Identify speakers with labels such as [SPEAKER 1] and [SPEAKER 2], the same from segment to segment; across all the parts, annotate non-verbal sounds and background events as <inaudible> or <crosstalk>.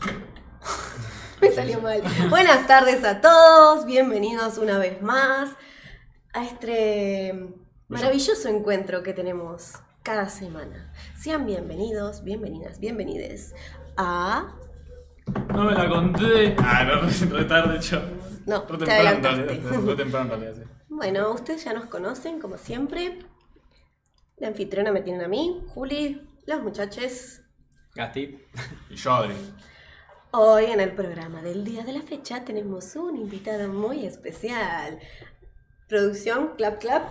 [SPEAKER 1] <laughs> Me salió mal. Buenas tardes a todos, bienvenidos una vez más a este maravilloso encuentro que tenemos cada semana. Sean bienvenidos, bienvenidas, bienvenides a...
[SPEAKER 2] No me la conté. Ah, no, <laughs> retarde yo.
[SPEAKER 1] No,
[SPEAKER 2] Re
[SPEAKER 1] te
[SPEAKER 2] temprano en
[SPEAKER 1] adelantaste.
[SPEAKER 2] realidad. Re temprano en realidad, sí.
[SPEAKER 1] Bueno, ustedes ya nos conocen, como siempre. La anfitriona me tienen a mí, Juli, los muchachos.
[SPEAKER 3] Gasti.
[SPEAKER 2] Y yo, Adri.
[SPEAKER 1] Hoy en el programa del día de la fecha tenemos una invitada muy especial. Producción, clap, clap.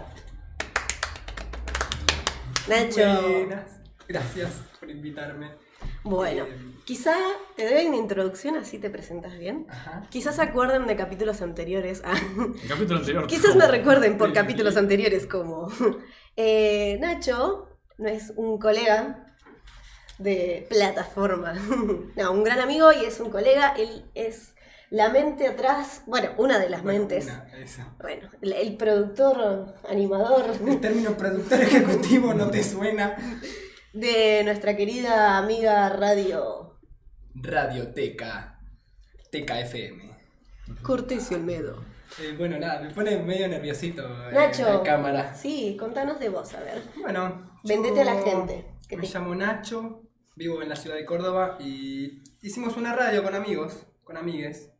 [SPEAKER 1] Nacho.
[SPEAKER 4] Buenas. Gracias por invitarme.
[SPEAKER 1] Bueno, quizá te doy una introducción, así te presentas bien.
[SPEAKER 4] Ajá.
[SPEAKER 1] Quizás se acuerden de capítulos anteriores. <laughs> Ah,
[SPEAKER 2] El capítulo anterior.
[SPEAKER 1] Quizás me recuerden por capítulos anteriores como <laughs> eh, Nacho no es un colega de plataforma, <laughs> no, un gran amigo y es un colega, él es la mente atrás, bueno, una de las
[SPEAKER 4] Bueno,
[SPEAKER 1] mentes,
[SPEAKER 4] una, esa.
[SPEAKER 1] bueno, el, el productor animador <laughs>
[SPEAKER 4] El término productor ejecutivo no te suena.
[SPEAKER 1] de nuestra querida amiga radio
[SPEAKER 4] Radioteca. Teca FM.
[SPEAKER 1] Cortesio Olmedo.
[SPEAKER 4] Eh, bueno, nada, me pone medio nerviosito eh,
[SPEAKER 1] Nacho,
[SPEAKER 4] la cámara.
[SPEAKER 1] sí, contanos de vos, a ver.
[SPEAKER 4] Bueno.
[SPEAKER 1] Vendete a la gente, que
[SPEAKER 4] me
[SPEAKER 1] te-
[SPEAKER 4] llamo Nacho, vivo en la ciudad de Córdoba y hicimos una radio con amigos, con amigues.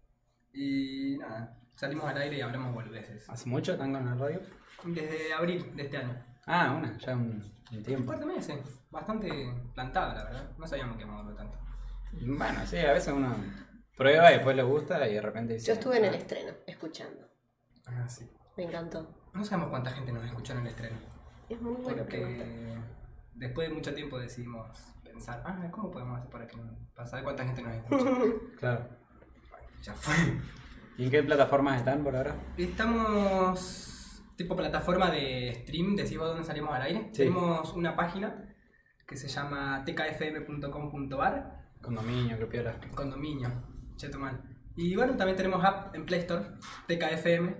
[SPEAKER 4] Y nada, salimos al aire y hablamos boludeces.
[SPEAKER 3] ¿Hace mucho están con la radio?
[SPEAKER 4] Desde abril de este año.
[SPEAKER 3] Ah, una, ya un, un
[SPEAKER 4] Un
[SPEAKER 3] tiempo.
[SPEAKER 4] par de meses, bastante plantada la verdad. No sabíamos que íbamos a durar tanto.
[SPEAKER 3] Bueno, sí, a veces uno prueba y después le gusta y de repente dice.
[SPEAKER 1] Yo estuve en el
[SPEAKER 3] "Ah".
[SPEAKER 1] estreno, escuchando,
[SPEAKER 4] Ah, sí.
[SPEAKER 1] me encantó.
[SPEAKER 4] No sabemos cuánta gente nos escuchó en el estreno.
[SPEAKER 1] Es muy buena pregunta.
[SPEAKER 4] Porque después de mucho tiempo decidimos pensar, ah, ¿cómo podemos hacer para que para saber cuánta gente nos <laughs> escucha?
[SPEAKER 3] "Ah, Claro.
[SPEAKER 4] ya fue.
[SPEAKER 3] ¿Y en qué plataformas están por ahora?
[SPEAKER 4] Estamos tipo plataforma de stream, decís vos dónde salimos al aire.
[SPEAKER 3] Sí.
[SPEAKER 4] Tenemos una página que se llama tkfm.com.ar,
[SPEAKER 3] Condominio, qué piola.
[SPEAKER 4] condominio, cheto mal. Y bueno, también tenemos app en Play Store, tkfm.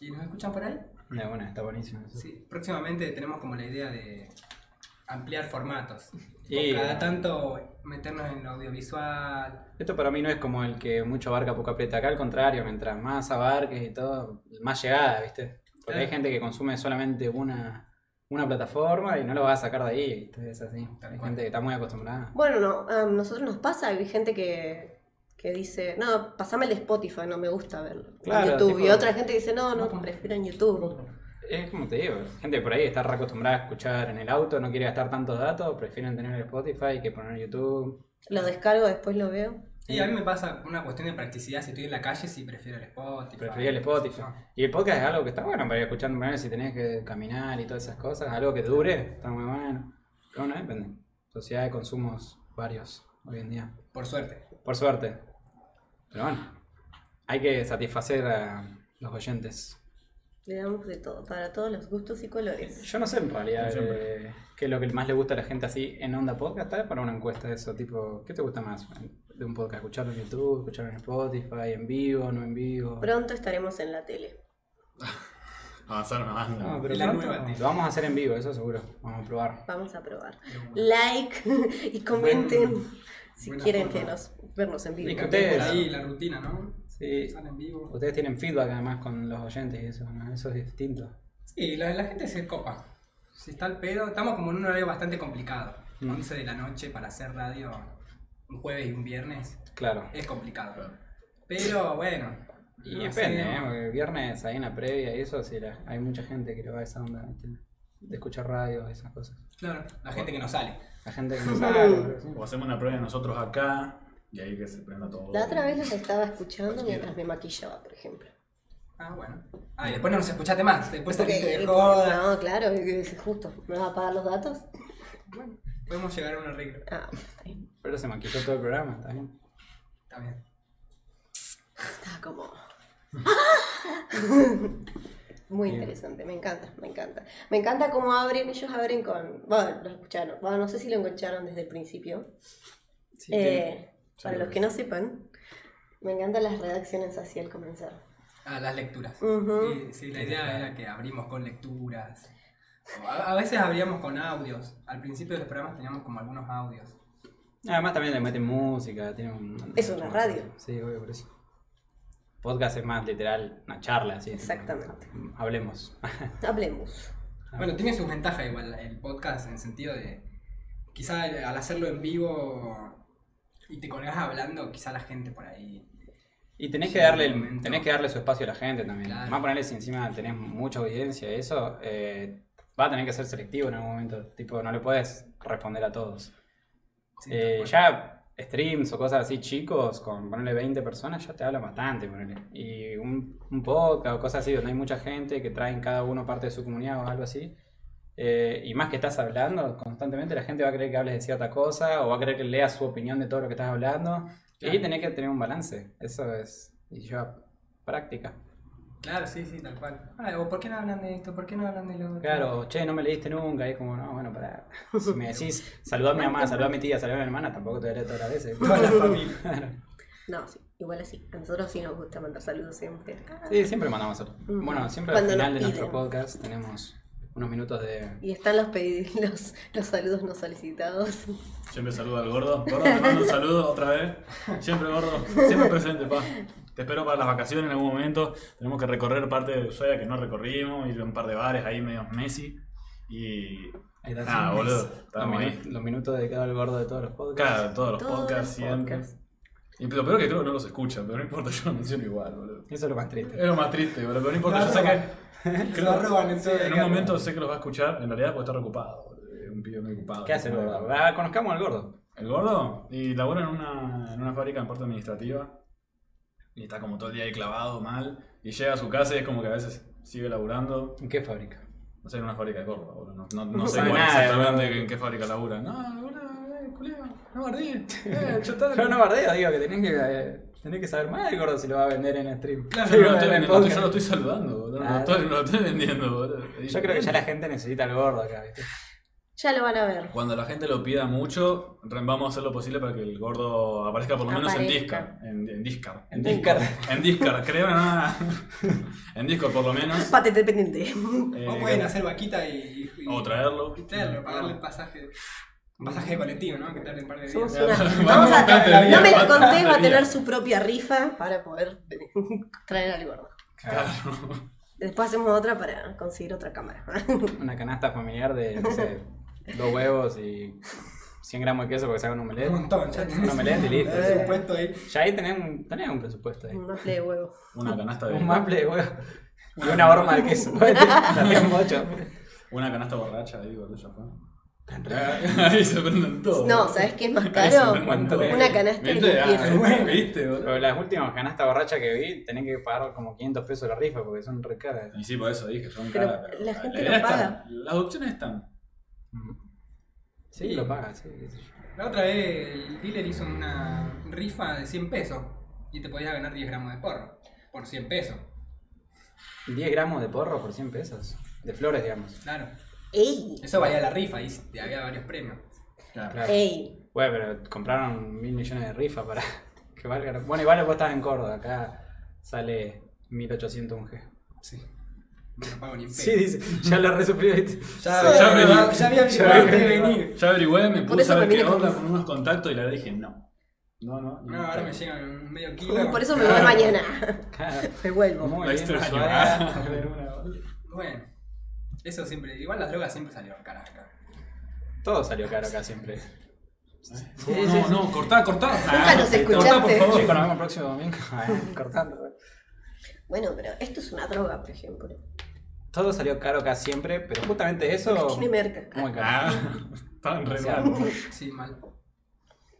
[SPEAKER 4] ¿Y nos escuchan por ahí?
[SPEAKER 3] De buena, está buenísimo. eso.
[SPEAKER 4] Sí, próximamente tenemos como la idea de ampliar formatos.
[SPEAKER 3] Sí.
[SPEAKER 4] Cada tanto meternos en audiovisual.
[SPEAKER 3] Esto para mí no es como el que mucho abarca, poco aprieta. Acá al contrario, mientras más abarques y todo, más llegada, ¿viste? Porque hay
[SPEAKER 1] Ah.
[SPEAKER 4] Claro.
[SPEAKER 3] gente que consume solamente una, una plataforma y no lo va a sacar de ahí, ¿viste? Es así.
[SPEAKER 4] Tal
[SPEAKER 3] Hay
[SPEAKER 4] cual.
[SPEAKER 3] gente que está muy acostumbrada.
[SPEAKER 1] Bueno, no, a nosotros nos pasa, hay gente que, que dice, no, pasame el de Spotify, no me gusta verlo.
[SPEAKER 3] Claro,
[SPEAKER 1] en YouTube.
[SPEAKER 3] tipo-
[SPEAKER 1] Y otra gente que dice, no, no,
[SPEAKER 4] Ujú.
[SPEAKER 1] prefiero en YouTube.
[SPEAKER 3] Es como te digo, gente que por ahí está re acostumbrada a escuchar en el auto, no quiere gastar tantos datos, prefieren tener el Spotify que poner YouTube.
[SPEAKER 1] Lo descargo, después lo veo.
[SPEAKER 4] Y a mí me pasa una cuestión de practicidad. Si estoy en la calle, si prefiero el Spotify.
[SPEAKER 3] Prefería el Spotify.
[SPEAKER 4] No.
[SPEAKER 3] Y el podcast es algo que está bueno para ir escuchando, bueno, si tenés que caminar y todas esas cosas, algo que dure, está muy bueno. Pero bueno, depende. Sociedad de consumos varios hoy en día.
[SPEAKER 4] Por suerte.
[SPEAKER 3] Por suerte. Pero bueno, hay que satisfacer a los oyentes.
[SPEAKER 1] Le damos de todo, para todos los gustos y colores.
[SPEAKER 3] Yo no sé en realidad
[SPEAKER 2] Yo siempre.
[SPEAKER 3] eh, qué es lo que más le gusta a la gente así en Onda Podcast. Tal vez para una encuesta de eso, tipo, ¿qué te gusta más de un podcast? ¿Escucharlo en YouTube? ¿Escucharlo en Spotify? ¿En vivo? ¿No en vivo?
[SPEAKER 1] Pronto estaremos en la tele.
[SPEAKER 2] Avanzaron una banda.
[SPEAKER 3] No, pero
[SPEAKER 4] Es la
[SPEAKER 3] pronto
[SPEAKER 4] nueva, tío.
[SPEAKER 3] lo vamos a hacer en vivo, eso seguro. Vamos a probar.
[SPEAKER 1] Vamos a probar.
[SPEAKER 4] De una.
[SPEAKER 1] Like <laughs> y comenten
[SPEAKER 4] Buen-
[SPEAKER 1] si
[SPEAKER 4] buena
[SPEAKER 1] quieren
[SPEAKER 4] forma.
[SPEAKER 1] que nos, vernos en
[SPEAKER 3] Y
[SPEAKER 1] vivo.
[SPEAKER 3] que-
[SPEAKER 4] Cambiamos
[SPEAKER 3] ustedes-
[SPEAKER 4] ahí la rutina, ¿no?
[SPEAKER 3] Sí.
[SPEAKER 4] Sale en vivo.
[SPEAKER 3] Ustedes tienen feedback además con los oyentes y eso, ¿no? Eso es distinto.
[SPEAKER 4] Sí, la, la gente se copa. Si está al pedo, estamos como en un horario bastante complicado.
[SPEAKER 3] Mm.
[SPEAKER 4] 11 de la noche para hacer radio un jueves y un viernes.
[SPEAKER 3] Claro.
[SPEAKER 4] Es complicado. Pero bueno.
[SPEAKER 3] Y
[SPEAKER 4] lo
[SPEAKER 3] depende, ¿eh?
[SPEAKER 4] hacemos.
[SPEAKER 3] Porque el viernes hay una previa y eso, sí, la- hay mucha gente que le va a esa onda ¿viste? de escuchar radio, esas cosas.
[SPEAKER 4] Claro, la gente que no sale.
[SPEAKER 3] La gente que no sabe. boludo, sí.
[SPEAKER 2] O hacemos una prueba nosotros acá y ahí que se prenda todo.
[SPEAKER 1] La otra vez los estaba escuchando mientras me maquillaba, por ejemplo.
[SPEAKER 4] Ah, bueno. Ah, y después no nos escuchaste más. Después saliste
[SPEAKER 1] Porque-
[SPEAKER 4] de joda.
[SPEAKER 1] eh, no, claro, es justo. ¿Me vas a pagar los datos?
[SPEAKER 4] Bueno, podemos llegar a un arreglo.
[SPEAKER 1] Ah, está bien.
[SPEAKER 3] Pero se maquilló todo el programa, está bien.
[SPEAKER 4] Está bien.
[SPEAKER 1] Estaba como. Muy
[SPEAKER 3] Bien.
[SPEAKER 1] interesante, me encanta, me encanta. Me encanta cómo abren, ellos abren con. Bueno, lo escucharon. Bueno, no sé si lo escucharon desde el principio.
[SPEAKER 3] Sí,
[SPEAKER 1] Eh, para
[SPEAKER 2] lo
[SPEAKER 1] los que no sepan, me encantan las redacciones así al comenzar.
[SPEAKER 4] Ah, las lecturas.
[SPEAKER 1] Ujú.
[SPEAKER 4] Sí, sí, la idea era que abrimos con lecturas. O A, a veces abríamos con audios. Al principio de los programas teníamos como algunos audios.
[SPEAKER 3] Ah, Además también le meten música, tiene un...
[SPEAKER 1] Es una radio.
[SPEAKER 3] Sí, obvio, por eso. Podcast es más literal, una charla, así.
[SPEAKER 1] Exactamente.
[SPEAKER 3] Hablemos.
[SPEAKER 1] Hablemos.
[SPEAKER 3] Ah.
[SPEAKER 4] Bueno, tiene sus ventajas igual el podcast en el sentido de. Quizá al hacerlo en vivo y te colgás hablando, quizá la gente por ahí.
[SPEAKER 3] Y tenés
[SPEAKER 4] Sí,
[SPEAKER 3] que darle
[SPEAKER 4] un momento.
[SPEAKER 3] el, tenés que darle su espacio a la gente también.
[SPEAKER 4] Claro.
[SPEAKER 3] Más ponerle si encima tenés mucha audiencia y eso, eh, va a tener que ser selectivo en algún momento. Tipo, no le puedes responder a todos.
[SPEAKER 4] Sí,
[SPEAKER 3] Eh,
[SPEAKER 4] tal cual.
[SPEAKER 3] ya streams o cosas así chicos, con ponerle 20 personas, ya te hablan bastante, ponele. Y un, un podcast o cosas así donde hay mucha gente que traen cada uno parte de su comunidad o algo así. eh, y más que estás hablando constantemente, la gente va a creer que hables de cierta cosa o va a creer que leas su opinión de todo lo que estás hablando.
[SPEAKER 4] Claro.
[SPEAKER 3] Y tenés que tener un balance. Eso es. Y yo, práctica.
[SPEAKER 4] Claro, sí, sí, tal cual. Ah, o ¿por qué no hablan de esto? ¿Por qué no hablan de lo otro?
[SPEAKER 3] Claro, che, no me leíste nunca. Y es como, no, bueno, para. Si me decís, saludá a mi mamá, saludá a mi tía, saludá a mi hermana, tampoco te daré todas las
[SPEAKER 4] <laughs>
[SPEAKER 3] veces.
[SPEAKER 4] Toda la familia.
[SPEAKER 1] No, sí, igual así. A nosotros sí nos gusta mandar saludos siempre. Ah,
[SPEAKER 3] Sí, siempre mandamos otro.
[SPEAKER 1] Mm.
[SPEAKER 3] Bueno, siempre
[SPEAKER 1] Cuando
[SPEAKER 3] al final
[SPEAKER 1] nos
[SPEAKER 3] de nuestro
[SPEAKER 1] piden.
[SPEAKER 3] podcast tenemos unos minutos de.
[SPEAKER 1] Y están los, pedi- <laughs> los, los saludos no solicitados.
[SPEAKER 2] Siempre saludo al gordo. Gordo, te mando un saludo otra vez. Siempre gordo, siempre presente, pa. Te espero para las vacaciones en algún momento. Tenemos que recorrer parte de Ushuaia que no recorrimos, ir a un par de bares ahí medio Messi. Y.
[SPEAKER 3] Ahí está,
[SPEAKER 2] Nada,
[SPEAKER 3] sí,
[SPEAKER 2] boludo.
[SPEAKER 3] Los,
[SPEAKER 2] Estamos ahí.
[SPEAKER 3] minu- los minutos de cada gordo de todos los podcasts.
[SPEAKER 2] Claro, todos los
[SPEAKER 1] Todos los
[SPEAKER 2] podcasts siempre.
[SPEAKER 1] podcasts.
[SPEAKER 2] Y lo peor que creo que no los escuchan, pero no importa, yo lo menciono igual, boludo.
[SPEAKER 3] Eso es lo más
[SPEAKER 2] Es
[SPEAKER 3] triste.
[SPEAKER 2] lo más triste, boludo, pero no importa,
[SPEAKER 4] Lo
[SPEAKER 2] yo sé
[SPEAKER 4] arroban.
[SPEAKER 2] que.
[SPEAKER 4] Lo arroban en
[SPEAKER 2] sí,
[SPEAKER 4] todo el
[SPEAKER 2] en un
[SPEAKER 4] carro.
[SPEAKER 2] momento sé que los va a escuchar, en realidad, porque está reocupado, boludo. Es un pibe muy ocupado.
[SPEAKER 3] ¿Qué hace el gordo? Ah, conozcamos al gordo.
[SPEAKER 2] El gordo y labora en una, en una fábrica en parte administrativa. Y está como todo el día ahí clavado, mal. Y llega a su casa y es como que a veces sigue laburando.
[SPEAKER 3] ¿En qué fábrica?
[SPEAKER 2] No sé, en una fábrica de Córdoba, boludo. No, no, no
[SPEAKER 3] No
[SPEAKER 2] sé
[SPEAKER 3] sabe
[SPEAKER 2] cuál
[SPEAKER 3] nada,
[SPEAKER 2] exactamente
[SPEAKER 3] boludo.
[SPEAKER 2] en qué fábrica labura. No, labura, eh, colega, no bardí. Eh, chotalo.
[SPEAKER 3] Yo no bardeo, digo que tenés que, eh, tenés que saber más del gordo si lo va a vender en stream.
[SPEAKER 2] Claro,
[SPEAKER 3] Si
[SPEAKER 2] yo
[SPEAKER 3] va
[SPEAKER 2] lo
[SPEAKER 3] a
[SPEAKER 2] estoy
[SPEAKER 3] vender en
[SPEAKER 2] vendiendo, no estoy- yo
[SPEAKER 3] podcast.
[SPEAKER 2] lo estoy saludando, boludo. No lo
[SPEAKER 3] Claro.
[SPEAKER 2] estoy, no lo estoy vendiendo, boludo.
[SPEAKER 3] Yo creo que ya la gente necesita al gordo acá, ¿viste?
[SPEAKER 1] Ya lo van a ver.
[SPEAKER 2] Cuando la gente lo pida mucho, re- vamos a hacer lo posible para que el gordo aparezca por lo menos en
[SPEAKER 1] Aparezca.
[SPEAKER 2] Discord. En, en Discord.
[SPEAKER 3] En Discord.
[SPEAKER 2] En Discord, creo nada. <laughs> En Discord por lo menos.
[SPEAKER 1] Patente pendiente.
[SPEAKER 2] Eh,
[SPEAKER 4] O pueden hacer vaquita y. y-
[SPEAKER 2] o traerlo.
[SPEAKER 4] Y traerlo, pagarle el pasaje. Un pasaje de colectivo, ¿no? Que tarde un par de días.
[SPEAKER 1] Somos
[SPEAKER 2] Claro.
[SPEAKER 1] una...
[SPEAKER 2] Vamos
[SPEAKER 1] Vamos a...
[SPEAKER 2] bastante bien,
[SPEAKER 1] No me lo
[SPEAKER 2] bastante
[SPEAKER 1] conté, va a
[SPEAKER 2] bien.
[SPEAKER 1] tener su propia rifa para poder traer al gordo.
[SPEAKER 3] Claro.
[SPEAKER 1] Después hacemos otra para conseguir otra cámara. <laughs>
[SPEAKER 3] Una canasta familiar de, no sé, dos huevos y 100 gramos de queso porque se hagan un
[SPEAKER 4] Un
[SPEAKER 3] omelette.
[SPEAKER 4] montón, ya
[SPEAKER 3] Un
[SPEAKER 4] tenés
[SPEAKER 3] omelette y listo.
[SPEAKER 4] un presupuesto ahí.
[SPEAKER 3] Ya ahí tenés un, tenés un presupuesto ahí.
[SPEAKER 1] Un maple de huevo.
[SPEAKER 2] Una canasta de.
[SPEAKER 3] Un maple de huevo. <laughs> Y una horma de queso. <laughs> También mucho.
[SPEAKER 2] Una canasta borracha ahí, boludo, ya fue. Ah, Ahí se prenden todo.
[SPEAKER 1] No, ¿sabés qué es más
[SPEAKER 2] Ahí se
[SPEAKER 1] caro?
[SPEAKER 2] prenden todo.
[SPEAKER 1] Una canasta de
[SPEAKER 2] ¿Viste? Ah,
[SPEAKER 1] limpieza.
[SPEAKER 2] ¿Viste, boludo?
[SPEAKER 3] Pero las últimas canastas borrachas que vi, tenés que pagar como 500 pesos la rifa porque son re caras.
[SPEAKER 2] Y sí, por eso dije, son
[SPEAKER 1] Pero
[SPEAKER 2] caras. pero
[SPEAKER 1] la gente
[SPEAKER 2] idea
[SPEAKER 1] no
[SPEAKER 2] está-
[SPEAKER 1] paga.
[SPEAKER 2] Las opciones están.
[SPEAKER 3] Sí, Mm. lo pagas. Sí, qué sé yo.
[SPEAKER 4] La otra vez el dealer hizo una rifa de 100 pesos y te podías ganar 10 gramos de porro por 100 pesos.
[SPEAKER 3] 10 gramos de porro por 100 pesos. De flores, digamos.
[SPEAKER 4] Claro.
[SPEAKER 1] ¡Ey!
[SPEAKER 4] Eso valía la rifa y te había varios premios.
[SPEAKER 2] Claro.
[SPEAKER 3] Claro.
[SPEAKER 1] ¡Ey!
[SPEAKER 3] Bueno, pero compraron mil millones de rifas para <laughs> que valga. la- Bueno, igual vos estás en Córdoba, acá sale 1800 un G.
[SPEAKER 4] Sí. No lo pago ni en pedo.
[SPEAKER 3] <laughs> Sí, dice, ya la resuplí, ¿viste?
[SPEAKER 4] Ya,
[SPEAKER 2] Sí, ya
[SPEAKER 4] ya,
[SPEAKER 2] vení.
[SPEAKER 4] ya había
[SPEAKER 3] Ya
[SPEAKER 4] averiguado
[SPEAKER 3] vení.
[SPEAKER 4] de venir.
[SPEAKER 2] Ya averigüé, me
[SPEAKER 1] Por
[SPEAKER 2] puse
[SPEAKER 1] eso
[SPEAKER 2] a ver
[SPEAKER 1] me
[SPEAKER 2] qué
[SPEAKER 1] vine
[SPEAKER 2] onda
[SPEAKER 1] con-
[SPEAKER 2] con unos contactos y la verdad dije no. No, no.
[SPEAKER 4] No, ahora me llegan un medio kilo.
[SPEAKER 1] Por eso me voy mañana. <laughs>
[SPEAKER 3] Claro.
[SPEAKER 1] Me vuelvo.
[SPEAKER 3] Muy
[SPEAKER 2] La
[SPEAKER 3] bien,
[SPEAKER 2] extraño.
[SPEAKER 3] Ushuaia. <laughs>
[SPEAKER 4] Bueno, eso siempre. Igual las drogas siempre salieron caras acá.
[SPEAKER 3] Todo salió caro acá siempre.
[SPEAKER 2] No, no, no, cortá, cortá.
[SPEAKER 1] Nunca nos
[SPEAKER 2] Cortá, por
[SPEAKER 1] escuchaste.
[SPEAKER 2] favor.
[SPEAKER 3] Chicos, nos vemos el próximo <laughs> domingo. Ah, Cortando.
[SPEAKER 1] Bueno, pero esto es una droga, por ejemplo.
[SPEAKER 3] Todo salió caro acá siempre, pero justamente eso.
[SPEAKER 1] Tiene merca.
[SPEAKER 3] Muy caro.
[SPEAKER 2] Ah, estaban re
[SPEAKER 3] Demasiado.
[SPEAKER 2] mal.
[SPEAKER 4] Sí, mal.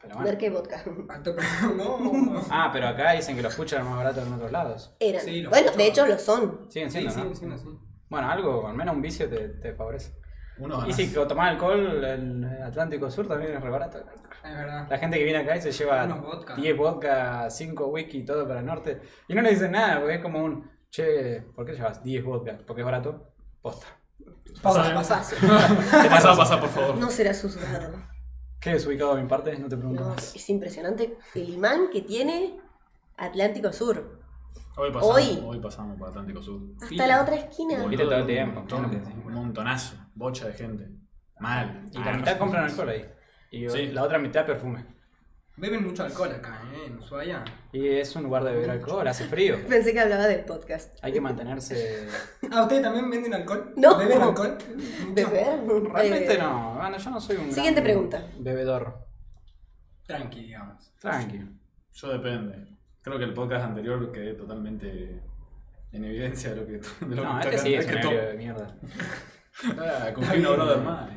[SPEAKER 3] Pero bueno.
[SPEAKER 1] Ah, Merca y vodka.
[SPEAKER 4] Alto precio. <laughs> No.
[SPEAKER 3] Ah, pero acá dicen que los puchas eran más baratos que en otros lados.
[SPEAKER 1] Eran.
[SPEAKER 4] Sí, los
[SPEAKER 1] bueno,
[SPEAKER 4] ocho.
[SPEAKER 1] de hecho lo son.
[SPEAKER 3] Siguen
[SPEAKER 4] Sí,
[SPEAKER 3] siendo,
[SPEAKER 4] sí,
[SPEAKER 3] ¿no?
[SPEAKER 4] sí, sí.
[SPEAKER 3] Bueno, algo, al menos un vicio te, te favorece.
[SPEAKER 2] Uno ganó.
[SPEAKER 3] Y si tomás alcohol en Atlántico Sur también es re barato.
[SPEAKER 4] Es verdad.
[SPEAKER 3] La gente que viene acá y se lleva
[SPEAKER 4] Unos vodka.
[SPEAKER 3] 10 vodka, 5 whisky y todo para el norte. Y no le dicen nada, porque es como un, che, ¿por qué llevas 10 vodka? Porque es barato. Posta.
[SPEAKER 4] Pasa,
[SPEAKER 2] Sabe.
[SPEAKER 4] pasa.
[SPEAKER 1] Fácil.
[SPEAKER 2] Pasá, pasá, ¿eh? por
[SPEAKER 3] <laughs>
[SPEAKER 2] favor.
[SPEAKER 1] No será juzgado.
[SPEAKER 3] ¿Qué es ubicado de mi parte? No te pregunto
[SPEAKER 1] No,
[SPEAKER 3] más.
[SPEAKER 1] es impresionante el imán que tiene Atlántico Sur.
[SPEAKER 2] Hoy pasamos,
[SPEAKER 1] Hoy.
[SPEAKER 2] hoy. pasamos por Atlántico Sur.
[SPEAKER 1] Hasta la otra esquina.
[SPEAKER 2] Boludo,
[SPEAKER 3] Viste todo el
[SPEAKER 2] un
[SPEAKER 3] tiempo,
[SPEAKER 2] montón,
[SPEAKER 3] todo el tiempo.
[SPEAKER 2] un montonazo. Bocha de gente. Mal.
[SPEAKER 3] Ah,
[SPEAKER 2] Ah,
[SPEAKER 3] Y la mitad compran alcohol ahí. Y
[SPEAKER 2] Sí.
[SPEAKER 3] la otra mitad perfume.
[SPEAKER 4] Beben mucho alcohol acá, ¿eh? En Ushuaia.
[SPEAKER 3] Y es un lugar de beber alcohol, hace frío.
[SPEAKER 1] Pensé que hablaba del podcast.
[SPEAKER 3] Hay que mantenerse.
[SPEAKER 4] Ah, ¿ustedes también venden alcohol?
[SPEAKER 1] No. <laughs>
[SPEAKER 4] ¿Beben alcohol? Mucho.
[SPEAKER 1] ¿Beber?
[SPEAKER 3] Realmente
[SPEAKER 1] Eh,
[SPEAKER 3] no. Bueno, yo no soy un. gran
[SPEAKER 1] Siguiente pregunta.
[SPEAKER 3] Bebedor.
[SPEAKER 4] Tranqui, digamos.
[SPEAKER 3] Tranquilo.
[SPEAKER 2] Yo depende. Creo que el podcast anterior quedé totalmente en evidencia de lo que. De lo
[SPEAKER 3] No,
[SPEAKER 2] que
[SPEAKER 3] este
[SPEAKER 2] toca-
[SPEAKER 3] sí es
[SPEAKER 2] que
[SPEAKER 3] un
[SPEAKER 2] to-
[SPEAKER 3] ebrio de mierda.
[SPEAKER 2] Ah, con Pino brother eh. más.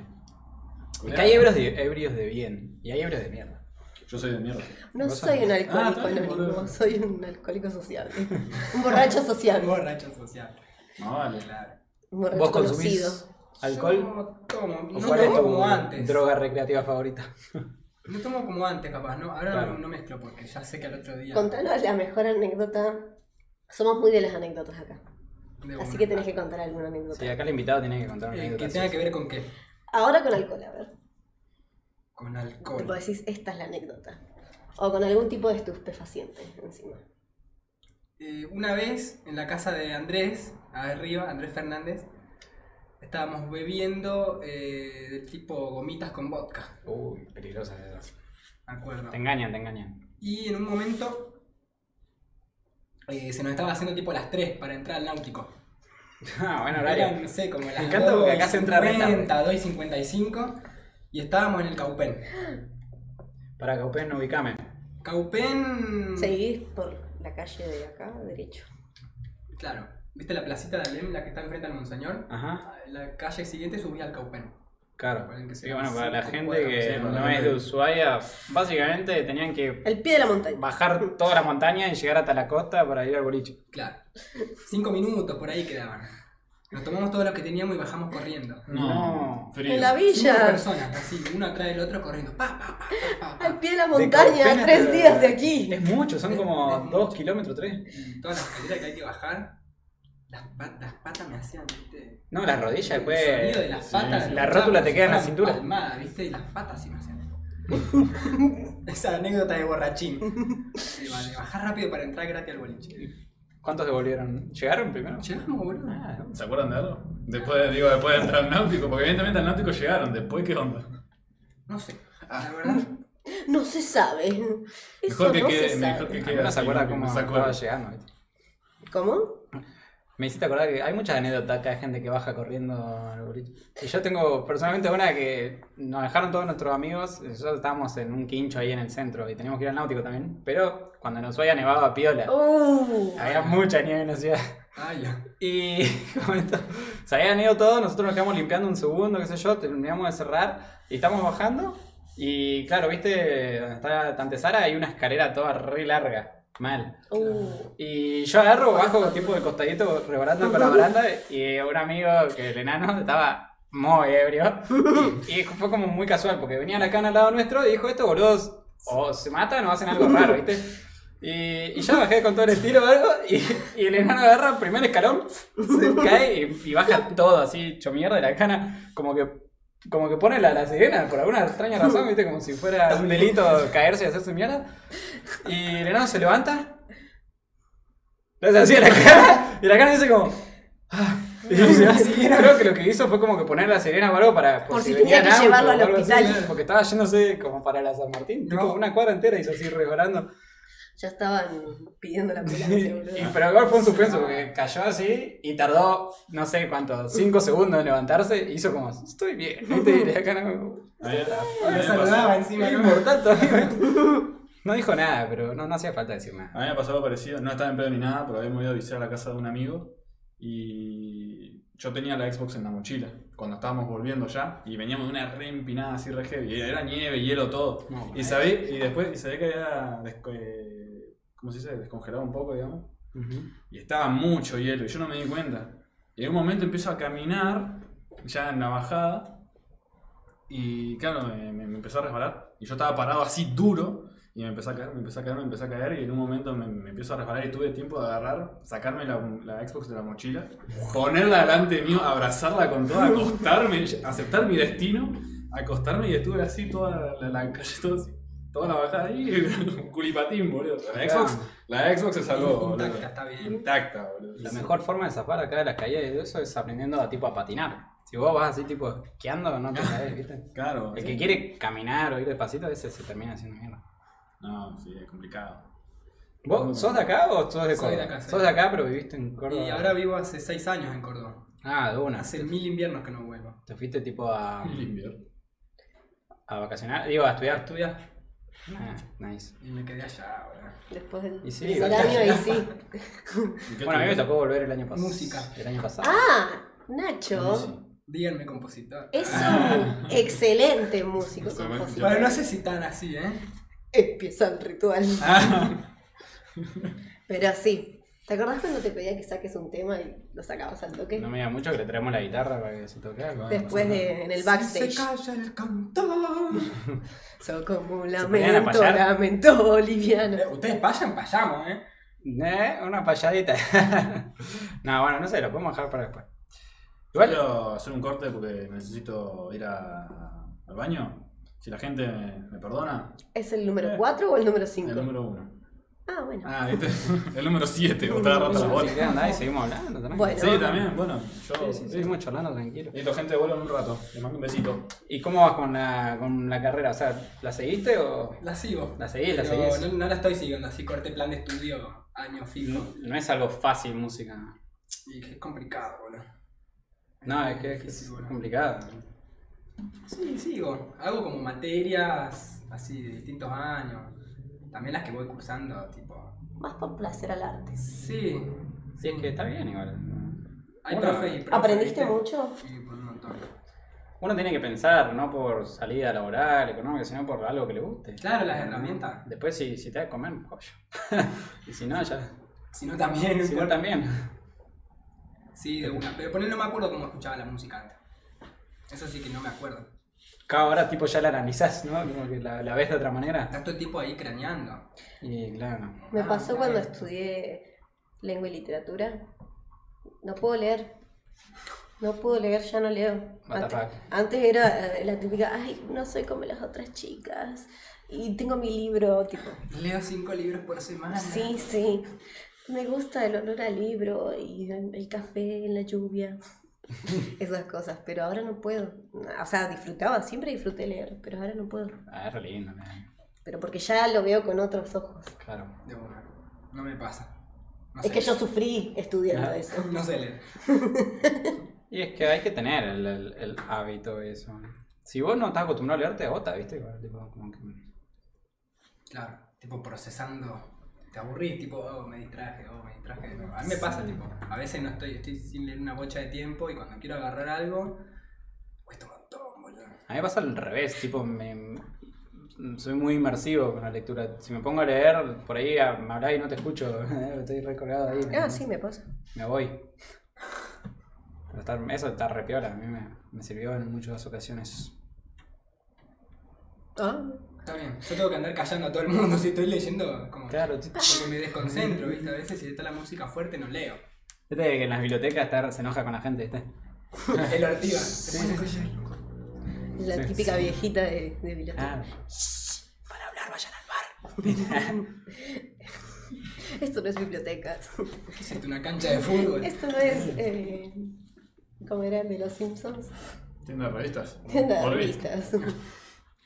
[SPEAKER 3] Es que hay ebrios de, ebrios de bien y hay ebrios de mierda.
[SPEAKER 2] Yo soy de mierda.
[SPEAKER 1] No
[SPEAKER 3] Vos
[SPEAKER 1] soy un
[SPEAKER 3] sos-
[SPEAKER 2] Ah,
[SPEAKER 1] alcohólico
[SPEAKER 2] está bien,
[SPEAKER 1] anónimo,
[SPEAKER 2] boludo.
[SPEAKER 1] soy un alcohólico sociable. Un borracho sociable.
[SPEAKER 4] Borracho social.
[SPEAKER 2] No, vale.
[SPEAKER 4] Claro.
[SPEAKER 1] Un borracho
[SPEAKER 3] ¿Vos
[SPEAKER 1] conocido.
[SPEAKER 3] consumís alcohol?
[SPEAKER 4] Yo tomo.
[SPEAKER 3] ¿O
[SPEAKER 4] No
[SPEAKER 3] cuál es
[SPEAKER 4] tomo como
[SPEAKER 3] tu
[SPEAKER 4] antes.
[SPEAKER 3] droga recreativa favorita?
[SPEAKER 4] No tomo como antes, capaz, ¿no? Ahora
[SPEAKER 3] Claro.
[SPEAKER 4] no, no mezclo porque ya sé que al otro día.
[SPEAKER 1] Contanos la mejor anécdota. Somos muy de las anécdotas acá.
[SPEAKER 4] de
[SPEAKER 1] Así
[SPEAKER 4] una.
[SPEAKER 1] que tenés que contar alguna anécdota.
[SPEAKER 3] Sí, acá el invitado tiene que contar una
[SPEAKER 4] Eh,
[SPEAKER 3] anécdota.
[SPEAKER 4] que tenga
[SPEAKER 3] sí.
[SPEAKER 4] que ver con qué?
[SPEAKER 1] Ahora con alcohol, a ver.
[SPEAKER 4] Con alcohol.
[SPEAKER 1] Tipo decís, esta es la anécdota. O con algún tipo de estupefaciente encima.
[SPEAKER 4] Eh, una vez en la casa de Andrés, arriba, Andrés Fernández, estábamos bebiendo eh, del tipo gomitas con vodka,
[SPEAKER 3] Uy, peligrosas esas.
[SPEAKER 4] me acuerdo.
[SPEAKER 3] Te engañan, te engañan.
[SPEAKER 4] Y en un momento eh, se nos estaba haciendo tipo las 3 para entrar al náutico.
[SPEAKER 3] <laughs> Ah, bueno,
[SPEAKER 4] Eran,
[SPEAKER 3] horario.
[SPEAKER 4] no sé, como
[SPEAKER 3] Me
[SPEAKER 4] las
[SPEAKER 3] encanta porque acá se entra re
[SPEAKER 4] 2.50, 2.55 y estábamos en el Caupen.
[SPEAKER 3] Para que ustedes no ubicame.
[SPEAKER 4] Caupen...
[SPEAKER 1] Seguís por la calle de acá, derecho.
[SPEAKER 4] Claro. ¿Viste la placita de Alem, la que está enfrente al Monseñor?
[SPEAKER 3] Ajá,
[SPEAKER 4] La calle siguiente subía al Caupen.
[SPEAKER 3] claro.
[SPEAKER 4] Recuerden que
[SPEAKER 3] Sí, bueno,
[SPEAKER 4] sean
[SPEAKER 3] para la
[SPEAKER 4] cinco,
[SPEAKER 3] gente
[SPEAKER 4] cuatro,
[SPEAKER 3] que
[SPEAKER 2] sí, para la
[SPEAKER 3] no
[SPEAKER 2] gente.
[SPEAKER 3] es de Ushuaia, básicamente tenían que
[SPEAKER 1] El pie de la montaña.
[SPEAKER 3] bajar toda la montaña y llegar hasta la costa para ir al boliche.
[SPEAKER 4] Claro. Cinco minutos por ahí quedaban. Nos tomamos todo lo que teníamos y bajamos corriendo.
[SPEAKER 3] No.
[SPEAKER 2] Frío.
[SPEAKER 1] En la
[SPEAKER 4] Cinco
[SPEAKER 1] villa.
[SPEAKER 4] personas, así, uno atrás del otro corriendo. Pa, pa, pa, pa, pa,
[SPEAKER 1] Al
[SPEAKER 4] pa.
[SPEAKER 1] pie de la
[SPEAKER 3] De
[SPEAKER 1] montaña,
[SPEAKER 3] Cauquenes,
[SPEAKER 1] tres
[SPEAKER 3] pero-
[SPEAKER 1] días de aquí.
[SPEAKER 3] Es mucho, son como
[SPEAKER 4] Es mucho.
[SPEAKER 3] 2 kilómetros, 3.
[SPEAKER 4] Y todas las escaleras que hay que bajar, las, pa- las patas me hacían, ¿viste?
[SPEAKER 3] No, las rodillas
[SPEAKER 4] El sonido de
[SPEAKER 3] después.
[SPEAKER 4] las patas.
[SPEAKER 3] La rótula te queda en la
[SPEAKER 4] Fueran
[SPEAKER 3] cintura.
[SPEAKER 4] palmadas, ¿viste? Y las patas sí me
[SPEAKER 3] <laughs>
[SPEAKER 4] hacían. Esa anécdota de borrachín. Sí, vale, bajar rápido para entrar gratis al boliche.
[SPEAKER 3] ¿Cuántos devolvieron? ¿Llegaron primero?
[SPEAKER 4] Llegamos, boludo.
[SPEAKER 3] Ah,
[SPEAKER 2] ¿Se acuerdan de algo? Después, digo, después de entrar al náutico, porque evidentemente al náutico llegaron, después qué onda.
[SPEAKER 4] No sé.
[SPEAKER 3] Ah.
[SPEAKER 4] La
[SPEAKER 3] <laughs>
[SPEAKER 4] verdad.
[SPEAKER 1] No se sabe. Eso
[SPEAKER 2] Mejor que
[SPEAKER 1] no se
[SPEAKER 2] quede,
[SPEAKER 1] sabe.
[SPEAKER 2] mejor que
[SPEAKER 3] no
[SPEAKER 2] quede.
[SPEAKER 3] se
[SPEAKER 2] así,
[SPEAKER 3] acuerda
[SPEAKER 2] que no
[SPEAKER 3] cómo
[SPEAKER 2] se
[SPEAKER 3] estaba
[SPEAKER 2] acuerda.
[SPEAKER 3] llegando. ¿viste?
[SPEAKER 1] ¿Cómo?
[SPEAKER 3] Me hiciste acordar que hay muchas anécdotas acá de gente que baja corriendo al boliche. Y yo tengo personalmente una que nos dejaron todos nuestros amigos. Nosotros estábamos en un quincho ahí en el centro y teníamos que ir al náutico también. Pero cuando nos había nevado a piola,
[SPEAKER 1] Uh,
[SPEAKER 3] había mucha nieve en la ciudad.
[SPEAKER 4] Ay, Ah, ya.
[SPEAKER 3] Y <laughs> como esto, se habían ido todos, nosotros nos quedamos limpiando un segundo, qué sé yo, terminamos de cerrar y estamos bajando. Y claro, viste, donde está Tantesara hay una escalera toda re larga, mal.
[SPEAKER 1] uh.
[SPEAKER 3] Y yo agarro, bajo tipo de costadito, rebarando para la baranda, y un amigo que el enano estaba muy ebrio. Y, y fue como muy casual, porque venían acá al lado nuestro y dijo, estos boludos o se matan o hacen algo raro, ¿viste? Y, y yo bajé con todo el estilo o algo, y, y el enano agarra el primer escalón, se cae y, y baja todo así, hecho mierda, y la cana como que... Como que pone la, la sirena por alguna extraña razón, ¿viste? Como si fuera un delito caerse y hacerse mierda. Y el enano se levanta, le hace así a la cara. Y la cara dice como. "Ah", Y se va así. Creo que lo que hizo fue como que poner la sirena o algo para.
[SPEAKER 1] Por si tenía
[SPEAKER 3] venían
[SPEAKER 1] que llevarlo
[SPEAKER 3] autos o
[SPEAKER 1] al
[SPEAKER 3] algo así,
[SPEAKER 1] hospital.
[SPEAKER 3] porque estaba yéndose como para la San Martín.
[SPEAKER 4] No.
[SPEAKER 3] Tipo, una cuadra entera hizo así reparando.
[SPEAKER 1] Ya estaban pidiendo la <laughs> ambulancia,
[SPEAKER 3] Y,
[SPEAKER 1] boludo.
[SPEAKER 3] pero igual fue un suspenso porque cayó así y tardó no sé cuánto, 5 segundos en levantarse. Y hizo como, estoy bien. ¿viste? Y la cara como,
[SPEAKER 2] A mí- a
[SPEAKER 1] Ah,
[SPEAKER 2] mí
[SPEAKER 4] Me
[SPEAKER 2] me pasó-
[SPEAKER 4] saludaba encima,
[SPEAKER 3] "Es
[SPEAKER 4] ¿no?
[SPEAKER 3] importante, amigo". <laughs> No dijo nada, pero no, no hacía falta decir nada.
[SPEAKER 2] a mí me pasó algo parecido. No estaba en pedo ni nada, pero habíamos ido a visitar a la casa de un amigo y yo tenía la Xbox en la mochila cuando estábamos volviendo ya y veníamos de una re empinada así re heavy. y Era nieve, hielo, todo.
[SPEAKER 3] No,
[SPEAKER 2] Y sabí, y después y sabía que había desco- eh, ¿cómo se dice? descongelado un poco, digamos.
[SPEAKER 3] Ujú.
[SPEAKER 2] Y estaba mucho hielo y yo no me di cuenta. Y en un momento empiezo a caminar, ya en la bajada, y claro, me, me- me empezó a resbalar. Y yo estaba parado así duro, y me empezó a caer, me empezó a caer, me empezó a caer, y en un momento me, me empiezo a resbalar y tuve tiempo de agarrar, sacarme la, la Xbox de la mochila, ponerla delante mío, abrazarla con toda, acostarme, <laughs> aceptar mi destino, acostarme y estuve así toda la, la calle, todo así, Toda la bajada ahí, <laughs> un culipatín, boludo. La Xbox, la Xbox se salvó, boludo.
[SPEAKER 4] Intacta, está bien.
[SPEAKER 2] Intacta, boludo.
[SPEAKER 3] La mejor forma de zafar acá de las caídas y de eso es aprendiendo a tipo a patinar. Si vos vas así tipo esquiando, no
[SPEAKER 4] <laughs>
[SPEAKER 3] te caes, ¿viste?
[SPEAKER 2] Claro.
[SPEAKER 3] El que quiere caminar o ir despacito, ese se termina haciendo mierda.
[SPEAKER 2] No, sí, es complicado.
[SPEAKER 3] ¿Vos sos de acá o sos de
[SPEAKER 4] Soy de
[SPEAKER 3] Córdoba?
[SPEAKER 4] acá, soy
[SPEAKER 3] sos
[SPEAKER 4] de
[SPEAKER 3] de acá, pero viviste en Córdoba.
[SPEAKER 4] Y ahora vivo hace 6 años en Córdoba.
[SPEAKER 3] Ah, de una.
[SPEAKER 4] Hace mil inviernos que no vuelvo.
[SPEAKER 3] Te fuiste tipo
[SPEAKER 4] <laughs>
[SPEAKER 3] a,
[SPEAKER 2] El invierno.
[SPEAKER 3] a vacacionar, digo, a estudiar.
[SPEAKER 4] Estudiar
[SPEAKER 3] Ah, nice.
[SPEAKER 4] y me quedé allá, boludo.
[SPEAKER 1] Después del
[SPEAKER 3] Y sí,
[SPEAKER 1] tercer
[SPEAKER 3] bastante.
[SPEAKER 1] año, y sí.
[SPEAKER 2] ¿Y qué
[SPEAKER 3] Bueno, a mí me
[SPEAKER 2] estudiaste?
[SPEAKER 3] tocó volver el año pasado.
[SPEAKER 4] Música.
[SPEAKER 3] El año pasado.
[SPEAKER 1] Ah, Nacho
[SPEAKER 4] Díganme compositor.
[SPEAKER 1] es un excelente músico.
[SPEAKER 2] Eso me-
[SPEAKER 1] compositor.
[SPEAKER 4] Bueno, no sé si tan así, ¿eh?
[SPEAKER 1] Empieza el ritual.
[SPEAKER 3] Ah,
[SPEAKER 1] Pero sí. ¿Te acordás cuando te pedía que saques un tema y lo sacabas al toque?
[SPEAKER 3] No me diga mucho que le traemos la guitarra para que se toque. algo, ¿eh?
[SPEAKER 1] Después de, en el backstage.
[SPEAKER 4] Se calla el cantor.
[SPEAKER 1] Soy como un
[SPEAKER 3] ¿Se ponían a
[SPEAKER 1] lamento,
[SPEAKER 3] payar?
[SPEAKER 1] lamento boliviano.
[SPEAKER 4] Eh, Ustedes vayan, vayamos, ¿eh?
[SPEAKER 3] Eh, una payadita. <laughs> no, bueno, no sé, lo podemos dejar para después. Igual,
[SPEAKER 2] Quiero hacer un corte porque necesito ir a- al baño. Si la gente me, me perdona,
[SPEAKER 1] ¿Es el número 4 o el número 5?
[SPEAKER 2] el número uno.
[SPEAKER 1] Ah, bueno.
[SPEAKER 2] Ah, este <laughs> el número siete, otra rata la bola.
[SPEAKER 3] si querés andar y seguimos hablando también.
[SPEAKER 1] Bueno.
[SPEAKER 2] Sí, también, bueno, yo.
[SPEAKER 3] Sí, sí, seguimos charlando tranquilo.
[SPEAKER 2] Listo, gente, vuelvo en un rato. Les mando un besito.
[SPEAKER 3] ¿Y cómo vas con la, con la carrera? O sea, ¿la seguiste o...?
[SPEAKER 4] La sigo.
[SPEAKER 3] La seguís, la
[SPEAKER 4] Pero
[SPEAKER 3] seguís.
[SPEAKER 4] No, no la estoy siguiendo, así corté plan de estudio, año fijo.
[SPEAKER 3] No es algo fácil música.
[SPEAKER 4] Y es complicado, boludo.
[SPEAKER 3] No, es que
[SPEAKER 4] difícil,
[SPEAKER 3] es
[SPEAKER 4] boludo.
[SPEAKER 3] complicado.
[SPEAKER 4] Sí, sigo. Hago como materias así de distintos años. También las que voy cursando, tipo.
[SPEAKER 1] Más por placer al arte.
[SPEAKER 4] Sí.
[SPEAKER 3] Sí, es que está bien igual.
[SPEAKER 4] Hay
[SPEAKER 3] Bueno,
[SPEAKER 4] profes y profes,
[SPEAKER 1] ¿Aprendiste
[SPEAKER 4] ¿viste?
[SPEAKER 1] mucho?
[SPEAKER 4] Sí, por un montón.
[SPEAKER 3] Uno tiene que pensar, no por salida laboral, económica, sino por algo que le guste.
[SPEAKER 4] Claro, las herramientas.
[SPEAKER 3] Después si, si te da de comer,
[SPEAKER 4] <laughs>
[SPEAKER 3] joyo. y si no, ya.
[SPEAKER 4] Si no, también. no
[SPEAKER 3] Si no
[SPEAKER 4] importa.
[SPEAKER 3] también.
[SPEAKER 4] Sí, de una. Pero por él no me acuerdo cómo escuchaba la música antes. Eso sí que no me acuerdo.
[SPEAKER 3] Cada hora tipo ya la analizás, ¿no? Como que la, la ves de otra manera.
[SPEAKER 4] Tanto tiempo ahí craneando.
[SPEAKER 3] Y claro.
[SPEAKER 1] Me
[SPEAKER 4] Ah,
[SPEAKER 1] pasó
[SPEAKER 4] está
[SPEAKER 1] cuando
[SPEAKER 4] bien.
[SPEAKER 1] estudié lengua y literatura. No puedo leer. No puedo leer, ya no leo.
[SPEAKER 3] What the
[SPEAKER 1] Antes,
[SPEAKER 3] fuck.
[SPEAKER 1] antes era eh, la típica, ay, no soy como las otras chicas. Y tengo mi libro, tipo,
[SPEAKER 4] Leo cinco libros por
[SPEAKER 3] Ah,
[SPEAKER 4] semana.
[SPEAKER 1] sí, sí. Me gusta el olor al libro y el café en la
[SPEAKER 3] <laughs>
[SPEAKER 1] lluvia. Esas cosas, pero ahora no puedo. O sea, disfrutaba, siempre disfruté leer, pero ahora no puedo.
[SPEAKER 3] Ah, es re lindo, man.
[SPEAKER 1] Pero porque ya lo veo con otros ojos.
[SPEAKER 3] Claro.
[SPEAKER 4] De una. No me pasa. No
[SPEAKER 1] Es
[SPEAKER 4] sé.
[SPEAKER 1] que yo sufrí estudiando
[SPEAKER 3] Ah. <laughs>
[SPEAKER 1] eso.
[SPEAKER 4] No sé leer.
[SPEAKER 3] Y es que hay que tener el, el- el hábito de eso. Si vos no estás acostumbrado a leerte, agota, ¿viste? Igual, tipo, como que...
[SPEAKER 4] Claro, tipo procesando. Te aburrí, tipo, oh, me distraje, oh, me distraje. de nuevo. A mí me pasa, tipo, a veces no estoy, estoy sin leer una bocha de tiempo y cuando quiero agarrar algo, cuesta un montón, boludo.
[SPEAKER 3] A mí me pasa al revés, tipo, me, soy muy inmersivo con la lectura. Si me pongo a leer, por ahí a- me hablás y no te escucho, <laughs> estoy recolgado ahí.
[SPEAKER 1] Ah, sí, me pasa.
[SPEAKER 3] Me voy. Pero está- eso está re piola, a mí me, me sirvió en muchas ocasiones.
[SPEAKER 1] Ah,
[SPEAKER 4] Está bien, yo tengo que andar callando a todo el mundo <laughs> si estoy leyendo, como.
[SPEAKER 3] Claro, tipo,
[SPEAKER 4] Porque me desconcentro, ¿viste? A veces si está la música fuerte no leo. <laughs>
[SPEAKER 3] viste que en las bibliotecas está- se enoja con la gente, ¿viste?
[SPEAKER 4] El ortiva. se pone a escuchar.
[SPEAKER 1] la
[SPEAKER 3] Sí,
[SPEAKER 1] típica viejita de, de biblioteca.
[SPEAKER 3] Ah,
[SPEAKER 1] Para hablar, vayan al bar. <laughs> Esto no es biblioteca.
[SPEAKER 4] ¿Qué es esto? Una cancha de fútbol.
[SPEAKER 1] Esto no es. Eh, ¿Cómo era el de los Simpsons?
[SPEAKER 2] Tienda de revistas.
[SPEAKER 1] Tienda de
[SPEAKER 2] Volví.
[SPEAKER 1] revistas.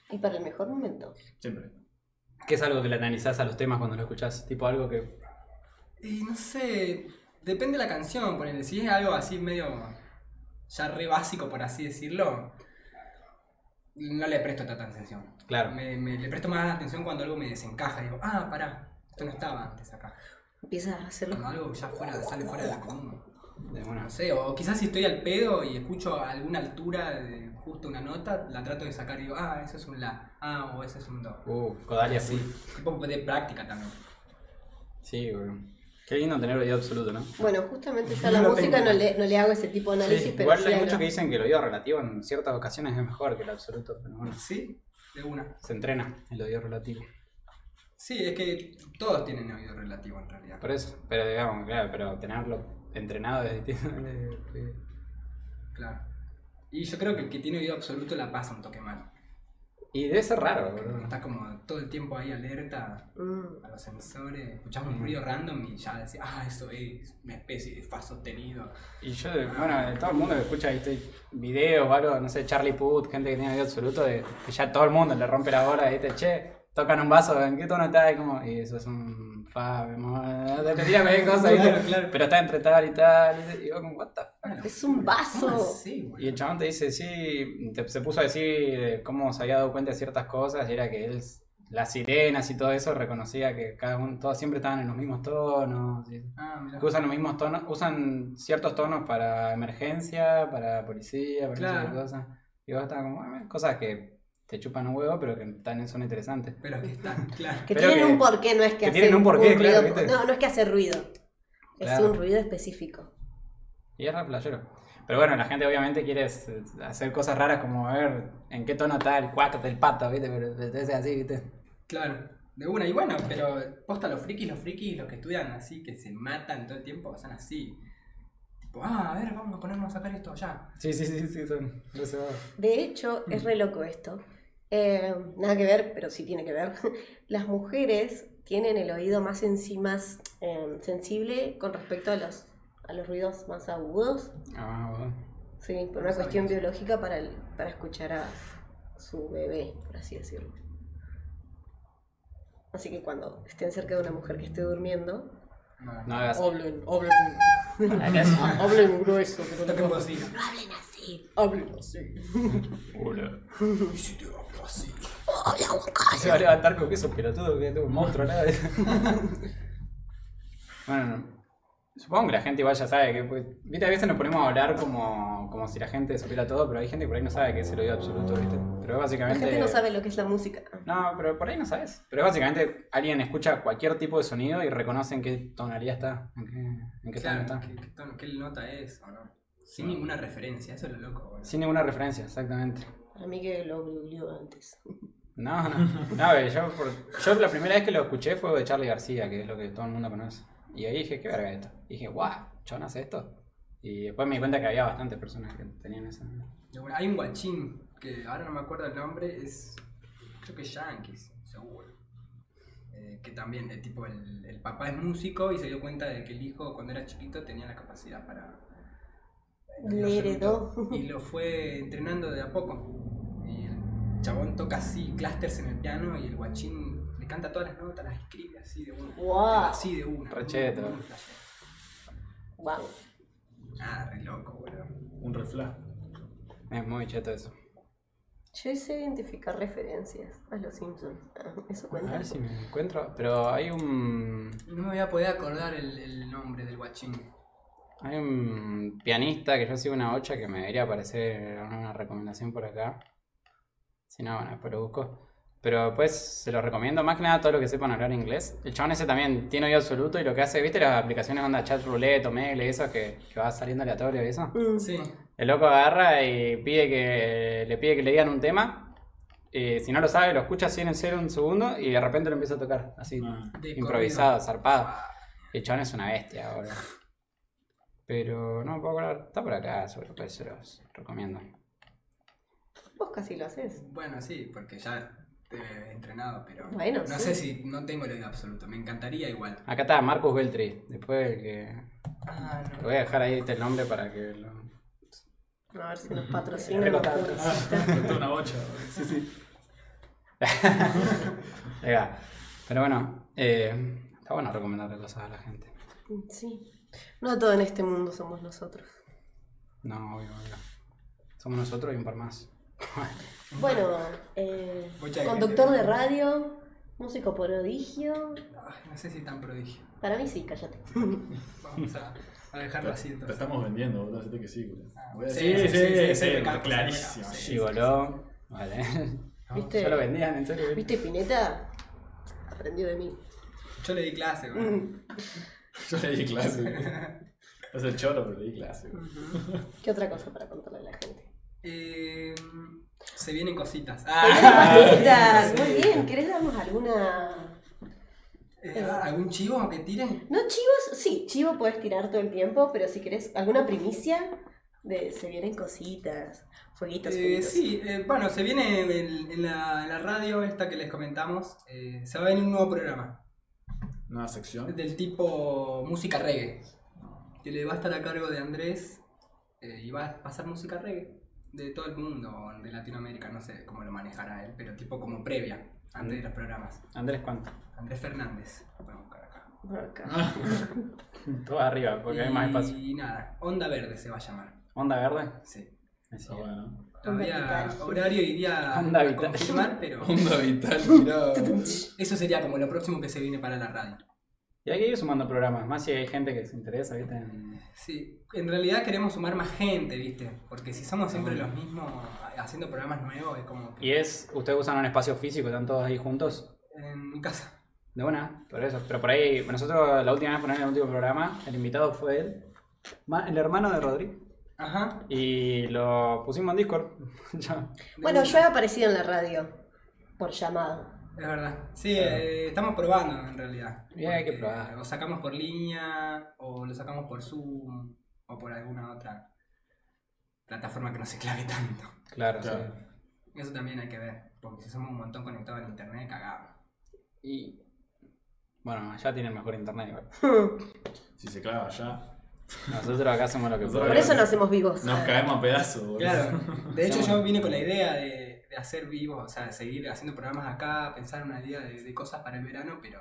[SPEAKER 1] Y para el mejor momento.
[SPEAKER 2] Siempre.
[SPEAKER 3] que es algo que le analizás a los temas cuando lo escuchás, tipo algo que...
[SPEAKER 4] Y no sé, depende de la canción, ponele. Si es algo así medio ya re básico, por así decirlo, no le presto tanta atención.
[SPEAKER 3] Claro.
[SPEAKER 4] Me, me- le presto más atención cuando algo me desencaja. Digo, ah, pará, esto no estaba antes acá.
[SPEAKER 1] Empieza a hacerlo.
[SPEAKER 4] Cuando algo ya fuera, sale fuera de la común.
[SPEAKER 3] de una-
[SPEAKER 4] No sé, o quizás si estoy al pedo y escucho a alguna altura de justo una nota, la trato de sacar y digo, ah, eso es un la, ah, o eso es un do.
[SPEAKER 3] Uh, Codalia sí.
[SPEAKER 4] Tipo de práctica también.
[SPEAKER 3] Sí, boludo. Qué lindo tener oído absoluto, ¿no?
[SPEAKER 1] Bueno, justamente yo a la
[SPEAKER 4] No lo
[SPEAKER 1] música
[SPEAKER 4] tengo.
[SPEAKER 1] no le, no le hago ese tipo de
[SPEAKER 3] Sí,
[SPEAKER 1] análisis, pero
[SPEAKER 3] igual
[SPEAKER 1] sí
[SPEAKER 3] hay
[SPEAKER 1] a la-
[SPEAKER 3] muchos que dicen que el oído relativo en ciertas ocasiones es mejor que el absoluto, pero bueno,
[SPEAKER 4] Sí, de una.
[SPEAKER 3] se entrena el oído relativo.
[SPEAKER 4] Sí, es que todos tienen oído relativo en realidad.
[SPEAKER 3] Por eso, pero digamos, claro, pero tenerlo entrenado es distinto.
[SPEAKER 4] Claro. Y yo creo que el que tiene oído absoluto la pasa un toque mal.
[SPEAKER 3] Y debe ser raro,
[SPEAKER 4] Como
[SPEAKER 3] boludo.
[SPEAKER 4] Estás como todo el tiempo ahí alerta
[SPEAKER 1] Mm.
[SPEAKER 4] a los sensores, escuchás un ruido random y ya decís, ah, eso es una especie de fa
[SPEAKER 3] <laughs>
[SPEAKER 4] sostenido.
[SPEAKER 3] Y yo, bueno, todo el mundo que escucha ¿viste? videos o algo, no sé, Charlie Puth, gente que tiene video absoluto, de, que ya todo el mundo le rompe la bola, ¿viste? Che, tocan un vaso, ¿en qué tono está? Y como, y eso es un fa, bemol, <laughs> te tiran cualquier cosa, ¿viste?
[SPEAKER 4] Claro, claro.
[SPEAKER 3] Pero está entre tal y tal, ¿viste? y vos como, what the fuck?
[SPEAKER 1] Es un
[SPEAKER 3] Ah,
[SPEAKER 1] vaso.
[SPEAKER 4] Sí,
[SPEAKER 3] Y el chabón te dice, sí, te- se puso a decir eh, cómo se había dado cuenta de ciertas cosas, y era que él, las sirenas y todo eso, reconocía que cada uno, todos siempre estaban en los mismos tonos, y-
[SPEAKER 4] Ah, mirá.
[SPEAKER 3] que usan los mismos tonos, usan ciertos tonos para emergencia, para policía, para
[SPEAKER 4] Claro.
[SPEAKER 3] no sé qué cosas. Y vos estás como, "Ah, cosas que te chupan un huevo, pero que también son interesantes.
[SPEAKER 4] Pero que están, <laughs> claro.
[SPEAKER 1] Que
[SPEAKER 3] Pero
[SPEAKER 1] tienen
[SPEAKER 3] que-
[SPEAKER 1] un porqué, no es que,
[SPEAKER 3] que
[SPEAKER 1] hace
[SPEAKER 3] tienen un porqué, claro,
[SPEAKER 1] ruido-
[SPEAKER 3] ¿viste?
[SPEAKER 1] No, no es que hace ruido. Es
[SPEAKER 3] Claro.
[SPEAKER 1] un ruido específico.
[SPEAKER 3] Y es re flashero. Pero bueno, la gente obviamente quiere s- hacer cosas raras como a ver en qué tono está el cuac del pato, ¿viste? Pero te hace así, ¿viste?
[SPEAKER 4] Claro, de una. Y bueno, pero posta los frikis, los frikis, los que estudian así, que se matan todo el tiempo, son así. Tipo, ah, a ver, vamos a ponernos a sacar esto allá.
[SPEAKER 3] Sí, sí, sí, sí, son reservados.
[SPEAKER 1] De hecho, es re loco esto. Eh, nada que ver, pero sí tiene que ver. <laughs> Las mujeres tienen el oído más, sensi- más eh, sensible con respecto a los, a los ruidos más agudos.
[SPEAKER 3] Ah, bueno.
[SPEAKER 1] Sí, por una cuestión biológica para, el- para escuchar a su bebé, por así decirlo. Así que cuando estén cerca de una mujer que esté durmiendo,
[SPEAKER 4] No, no.
[SPEAKER 3] No hagas.
[SPEAKER 1] hablen, hablen,
[SPEAKER 3] <laughs> Ah,
[SPEAKER 1] hablen grueso. que no-
[SPEAKER 4] Toquen bocina.
[SPEAKER 1] No hablen así, hablen así.
[SPEAKER 3] Culo.
[SPEAKER 4] Y si te hablo así.
[SPEAKER 1] Habla con calma.
[SPEAKER 3] Se va a levantar con que esos pelotudos que es un monstruo nada de eso. <laughs> bueno, no. Supongo que la gente igual ya sabe que. pues, Viste, a veces nos ponemos a hablar como, como si la gente supiera todo, pero hay gente que por ahí no sabe que es el oído absoluto, ¿viste? Pero es
[SPEAKER 1] La
[SPEAKER 3] básicamente.
[SPEAKER 1] gente no sabe lo que es la música.
[SPEAKER 3] No, pero por ahí no sabes. Pero es básicamente alguien escucha cualquier tipo de sonido y reconoce en qué tonalidad está, en qué, en qué tono
[SPEAKER 4] Claro,
[SPEAKER 3] está.
[SPEAKER 4] ¿qué, qué, tono- qué nota es o no? Sin ninguna referencia, eso es lo loco, boludo.
[SPEAKER 3] Sin ninguna referencia, exactamente.
[SPEAKER 1] Para mí que lo googleó antes.
[SPEAKER 3] No, no. No, eh, yo, por- yo la primera vez que lo escuché fue de Charlie García, que es lo que todo el mundo conoce. Y ahí dije, qué verga esto. Y dije, guau, ¿Chon hace esto? Y después me di cuenta que había bastantes personas que tenían esa.
[SPEAKER 4] De una. Hay un guachín que ahora no me acuerdo el nombre, es. Creo que Yankees, seguro. Eh, que también, el tipo, el, el papá es músico y se dio cuenta de que el hijo, cuando era chiquito, tenía la capacidad para.
[SPEAKER 1] Le heredó.
[SPEAKER 4] Y lo fue entrenando de a poco. Y el chabón toca así, clusters en el piano, y el guachín le canta todas las notas, las escribe así de una.
[SPEAKER 1] Wow.
[SPEAKER 4] Así de una.
[SPEAKER 3] Recheto.
[SPEAKER 4] Muy- muy flashero.
[SPEAKER 1] Wow.
[SPEAKER 4] Ah, re loco, boludo.
[SPEAKER 2] Un refla.
[SPEAKER 3] Es muy cheto eso.
[SPEAKER 1] Yo sé identificar referencias a los Simpsons. Ah, Eso
[SPEAKER 3] A
[SPEAKER 1] cuenta.
[SPEAKER 3] ver si me encuentro. Pero hay un.
[SPEAKER 4] No me voy a poder acordar el, el nombre del guachín.
[SPEAKER 3] Hay un pianista que yo sigo una ocha que me debería aparecer una recomendación por acá. Si no, bueno, después lo busco. Pero pues se los recomiendo, más que nada a todos los que sepan hablar inglés. El chabón ese también tiene oído absoluto y lo que hace, ¿viste las aplicaciones onda chat roulette o mail y eso que, que va saliendo aleatorio y eso?
[SPEAKER 1] Mm.
[SPEAKER 4] Sí.
[SPEAKER 3] El loco agarra y pide que le pide que le digan un tema. eh, si no lo sabe, lo escucha así en el cero un segundo y de repente lo empieza a tocar, así,
[SPEAKER 2] Ah.
[SPEAKER 4] De
[SPEAKER 3] improvisado,
[SPEAKER 4] corrido. Ah,
[SPEAKER 3] zarpado. El chabón es una bestia ahora. Pero no me puedo acordar. Está por acá, sobre pues, se los recomiendo.
[SPEAKER 1] Vos casi lo haces.
[SPEAKER 4] Bueno, sí, porque ya te he entrenado, pero
[SPEAKER 1] Bueno,
[SPEAKER 4] no
[SPEAKER 1] sí.
[SPEAKER 4] sé si no tengo el oído absoluto. Me encantaría igual.
[SPEAKER 3] Acá está Marcus Beltri. Después el que.
[SPEAKER 4] Ah,
[SPEAKER 3] Lo voy a dejar ahí el nombre para que lo.
[SPEAKER 1] A ver si nos patrocinan.
[SPEAKER 3] Recordar.
[SPEAKER 2] Ah, <laughs> Esto es una bocha.
[SPEAKER 3] Venga. Pero bueno, eh, está bueno recomendarle cosas a la gente.
[SPEAKER 1] Sí. No todo en este mundo somos nosotros.
[SPEAKER 3] No, obvio, obvio. Somos nosotros y un par más.
[SPEAKER 1] Bueno, eh,
[SPEAKER 4] Mucha gente.
[SPEAKER 1] conductor de radio, músico prodigio.
[SPEAKER 4] Ay, Ah, no sé si tan prodigio.
[SPEAKER 1] Para mí sí, cállate.
[SPEAKER 4] Vamos a, a dejarlo así
[SPEAKER 2] Te
[SPEAKER 4] entonces.
[SPEAKER 2] estamos vendiendo, boludo. Hacete que sí, boludo. Voy a-
[SPEAKER 4] Sí,
[SPEAKER 2] Sí, sí,
[SPEAKER 4] sí, sí,
[SPEAKER 2] sí,
[SPEAKER 4] sí, me cago,
[SPEAKER 2] clarísimo.
[SPEAKER 4] sí,
[SPEAKER 2] sí.
[SPEAKER 3] Sí, voló. Vale.
[SPEAKER 1] <laughs> ¿Viste?
[SPEAKER 3] Ya lo vendían, en serio.
[SPEAKER 1] ¿Viste Pineta? Aprendió de mí.
[SPEAKER 4] Yo le di clase, güey.
[SPEAKER 1] Mm.
[SPEAKER 2] <laughs> Yo le di clase. boludo. Es el choro, pero le di clase. boludo.
[SPEAKER 1] ¿Qué otra cosa para contarle a la gente?
[SPEAKER 4] Eh, se vienen cositas. Ah.
[SPEAKER 1] Cositas. Muy bien, ¿querés darnos alguna.?
[SPEAKER 4] Eh, ¿Algún chivo que tiren?
[SPEAKER 1] No, chivos, sí, chivo puedes tirar todo el tiempo, pero si querés alguna primicia de se vienen cositas, fueguitos,
[SPEAKER 4] Eh,
[SPEAKER 1] fueguitos.
[SPEAKER 4] sí, eh, bueno, se viene en, el- en la, en la radio esta que les comentamos, eh, se va a venir un nuevo programa
[SPEAKER 2] Nueva sección.
[SPEAKER 4] del tipo música reggae, que le va a estar a cargo de Andrés eh, y va a pasar música reggae de todo el mundo, de Latinoamérica, no sé cómo lo manejará él, pero tipo como previa, antes de los programas.
[SPEAKER 3] Andrés, ¿cuánto?
[SPEAKER 4] Andrés Fernández, lo podemos buscar acá.
[SPEAKER 1] Por acá. <laughs>
[SPEAKER 3] Todo arriba, porque hay más espacio.
[SPEAKER 4] Y nada, Onda Verde se va a llamar,
[SPEAKER 3] ¿Onda verde?
[SPEAKER 4] sí.
[SPEAKER 3] Sí.
[SPEAKER 2] Está bueno.
[SPEAKER 4] Todavía
[SPEAKER 1] Vital.
[SPEAKER 4] horario iría
[SPEAKER 3] Onda
[SPEAKER 4] a
[SPEAKER 3] Vital.
[SPEAKER 4] confirmar,
[SPEAKER 3] <laughs>
[SPEAKER 4] pero...
[SPEAKER 5] Onda
[SPEAKER 4] <laughs>
[SPEAKER 5] vital, mirá.
[SPEAKER 4] Eso sería como lo próximo que se viene para la radio.
[SPEAKER 3] Y hay que ir sumando programas, más si hay gente que se interesa, ¿viste?
[SPEAKER 4] Sí, en realidad queremos sumar más gente, ¿viste? Porque si somos siempre los mismos haciendo programas nuevos, es como que
[SPEAKER 3] Y es, ustedes usan un espacio físico, están todos ahí juntos.
[SPEAKER 4] en mi casa.
[SPEAKER 3] De una, por eso. Pero por ahí, nosotros la última vez poner en el último programa, el invitado fue él, ma- el hermano de Rodri.
[SPEAKER 4] Ajá.
[SPEAKER 3] Y lo pusimos en Discord. <laughs> Ya.
[SPEAKER 1] Bueno, yo he aparecido en la radio por llamado.
[SPEAKER 4] <laughs> Es verdad. Sí, eh, estamos probando en realidad.
[SPEAKER 3] Bien, hay que
[SPEAKER 4] Porque
[SPEAKER 3] probar.
[SPEAKER 4] O sacamos por línea, o lo sacamos por Zoom, o por alguna otra plataforma que no se clave tanto.
[SPEAKER 3] claro, sí.
[SPEAKER 2] Claro.
[SPEAKER 4] Eso también hay que ver, porque si somos un montón conectados en internet, cagamos.
[SPEAKER 3] Y. Bueno, allá tienen mejor internet. igual.
[SPEAKER 2] Si se clava ya.
[SPEAKER 3] Nosotros acá hacemos lo que
[SPEAKER 2] Nosotros
[SPEAKER 3] podemos.
[SPEAKER 1] Por eso nos hacemos vivos.
[SPEAKER 2] Nos caemos a pedazos, boludo.
[SPEAKER 4] Claro, de hecho yo vine con la idea de, de hacer vivo, o sea, de seguir haciendo programas acá, pensar una idea de, de cosas para el verano, pero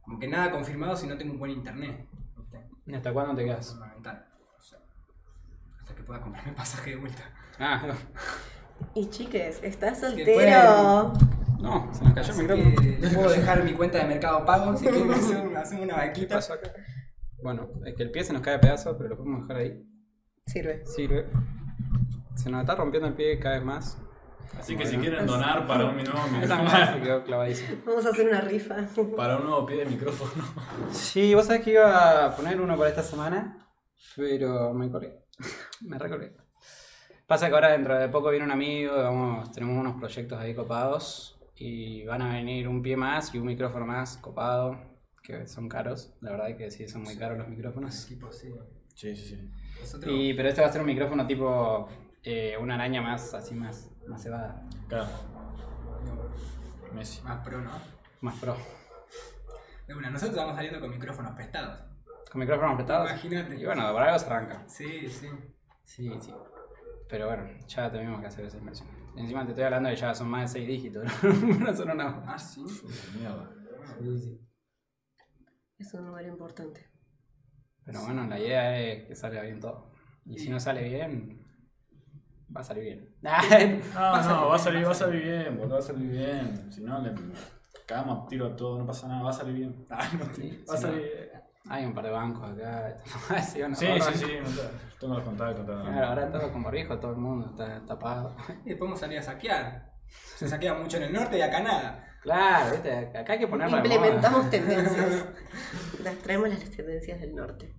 [SPEAKER 4] como que nada confirmado si no tengo un buen internet. ¿viste?
[SPEAKER 3] ¿Y ¿Hasta cuándo te
[SPEAKER 4] Es
[SPEAKER 3] quedas?
[SPEAKER 4] fundamental. o sea, hasta que pueda comprarme pasaje de vuelta.
[SPEAKER 3] Ah,
[SPEAKER 1] Y chiques, ¿estás
[SPEAKER 4] Así que
[SPEAKER 1] soltero?
[SPEAKER 3] no, <laughs> se nos cayó
[SPEAKER 4] Así
[SPEAKER 3] el micrófono.
[SPEAKER 4] que les puedo dejar mi cuenta de Mercado Pago, así que hacemos hacemos una
[SPEAKER 3] ¿Qué
[SPEAKER 4] vaquita.
[SPEAKER 3] pasó acá? Bueno, es que el pie se nos cae a pedazos, pero lo podemos dejar ahí.
[SPEAKER 1] Sirve.
[SPEAKER 3] Sirve. Se nos está rompiendo el pie cada vez más.
[SPEAKER 2] Así que si
[SPEAKER 3] Bueno.
[SPEAKER 2] quieren donar para un nuevo
[SPEAKER 3] Esta
[SPEAKER 2] micrófono.
[SPEAKER 3] madre se quedó clavadísima.
[SPEAKER 1] Vamos a hacer una rifa.
[SPEAKER 2] Para un nuevo pie de micrófono. <laughs>
[SPEAKER 3] Sí, vos sabés que iba a poner uno para esta semana, pero me colgué. <laughs> me recolgué. Pasa que ahora dentro de poco viene un amigo, vamos, tenemos unos proyectos ahí copados y van a venir un pie más y un micrófono más copado, que son caros. La verdad es que sí, son muy caros los micrófonos.
[SPEAKER 4] Tipo, sí.
[SPEAKER 2] Sí, sí, sí.
[SPEAKER 4] Nosotros,
[SPEAKER 3] Y, pero este va a ser un micrófono tipo eh, una araña más, así más, más cebada,
[SPEAKER 2] Claro. Messi.
[SPEAKER 4] más pro, ¿no?
[SPEAKER 3] más pro.
[SPEAKER 4] De una, nosotros vamos saliendo con micrófonos prestados.
[SPEAKER 3] Con micrófonos apretados.
[SPEAKER 4] Imagínate.
[SPEAKER 3] Y bueno, por algo se arranca.
[SPEAKER 4] Sí, sí.
[SPEAKER 3] Sí, sí. Pero bueno, ya tenemos que hacer esa inversión. Encima te estoy hablando de ya son más de 6 dígitos. <laughs> No son una.
[SPEAKER 4] Ah, sí.
[SPEAKER 2] Mierda.
[SPEAKER 1] Es un número importante.
[SPEAKER 3] Pero bueno, la idea es que salga bien todo. Y si no sale bien, va a
[SPEAKER 2] <laughs>
[SPEAKER 3] salir bien. Ah,
[SPEAKER 2] No, no, va a salir, va a salir bien, boludo, va a salir bien. Si no, le cagamos tiro a todo, no pasa nada, va a salir bien. <laughs> Ah, no,
[SPEAKER 3] Sí,
[SPEAKER 2] va a
[SPEAKER 3] sí,
[SPEAKER 2] salir
[SPEAKER 3] no.
[SPEAKER 2] bien.
[SPEAKER 3] Hay un par de bancos acá. <laughs> Sí, o no,
[SPEAKER 2] Sí,
[SPEAKER 3] ahora-
[SPEAKER 2] sí, sí, no te- tengo los contactos. tal.
[SPEAKER 3] Claro, ahora todo como rijo, todo el mundo está tapado. <laughs>
[SPEAKER 4] Y podemos salir a saquear. Se saquea mucho en el norte y acá nada.
[SPEAKER 3] Claro, viste, acá hay que ponerlo de moda. <laughs>
[SPEAKER 1] Implementamos tendencias. Las traemos las tendencias del norte.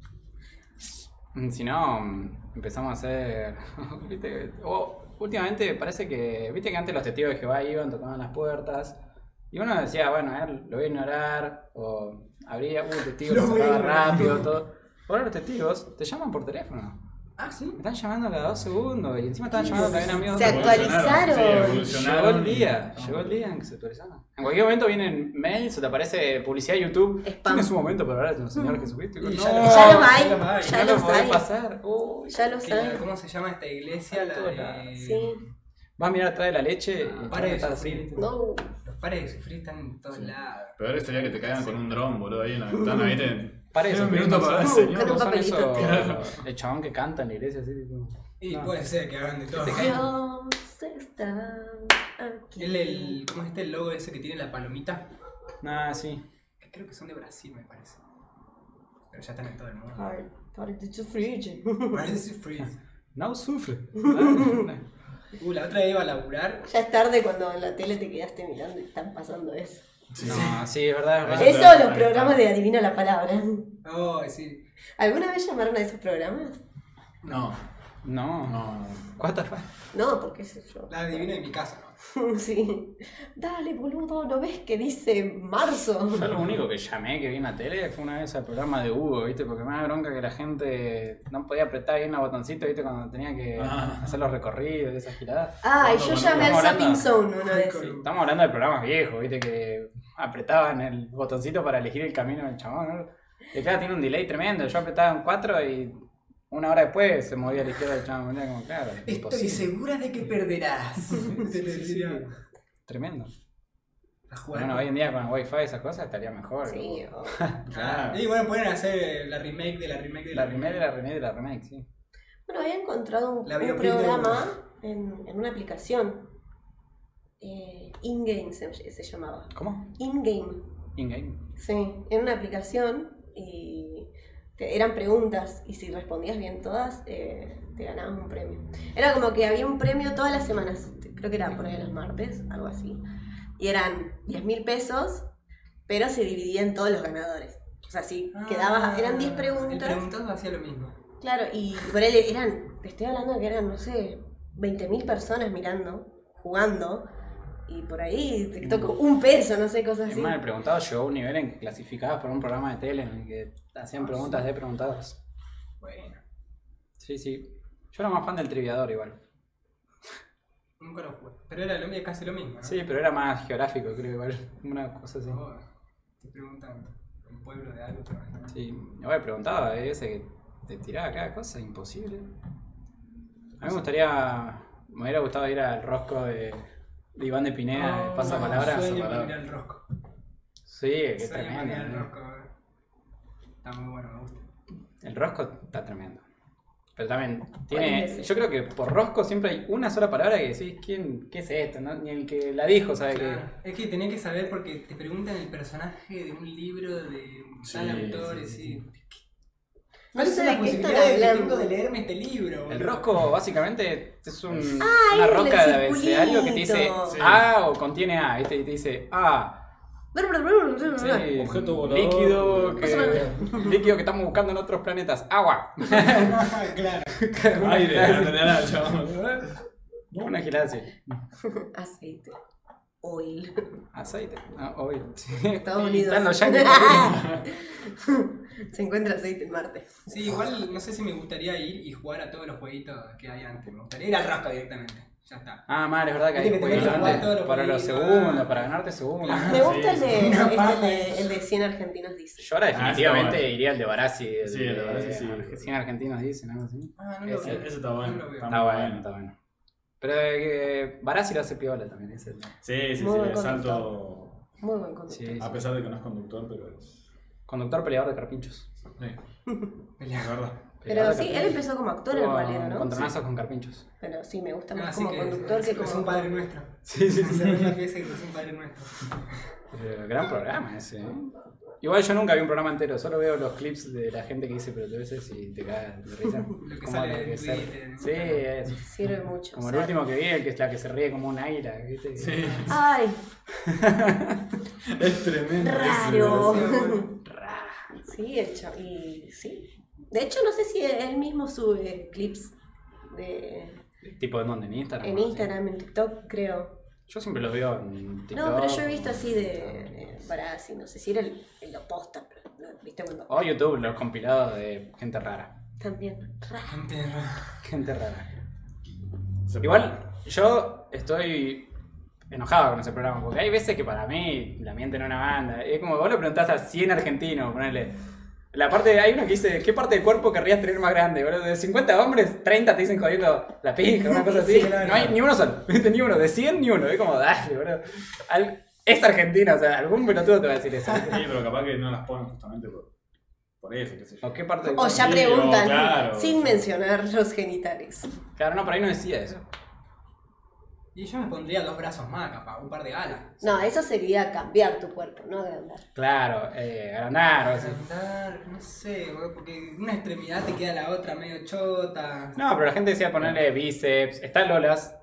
[SPEAKER 3] Si no, mm, empezamos a hacer. <laughs> ¿viste? O, últimamente parece que. Viste que antes los testigos de Jehová iban, tocaban las puertas. Y uno decía, bueno, a ver, lo voy a ignorar. O habría un testigo que
[SPEAKER 4] Lo voy a
[SPEAKER 3] tocaba
[SPEAKER 4] ignorar.
[SPEAKER 3] rápido, todo. Ahora los testigos te llaman por teléfono.
[SPEAKER 4] Ah, sí.
[SPEAKER 3] Me están llamando cada dos segundos. Y encima están llamando también amigos
[SPEAKER 1] Se
[SPEAKER 3] de otros
[SPEAKER 1] actualizaron.
[SPEAKER 2] Sí, evolucionaron.
[SPEAKER 3] Llegó el día, llegó el día en que se actualizaron. En cualquier momento vienen mails o te aparece publicidad de YouTube.
[SPEAKER 1] Spam. Mm.
[SPEAKER 3] Tiene su momento para hablar del Señor Jesucristo. Y digo,
[SPEAKER 4] Y
[SPEAKER 3] no,
[SPEAKER 4] lo-
[SPEAKER 1] ya los hay,
[SPEAKER 4] ya los hay.
[SPEAKER 1] ya
[SPEAKER 3] no
[SPEAKER 1] los
[SPEAKER 3] podés
[SPEAKER 1] hay.
[SPEAKER 3] pasar. Uy.
[SPEAKER 1] Ya lo
[SPEAKER 4] Que la-
[SPEAKER 1] saben.
[SPEAKER 4] ¿Cómo se llama esta iglesia? La de...
[SPEAKER 1] Sí.
[SPEAKER 3] Vas a mirar atrás de la leche y
[SPEAKER 4] Ah, para
[SPEAKER 3] está
[SPEAKER 4] eso,
[SPEAKER 3] así.
[SPEAKER 4] sí.
[SPEAKER 1] No.
[SPEAKER 4] Los pares de sufrir están en todos lados.
[SPEAKER 2] Peor sería que te caigan con un dron, boludo, ahí en la ventana, ¿viste?
[SPEAKER 3] Para eso,
[SPEAKER 2] un
[SPEAKER 3] pero
[SPEAKER 2] minuto
[SPEAKER 3] no
[SPEAKER 2] para el
[SPEAKER 3] son-
[SPEAKER 2] señor.
[SPEAKER 1] Con un
[SPEAKER 3] no son
[SPEAKER 1] papelito.
[SPEAKER 3] esos- el chabón que canta en la iglesia así tipo.
[SPEAKER 4] Y
[SPEAKER 3] No.
[SPEAKER 4] puede ser que hagan de todo.
[SPEAKER 1] Dios está aquí.
[SPEAKER 4] El, el, ¿Cómo es este el logo ese que tiene la palomita?
[SPEAKER 3] Ah, sí.
[SPEAKER 4] Que creo que son de Brasil, me parece. Pero ya están en todo el mundo.
[SPEAKER 1] Hard, hard to freeze.
[SPEAKER 4] <laughs> Parece Freeze.
[SPEAKER 3] No sufre.
[SPEAKER 4] Uh, la otra iba a laburar.
[SPEAKER 1] Ya es tarde cuando en la tele te quedaste mirando y están pasando eso.
[SPEAKER 3] no, sí, es verdad, es verdad.
[SPEAKER 2] Es-
[SPEAKER 1] Eso,
[SPEAKER 2] claro,
[SPEAKER 1] los
[SPEAKER 2] ahí
[SPEAKER 1] programas
[SPEAKER 2] está.
[SPEAKER 1] de Adivina la Palabra.
[SPEAKER 4] Oh, sí.
[SPEAKER 1] ¿Alguna vez llamaron a esos programas?
[SPEAKER 2] No, no,
[SPEAKER 3] No,
[SPEAKER 2] no.
[SPEAKER 3] What the fuck?
[SPEAKER 1] No, porque sé yo.
[SPEAKER 4] La adivina de mi casa.
[SPEAKER 1] Sí. Dale, boludo, ¿no ves que dice marzo?
[SPEAKER 3] Yo lo único que llamé que vi en la tele fue una vez al programa de Hugo, ¿viste? Porque me da bronca que la gente no podía apretar bien los botoncitos, ¿viste? Cuando tenía que
[SPEAKER 2] Ah.
[SPEAKER 3] hacer los recorridos y esas giradas.
[SPEAKER 1] Ah, y
[SPEAKER 2] Cuando-
[SPEAKER 1] yo
[SPEAKER 2] cuando
[SPEAKER 1] llamé al
[SPEAKER 3] estamos
[SPEAKER 1] Zapping
[SPEAKER 3] hablando-
[SPEAKER 1] Zone una vez.
[SPEAKER 4] Sí.
[SPEAKER 3] Estamos hablando de programas viejos, ¿viste? Que apretaban el botoncito para elegir el camino del chabón, ¿no? Que claro, tiene un delay tremendo. Yo apretaba en cuatro y una hora después se movía a la izquierda del chabón. Era como, claro,
[SPEAKER 4] Estoy
[SPEAKER 3] imposible.
[SPEAKER 4] segura de que perderás. <laughs> Te lo decía.
[SPEAKER 3] Tremendo.
[SPEAKER 4] A jugar.
[SPEAKER 3] Bueno, hoy en día con el wifi y esas cosas estaría mejor.
[SPEAKER 1] Sí,
[SPEAKER 3] ¿no?
[SPEAKER 1] o-
[SPEAKER 4] Ah,
[SPEAKER 3] Claro.
[SPEAKER 4] Y bueno, pueden hacer la remake de la remake de la,
[SPEAKER 3] La remake de la remake de la remake, sí.
[SPEAKER 1] Bueno, había encontrado un,
[SPEAKER 4] La
[SPEAKER 1] un
[SPEAKER 4] biopic de
[SPEAKER 1] programa en, en una aplicación. Eh, In-game se, se llamaba.
[SPEAKER 3] ¿Cómo?
[SPEAKER 1] In-game.
[SPEAKER 3] In-game.
[SPEAKER 1] Sí, en una aplicación y te- eran preguntas y si respondías bien todas, eh, te ganabas un premio. Era como que había un premio todas las semanas, te- creo que era por ahí los martes, algo así. Y eran 10 mil pesos, pero se dividían todos los ganadores. O sea, si
[SPEAKER 4] Ah,
[SPEAKER 1] quedabas, eran 10
[SPEAKER 4] El
[SPEAKER 1] preguntas.
[SPEAKER 4] preguntado hacía lo mismo.
[SPEAKER 1] Claro, y por él eran, te estoy hablando que eran, no sé, 20.000 personas mirando, jugando, y por ahí te tocó un peso, no sé, cosas
[SPEAKER 3] Es
[SPEAKER 1] así.
[SPEAKER 3] más, el preguntado llegó a un nivel en que clasificabas por un programa de tele en el que hacían preguntas de preguntados.
[SPEAKER 4] Bueno,
[SPEAKER 3] Sí, sí. Yo era más fan del triviador igual.
[SPEAKER 4] nunca lo jugué. Pero era lo mismo, casi lo mismo. ¿no?
[SPEAKER 3] Sí, pero era más geográfico, creo, igual. <laughs> Una cosa así.
[SPEAKER 4] Oh, te preguntan un pueblo de algo, pero no.
[SPEAKER 3] Sí. Igual el preguntado es ese que te tiraba cada cosa, imposible. A mí me gustaría. Me hubiera gustado ir al rosco de, de Iván de Pineda, de
[SPEAKER 4] Oh,
[SPEAKER 3] Pasapalabra.
[SPEAKER 4] sueño
[SPEAKER 3] Pasapalabra.
[SPEAKER 4] con ir al rosco.
[SPEAKER 3] Sí, que es
[SPEAKER 4] Sueño con ir al
[SPEAKER 3] tremendo. ¿no?
[SPEAKER 4] rosco. eh. Está muy bueno, me gusta.
[SPEAKER 3] El rosco está tremendo. Pero también
[SPEAKER 1] es
[SPEAKER 3] tiene.
[SPEAKER 1] ese?
[SPEAKER 3] Yo creo que por rosco siempre hay una sola palabra que decís, ¿quién, ¿qué es esto? no? Ni el que la dijo sabe
[SPEAKER 4] Claro,
[SPEAKER 3] que.
[SPEAKER 4] Es que tenés que saber porque te preguntan el personaje de un libro de un tal
[SPEAKER 2] Sí,
[SPEAKER 4] autor
[SPEAKER 2] sí,
[SPEAKER 4] y sí.
[SPEAKER 1] No
[SPEAKER 4] ¿Cuál es
[SPEAKER 1] sé
[SPEAKER 4] la
[SPEAKER 1] de qué están
[SPEAKER 4] posibilidad de que
[SPEAKER 1] hablando.
[SPEAKER 4] tengo de leerme este libro?
[SPEAKER 3] El
[SPEAKER 4] boludo?
[SPEAKER 3] rosco básicamente es un,
[SPEAKER 1] es
[SPEAKER 3] una
[SPEAKER 1] el
[SPEAKER 3] roca de
[SPEAKER 1] del
[SPEAKER 3] abecedario que te dice
[SPEAKER 1] circulito.
[SPEAKER 2] Sí.
[SPEAKER 3] A o contiene A, ¿viste? Y te dice A, sí,
[SPEAKER 2] Objeto volador.
[SPEAKER 3] líquido
[SPEAKER 2] Más o
[SPEAKER 3] que, líquido que estamos buscando en otros planetas, agua.
[SPEAKER 4] claro.
[SPEAKER 2] <laughs> Aire, la realidad, chabón.
[SPEAKER 3] Una gilada así.
[SPEAKER 1] Aceite. Oil.
[SPEAKER 3] Aceite. Ah, hoy. <laughs>
[SPEAKER 1] Estados Unidos.
[SPEAKER 3] Están
[SPEAKER 1] <laughs>
[SPEAKER 3] los yankees.
[SPEAKER 1] Se encuentra aceite en Marte.
[SPEAKER 4] Sí, igual no sé si me gustaría ir y jugar a todos los jueguitos que hay antes. Me gustaría ir al raspa directamente. Ya está.
[SPEAKER 3] Ah, mal, es verdad que hay
[SPEAKER 4] Viste que tenés
[SPEAKER 3] jueguitos
[SPEAKER 4] que jugar
[SPEAKER 3] antes
[SPEAKER 4] todos los
[SPEAKER 3] para los
[SPEAKER 4] jueguitos.
[SPEAKER 3] segundos, para ganarte segundos.
[SPEAKER 4] Claro.
[SPEAKER 3] <laughs>
[SPEAKER 1] Me gusta el, de,
[SPEAKER 4] sí.
[SPEAKER 1] este,
[SPEAKER 4] Una
[SPEAKER 1] el, de,
[SPEAKER 4] parte.
[SPEAKER 1] el de 100 argentinos dice.
[SPEAKER 3] Yo ahora definitivamente
[SPEAKER 2] Ah, está bueno.
[SPEAKER 3] iría al de Barassi. el
[SPEAKER 2] Sí, el de Barassi, sí.
[SPEAKER 3] Argentina, argentinos dicen, algo así.
[SPEAKER 4] Ah, no lo
[SPEAKER 2] Ese,
[SPEAKER 4] veo.
[SPEAKER 2] ese está bueno.
[SPEAKER 4] No lo veo.
[SPEAKER 3] Está
[SPEAKER 2] muy
[SPEAKER 3] bueno, está bueno. Pero eh, Barassi lo hace piola también, ese. ¿no?
[SPEAKER 2] Sí, sí, sí,
[SPEAKER 1] Muy
[SPEAKER 2] el
[SPEAKER 1] buen
[SPEAKER 2] salto.
[SPEAKER 1] Muy buen concepto.
[SPEAKER 3] Sí,
[SPEAKER 2] A
[SPEAKER 3] sí.
[SPEAKER 2] pesar de que no es conductor, pero es.
[SPEAKER 3] Conductor peleador de carpinchos.
[SPEAKER 2] Sí,
[SPEAKER 4] Pelea.
[SPEAKER 2] la verdad.
[SPEAKER 1] Pero
[SPEAKER 3] Peleador de
[SPEAKER 1] sí, él
[SPEAKER 3] carpinchos.
[SPEAKER 1] empezó como actor en
[SPEAKER 3] Con
[SPEAKER 1] realidad, ¿no?
[SPEAKER 3] Contonazos con carpinchos.
[SPEAKER 1] Pero sí, me gusta
[SPEAKER 4] Ah,
[SPEAKER 1] más
[SPEAKER 4] así
[SPEAKER 1] como
[SPEAKER 4] que
[SPEAKER 1] conductor
[SPEAKER 4] es,
[SPEAKER 1] que
[SPEAKER 4] es un
[SPEAKER 1] como.
[SPEAKER 4] padre nuestro.
[SPEAKER 3] Sí, sí,
[SPEAKER 4] Se ve la pieza que es un
[SPEAKER 1] <laughs>
[SPEAKER 4] padre nuestro.
[SPEAKER 3] gran programa ese. ¿eh? Igual yo nunca vi un programa entero, solo veo los clips de la gente que dice pero tú veces y te cagas de
[SPEAKER 4] <laughs>
[SPEAKER 3] risa.
[SPEAKER 4] que
[SPEAKER 3] ¿Cómo
[SPEAKER 4] sale
[SPEAKER 3] tiene
[SPEAKER 4] en
[SPEAKER 3] que ser?
[SPEAKER 4] Twitter,
[SPEAKER 3] Sí, eso.
[SPEAKER 1] Sirve mucho.
[SPEAKER 3] Como
[SPEAKER 1] o
[SPEAKER 3] el
[SPEAKER 1] sea.
[SPEAKER 3] último que vi, el que es la que se ríe como un águila, ¿viste?
[SPEAKER 2] Sí,
[SPEAKER 1] Ay,
[SPEAKER 2] es tremendo. ese,
[SPEAKER 1] Raro.
[SPEAKER 2] ese.
[SPEAKER 4] bueno.
[SPEAKER 1] sí, el chavo. Y sí. De hecho, no sé si él mismo sube clips de,
[SPEAKER 3] Tipo, ¿en dónde? ¿En Instagram?
[SPEAKER 1] en
[SPEAKER 3] Sí.
[SPEAKER 1] Instagram, en TikTok, creo.
[SPEAKER 3] Yo siempre los veo en TikTok.
[SPEAKER 1] No, pero yo he visto así de. Para así, no sé si era el, el oposta, pero no, viste cuando.
[SPEAKER 3] O YouTube, los compilados de gente rara.
[SPEAKER 1] También. Ra.
[SPEAKER 4] Gente rara.
[SPEAKER 3] Gente rara.
[SPEAKER 2] Se
[SPEAKER 3] Igual, yo estoy enojado con ese programa, porque hay veces que para mí la mienten una banda. Es como vos le preguntás a 100 argentinos, ponele. La parte, hay uno que dice, ¿qué parte del cuerpo querrías tener más grande? boludo? De 50 hombres, 30 te dicen jodiendo la pija, una
[SPEAKER 4] <laughs>
[SPEAKER 3] cosa así.
[SPEAKER 4] Sí, claro.
[SPEAKER 3] No hay ni uno solo, <laughs> ¿viste? ni uno. De 100 ni uno. Es como, dale, boludo. Al- es Argentina, o sea, algún pelotudo te va a decir
[SPEAKER 4] <laughs>
[SPEAKER 3] eso.
[SPEAKER 2] Sí, pero capaz que no las ponen justamente por, por eso, qué sé yo.
[SPEAKER 3] ¿O qué parte del
[SPEAKER 1] O
[SPEAKER 3] cuerpo?
[SPEAKER 1] Oh, ya
[SPEAKER 2] Sí,
[SPEAKER 1] preguntan,
[SPEAKER 2] o claro.
[SPEAKER 1] sin mencionar los genitales.
[SPEAKER 3] Claro, no, por ahí no decía eso.
[SPEAKER 4] Y yo me pondría dos brazos más, capaz, un par de alas.
[SPEAKER 1] No, eso sería cambiar tu cuerpo, no agrandar.
[SPEAKER 3] Claro, eh, agrandar o así.
[SPEAKER 4] Andar, no sé, boludo, porque una extremidad te queda la otra medio chota.
[SPEAKER 3] No, pero la gente decía ponerle bíceps. Está Lolas.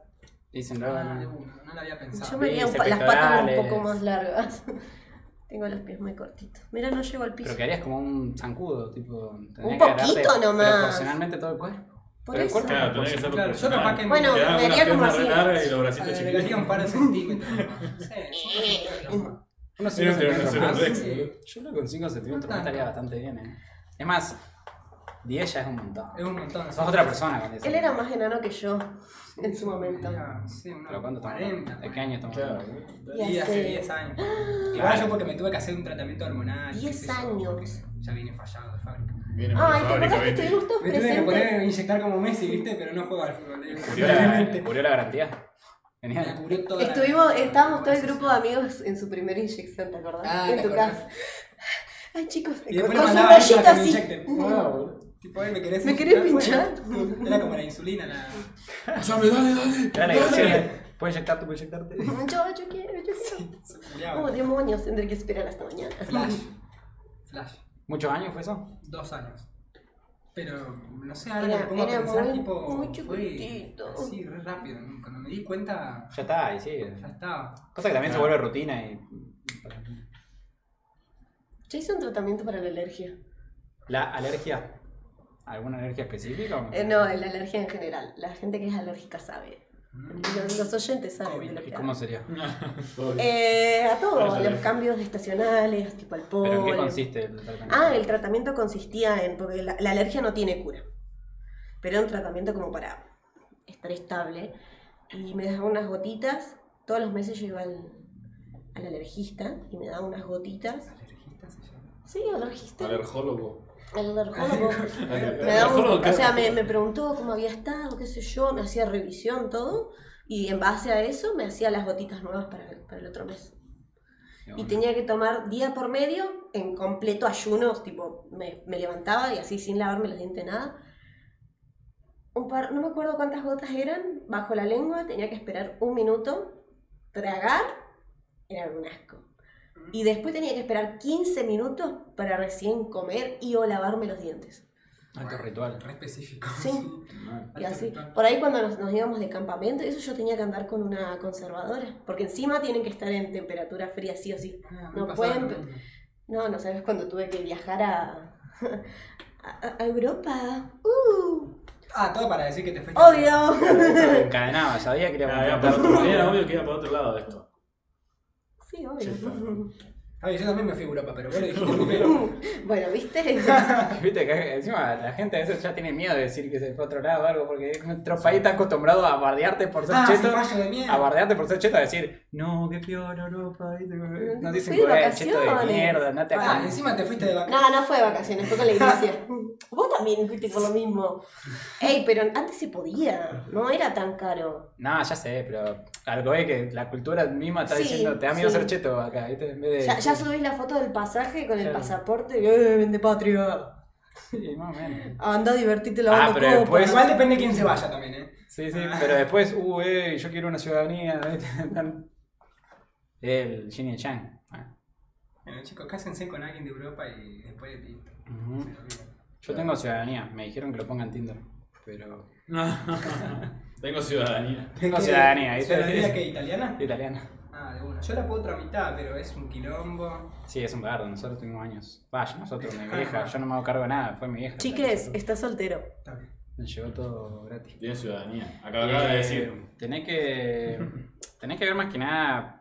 [SPEAKER 3] Dicen
[SPEAKER 4] Ah,
[SPEAKER 3] Lolas.
[SPEAKER 4] de una, no la había
[SPEAKER 1] Yo
[SPEAKER 4] pensado.
[SPEAKER 1] me haría un
[SPEAKER 3] bíceps,
[SPEAKER 1] pa- las patas un
[SPEAKER 3] pectorales.
[SPEAKER 1] poco más largas. <laughs> Tengo los pies muy cortitos. Mira, no llego al piso.
[SPEAKER 3] Pero que harías como un zancudo, tipo. tendrías
[SPEAKER 1] Un
[SPEAKER 3] que agarrarte
[SPEAKER 1] poquito nomás.
[SPEAKER 3] Proporcionalmente todo el cuerpo.
[SPEAKER 1] Por
[SPEAKER 3] Pero el
[SPEAKER 1] eso.
[SPEAKER 3] cuerpo-
[SPEAKER 2] Claro, tenés que ser
[SPEAKER 4] Claro, yo
[SPEAKER 2] profesional.
[SPEAKER 4] capaz que-
[SPEAKER 1] Bueno,
[SPEAKER 2] Te dan
[SPEAKER 1] me
[SPEAKER 2] una
[SPEAKER 1] haría como
[SPEAKER 2] pierna
[SPEAKER 1] así.
[SPEAKER 2] re larga y los bracitos
[SPEAKER 4] Agregaría
[SPEAKER 2] chiquitos.
[SPEAKER 4] un par de centímetros. ¿no? Sí, sí,
[SPEAKER 3] Unos
[SPEAKER 2] Era
[SPEAKER 3] 5
[SPEAKER 2] un
[SPEAKER 1] <laughs>
[SPEAKER 3] centímetros más.
[SPEAKER 4] Ah,
[SPEAKER 2] T-Rex,
[SPEAKER 3] sí.
[SPEAKER 2] boludo.
[SPEAKER 3] Yo creo que con 5 centímetros
[SPEAKER 4] No tanto.
[SPEAKER 3] más estaría bastante bien, ¿eh? Es más, 10 ya es un montón.
[SPEAKER 4] es un montón.
[SPEAKER 3] Sos otra persona con eso.
[SPEAKER 1] Él era más enano que yo en su momento.
[SPEAKER 4] Tenía, Sí, unos
[SPEAKER 3] ¿Pero cuánto estamos
[SPEAKER 4] 40.
[SPEAKER 3] hablando? ¿De qué año estamos
[SPEAKER 2] Claro,
[SPEAKER 3] hablando?
[SPEAKER 2] boludo.
[SPEAKER 1] Y
[SPEAKER 4] pues. Y hace
[SPEAKER 1] hace- <gasps>
[SPEAKER 4] 10 años. Igual
[SPEAKER 3] Claro.
[SPEAKER 4] yo porque me tuve que hacer un tratamiento hormonal. qué
[SPEAKER 1] 10
[SPEAKER 4] sé yo,
[SPEAKER 1] años.
[SPEAKER 4] porque Ya vine fallado de fábrica.
[SPEAKER 2] Viene por la
[SPEAKER 1] Ay, ¿te
[SPEAKER 2] fábrica,
[SPEAKER 1] acordás que
[SPEAKER 2] viste.
[SPEAKER 1] estuvimos todos
[SPEAKER 4] Me tuve que poner
[SPEAKER 1] presentes?
[SPEAKER 4] a inyectar como Messi, ¿viste? Pero no juego al fútbol. eh,
[SPEAKER 3] ¿Murió la,
[SPEAKER 4] lamentablemente.
[SPEAKER 3] ¿Murió la garantía?
[SPEAKER 4] Me
[SPEAKER 3] Genial.
[SPEAKER 4] cubrió toda la-
[SPEAKER 1] Estuvimos, estábamos todo el grupo de amigos en su primera inyección, ¿te acordás?
[SPEAKER 4] Ah,
[SPEAKER 1] en
[SPEAKER 4] ¿te
[SPEAKER 1] tu
[SPEAKER 4] acordás?
[SPEAKER 1] casa. <laughs> Ay, chicos,
[SPEAKER 4] Y después
[SPEAKER 1] con
[SPEAKER 4] le
[SPEAKER 1] con su
[SPEAKER 4] mandaba a ella
[SPEAKER 1] rollito
[SPEAKER 4] que me
[SPEAKER 1] así. Mm.
[SPEAKER 4] inyecten. Ah. Tipo, "Ay, ¿me querés
[SPEAKER 1] ¿Me
[SPEAKER 4] inyectar?"
[SPEAKER 1] querés
[SPEAKER 4] Bueno,
[SPEAKER 1] pinchar? Oh,
[SPEAKER 4] Era como la insulina, la...
[SPEAKER 2] Llame, dale, dale.
[SPEAKER 3] Era la
[SPEAKER 2] dale.
[SPEAKER 3] gracia. ¿Puedes inyectarte? ¿Puedes inyectarte?
[SPEAKER 1] Yo, yo quiero, yo quiero.
[SPEAKER 4] se culiaba.
[SPEAKER 1] Oh, demonios, tendré que esperar hasta mañana.
[SPEAKER 4] Flash. Flash.
[SPEAKER 3] ¿Muchos años fue eso?
[SPEAKER 4] Dos años. Pero, no sé,
[SPEAKER 1] Era-
[SPEAKER 4] ahora me pongo a
[SPEAKER 1] era
[SPEAKER 4] pensar,
[SPEAKER 1] muy-
[SPEAKER 4] tipo,
[SPEAKER 1] muy
[SPEAKER 4] fue
[SPEAKER 1] chiquitito.
[SPEAKER 4] así, re rápido. ¿no? Cuando me di cuenta,
[SPEAKER 3] Ya está, y sí.
[SPEAKER 4] ya estaba.
[SPEAKER 3] Cosa que también se
[SPEAKER 2] Claro.
[SPEAKER 3] vuelve rutina y.
[SPEAKER 1] Yo hice un tratamiento para la alergia.
[SPEAKER 3] ¿La alergia? ¿Alguna alergia específica? o no?
[SPEAKER 1] Eh, no, la alergia en general. La gente que es alérgica sabe.
[SPEAKER 4] Mm.
[SPEAKER 1] Los, los oyentes saben.
[SPEAKER 4] COVID.
[SPEAKER 1] de lo que
[SPEAKER 3] ¿Y
[SPEAKER 1] hablo.
[SPEAKER 3] cómo sería?
[SPEAKER 2] <laughs> Todo bien.
[SPEAKER 1] Eh, a todo,
[SPEAKER 2] Ah,
[SPEAKER 1] a
[SPEAKER 2] ya
[SPEAKER 1] los
[SPEAKER 2] sabes.
[SPEAKER 1] cambios estacionales, tipo al polvo.
[SPEAKER 3] ¿Pero en qué consiste el tratamiento?
[SPEAKER 1] Ah, el tratamiento consistía en, porque la, la alergia no tiene cura, pero era un tratamiento como para estar estable. Y me dejaba unas gotitas, todos los meses yo iba al, al alergista y me daba unas gotitas.
[SPEAKER 4] ¿Alergista se llama?
[SPEAKER 1] Sí, alergista.
[SPEAKER 2] Alergólogo.
[SPEAKER 1] El
[SPEAKER 2] <laughs>
[SPEAKER 1] alergólogo. Eh, Me daba un-
[SPEAKER 2] Alergólogo,
[SPEAKER 1] o sea,
[SPEAKER 2] claro.
[SPEAKER 1] me, me preguntó cómo había estado, qué sé yo, me hacía revisión, todo. Y en base a eso me hacía las gotitas nuevas para, el- para el otro mes. Y tenía que tomar día por medio en completo ayuno, tipo, me, me levantaba y así sin lavarme los dientes, nada. Un par, no me acuerdo cuántas gotas eran, bajo la lengua, tenía que esperar un minuto, tragar, era un asco. Y después tenía que esperar 15 minutos para recién comer y o lavarme los dientes.
[SPEAKER 3] Alto
[SPEAKER 4] Bueno,
[SPEAKER 3] ritual.
[SPEAKER 4] Re específico.
[SPEAKER 1] Sí.
[SPEAKER 3] No.
[SPEAKER 1] Y
[SPEAKER 4] Alto
[SPEAKER 1] así,
[SPEAKER 4] ritual.
[SPEAKER 1] por ahí cuando nos, nos íbamos de campamento, eso yo tenía que andar con una conservadora, porque encima tienen que estar en temperatura fría sí o sí.
[SPEAKER 4] Ah, me
[SPEAKER 1] No
[SPEAKER 4] pasaba
[SPEAKER 1] pueden-
[SPEAKER 4] lo mismo.
[SPEAKER 1] No, no sabes cuando tuve que viajar a, <laughs> a, a Europa. ¡Uh!
[SPEAKER 4] Ah, todo para decir que te fuiste.
[SPEAKER 1] ¡Obvio!
[SPEAKER 3] <laughs> Encadenaba, sabía que
[SPEAKER 2] Ah,
[SPEAKER 3] era
[SPEAKER 2] era
[SPEAKER 3] un
[SPEAKER 2] para otro- Era obvio que iba para otro lado de esto.
[SPEAKER 1] Sí,
[SPEAKER 2] Sí, está.
[SPEAKER 1] obvio.
[SPEAKER 4] A ver, yo también me fui a Europa, pero vos lo dijiste primero.
[SPEAKER 1] <laughs> Bueno, ¿viste? <laughs>
[SPEAKER 3] Viste que encima la gente a veces ya tiene miedo de decir que se fue a otro lado o algo, porque nuestro país está acostumbrado a bardearte <laughs> por ser
[SPEAKER 4] Ah,
[SPEAKER 3] cheto.
[SPEAKER 4] zapallo de mierda.
[SPEAKER 3] A bardearte por ser cheto, a decir, no, qué peor Europa. ¿viste? No dicen
[SPEAKER 1] Fui de
[SPEAKER 3] que cheto de
[SPEAKER 1] vacaciones.
[SPEAKER 3] mierda, no te
[SPEAKER 4] Ah,
[SPEAKER 1] Ah,
[SPEAKER 4] encima te fuiste de vacaciones.
[SPEAKER 1] No, no fue de vacaciones, fue con la iglesia. Vos también fuiste por lo mismo. Ey, pero antes se podía, no era tan caro.
[SPEAKER 3] No, ya sé, pero algo es que la cultura misma está
[SPEAKER 1] Sí,
[SPEAKER 3] diciendo, te da miedo
[SPEAKER 1] sí.
[SPEAKER 3] ser cheto acá, ¿viste? En vez de.
[SPEAKER 1] Ya, ya subís la foto del pasaje con el
[SPEAKER 3] Claro.
[SPEAKER 1] pasaporte. y, ¡Eh, vende patria!
[SPEAKER 3] Sí, más o menos.
[SPEAKER 1] Anda, divertite
[SPEAKER 3] Ah,
[SPEAKER 1] lavando
[SPEAKER 3] pero
[SPEAKER 1] copas.
[SPEAKER 3] después-
[SPEAKER 4] Igual depende de quién se vaya también, ¿eh?
[SPEAKER 3] Sí, sí, pero después, uh, eh, yo quiero una ciudadanía, <laughs> ¿viste? Tan- El Jin y el Yang. Ah.
[SPEAKER 4] Bueno, chicos, cásense con alguien de Europa y después de ti.
[SPEAKER 3] Ujú. Yo tengo ciudadanía, me dijeron que lo ponga en Tinder, pero.
[SPEAKER 2] Tengo ciudadanía.
[SPEAKER 3] Tengo ciudadanía, ¿viste?
[SPEAKER 4] ¿Ciudadanía que italiana?
[SPEAKER 3] Italiana.
[SPEAKER 4] Ah, de una. Yo la puedo tramitar, pero es un quilombo.
[SPEAKER 3] Sí, es un bardo, nosotros tuvimos años. Vaya, nosotros, mi vieja, yo no me hago cargo de nada, fue mi vieja.
[SPEAKER 1] Chiques, estás soltero.
[SPEAKER 4] Está bien.
[SPEAKER 3] Me llegó todo gratis.
[SPEAKER 2] Tiene ciudadanía. Acaba acaba de
[SPEAKER 3] Eh,
[SPEAKER 2] decir.
[SPEAKER 3] Tenés que. Tenés que ver más que nada.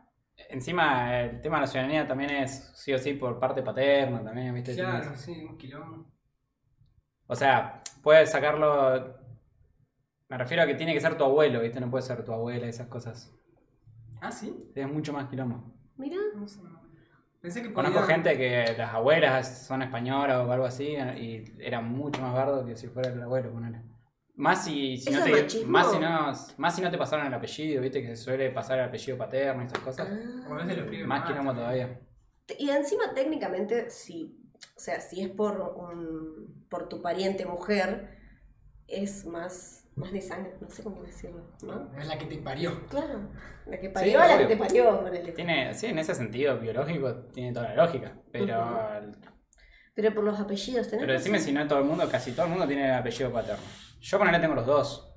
[SPEAKER 3] Encima, el tema de la ciudadanía también es sí o sí por parte paterna también, ¿viste?
[SPEAKER 4] Claro, sí, un quilombo.
[SPEAKER 3] O sea, puedes sacarlo. Me refiero a que tiene que ser tu abuelo, ¿viste? No puede ser tu abuela, esas cosas.
[SPEAKER 4] Ah, sí.
[SPEAKER 3] Es mucho más quilombo.
[SPEAKER 1] Mirá.
[SPEAKER 4] No sé, no. Pensé que
[SPEAKER 3] Conozco
[SPEAKER 4] podía-
[SPEAKER 3] gente que las abuelas son españolas o algo así y era mucho más bardo que si fuera el abuelo, ponele. Más si, si no
[SPEAKER 1] ¿Eso
[SPEAKER 3] te,
[SPEAKER 1] es machismo?
[SPEAKER 3] más si no, más si no te pasaron el apellido, viste que se suele pasar el apellido paterno y esas cosas.
[SPEAKER 4] O a veces lo
[SPEAKER 1] Ah.
[SPEAKER 4] escriben
[SPEAKER 3] más
[SPEAKER 4] mal.
[SPEAKER 3] quilombo todavía.
[SPEAKER 1] Te- Y encima técnicamente, si, o sea, si es por, un, por tu pariente mujer, es más, más de sangre, no sé cómo decirlo, ¿no?
[SPEAKER 4] Es la que te parió.
[SPEAKER 1] Claro, la que parió
[SPEAKER 3] Sí,
[SPEAKER 1] a la que
[SPEAKER 3] obvio.
[SPEAKER 1] te parió, ponele.
[SPEAKER 3] Tiene, sí, en ese sentido biológico tiene toda la lógica, pero,
[SPEAKER 1] Pero por los apellidos tenés.
[SPEAKER 3] pero decime
[SPEAKER 1] razón.
[SPEAKER 3] si no todo el mundo, casi todo el mundo tiene el apellido paterno. Yo ponele tengo los dos.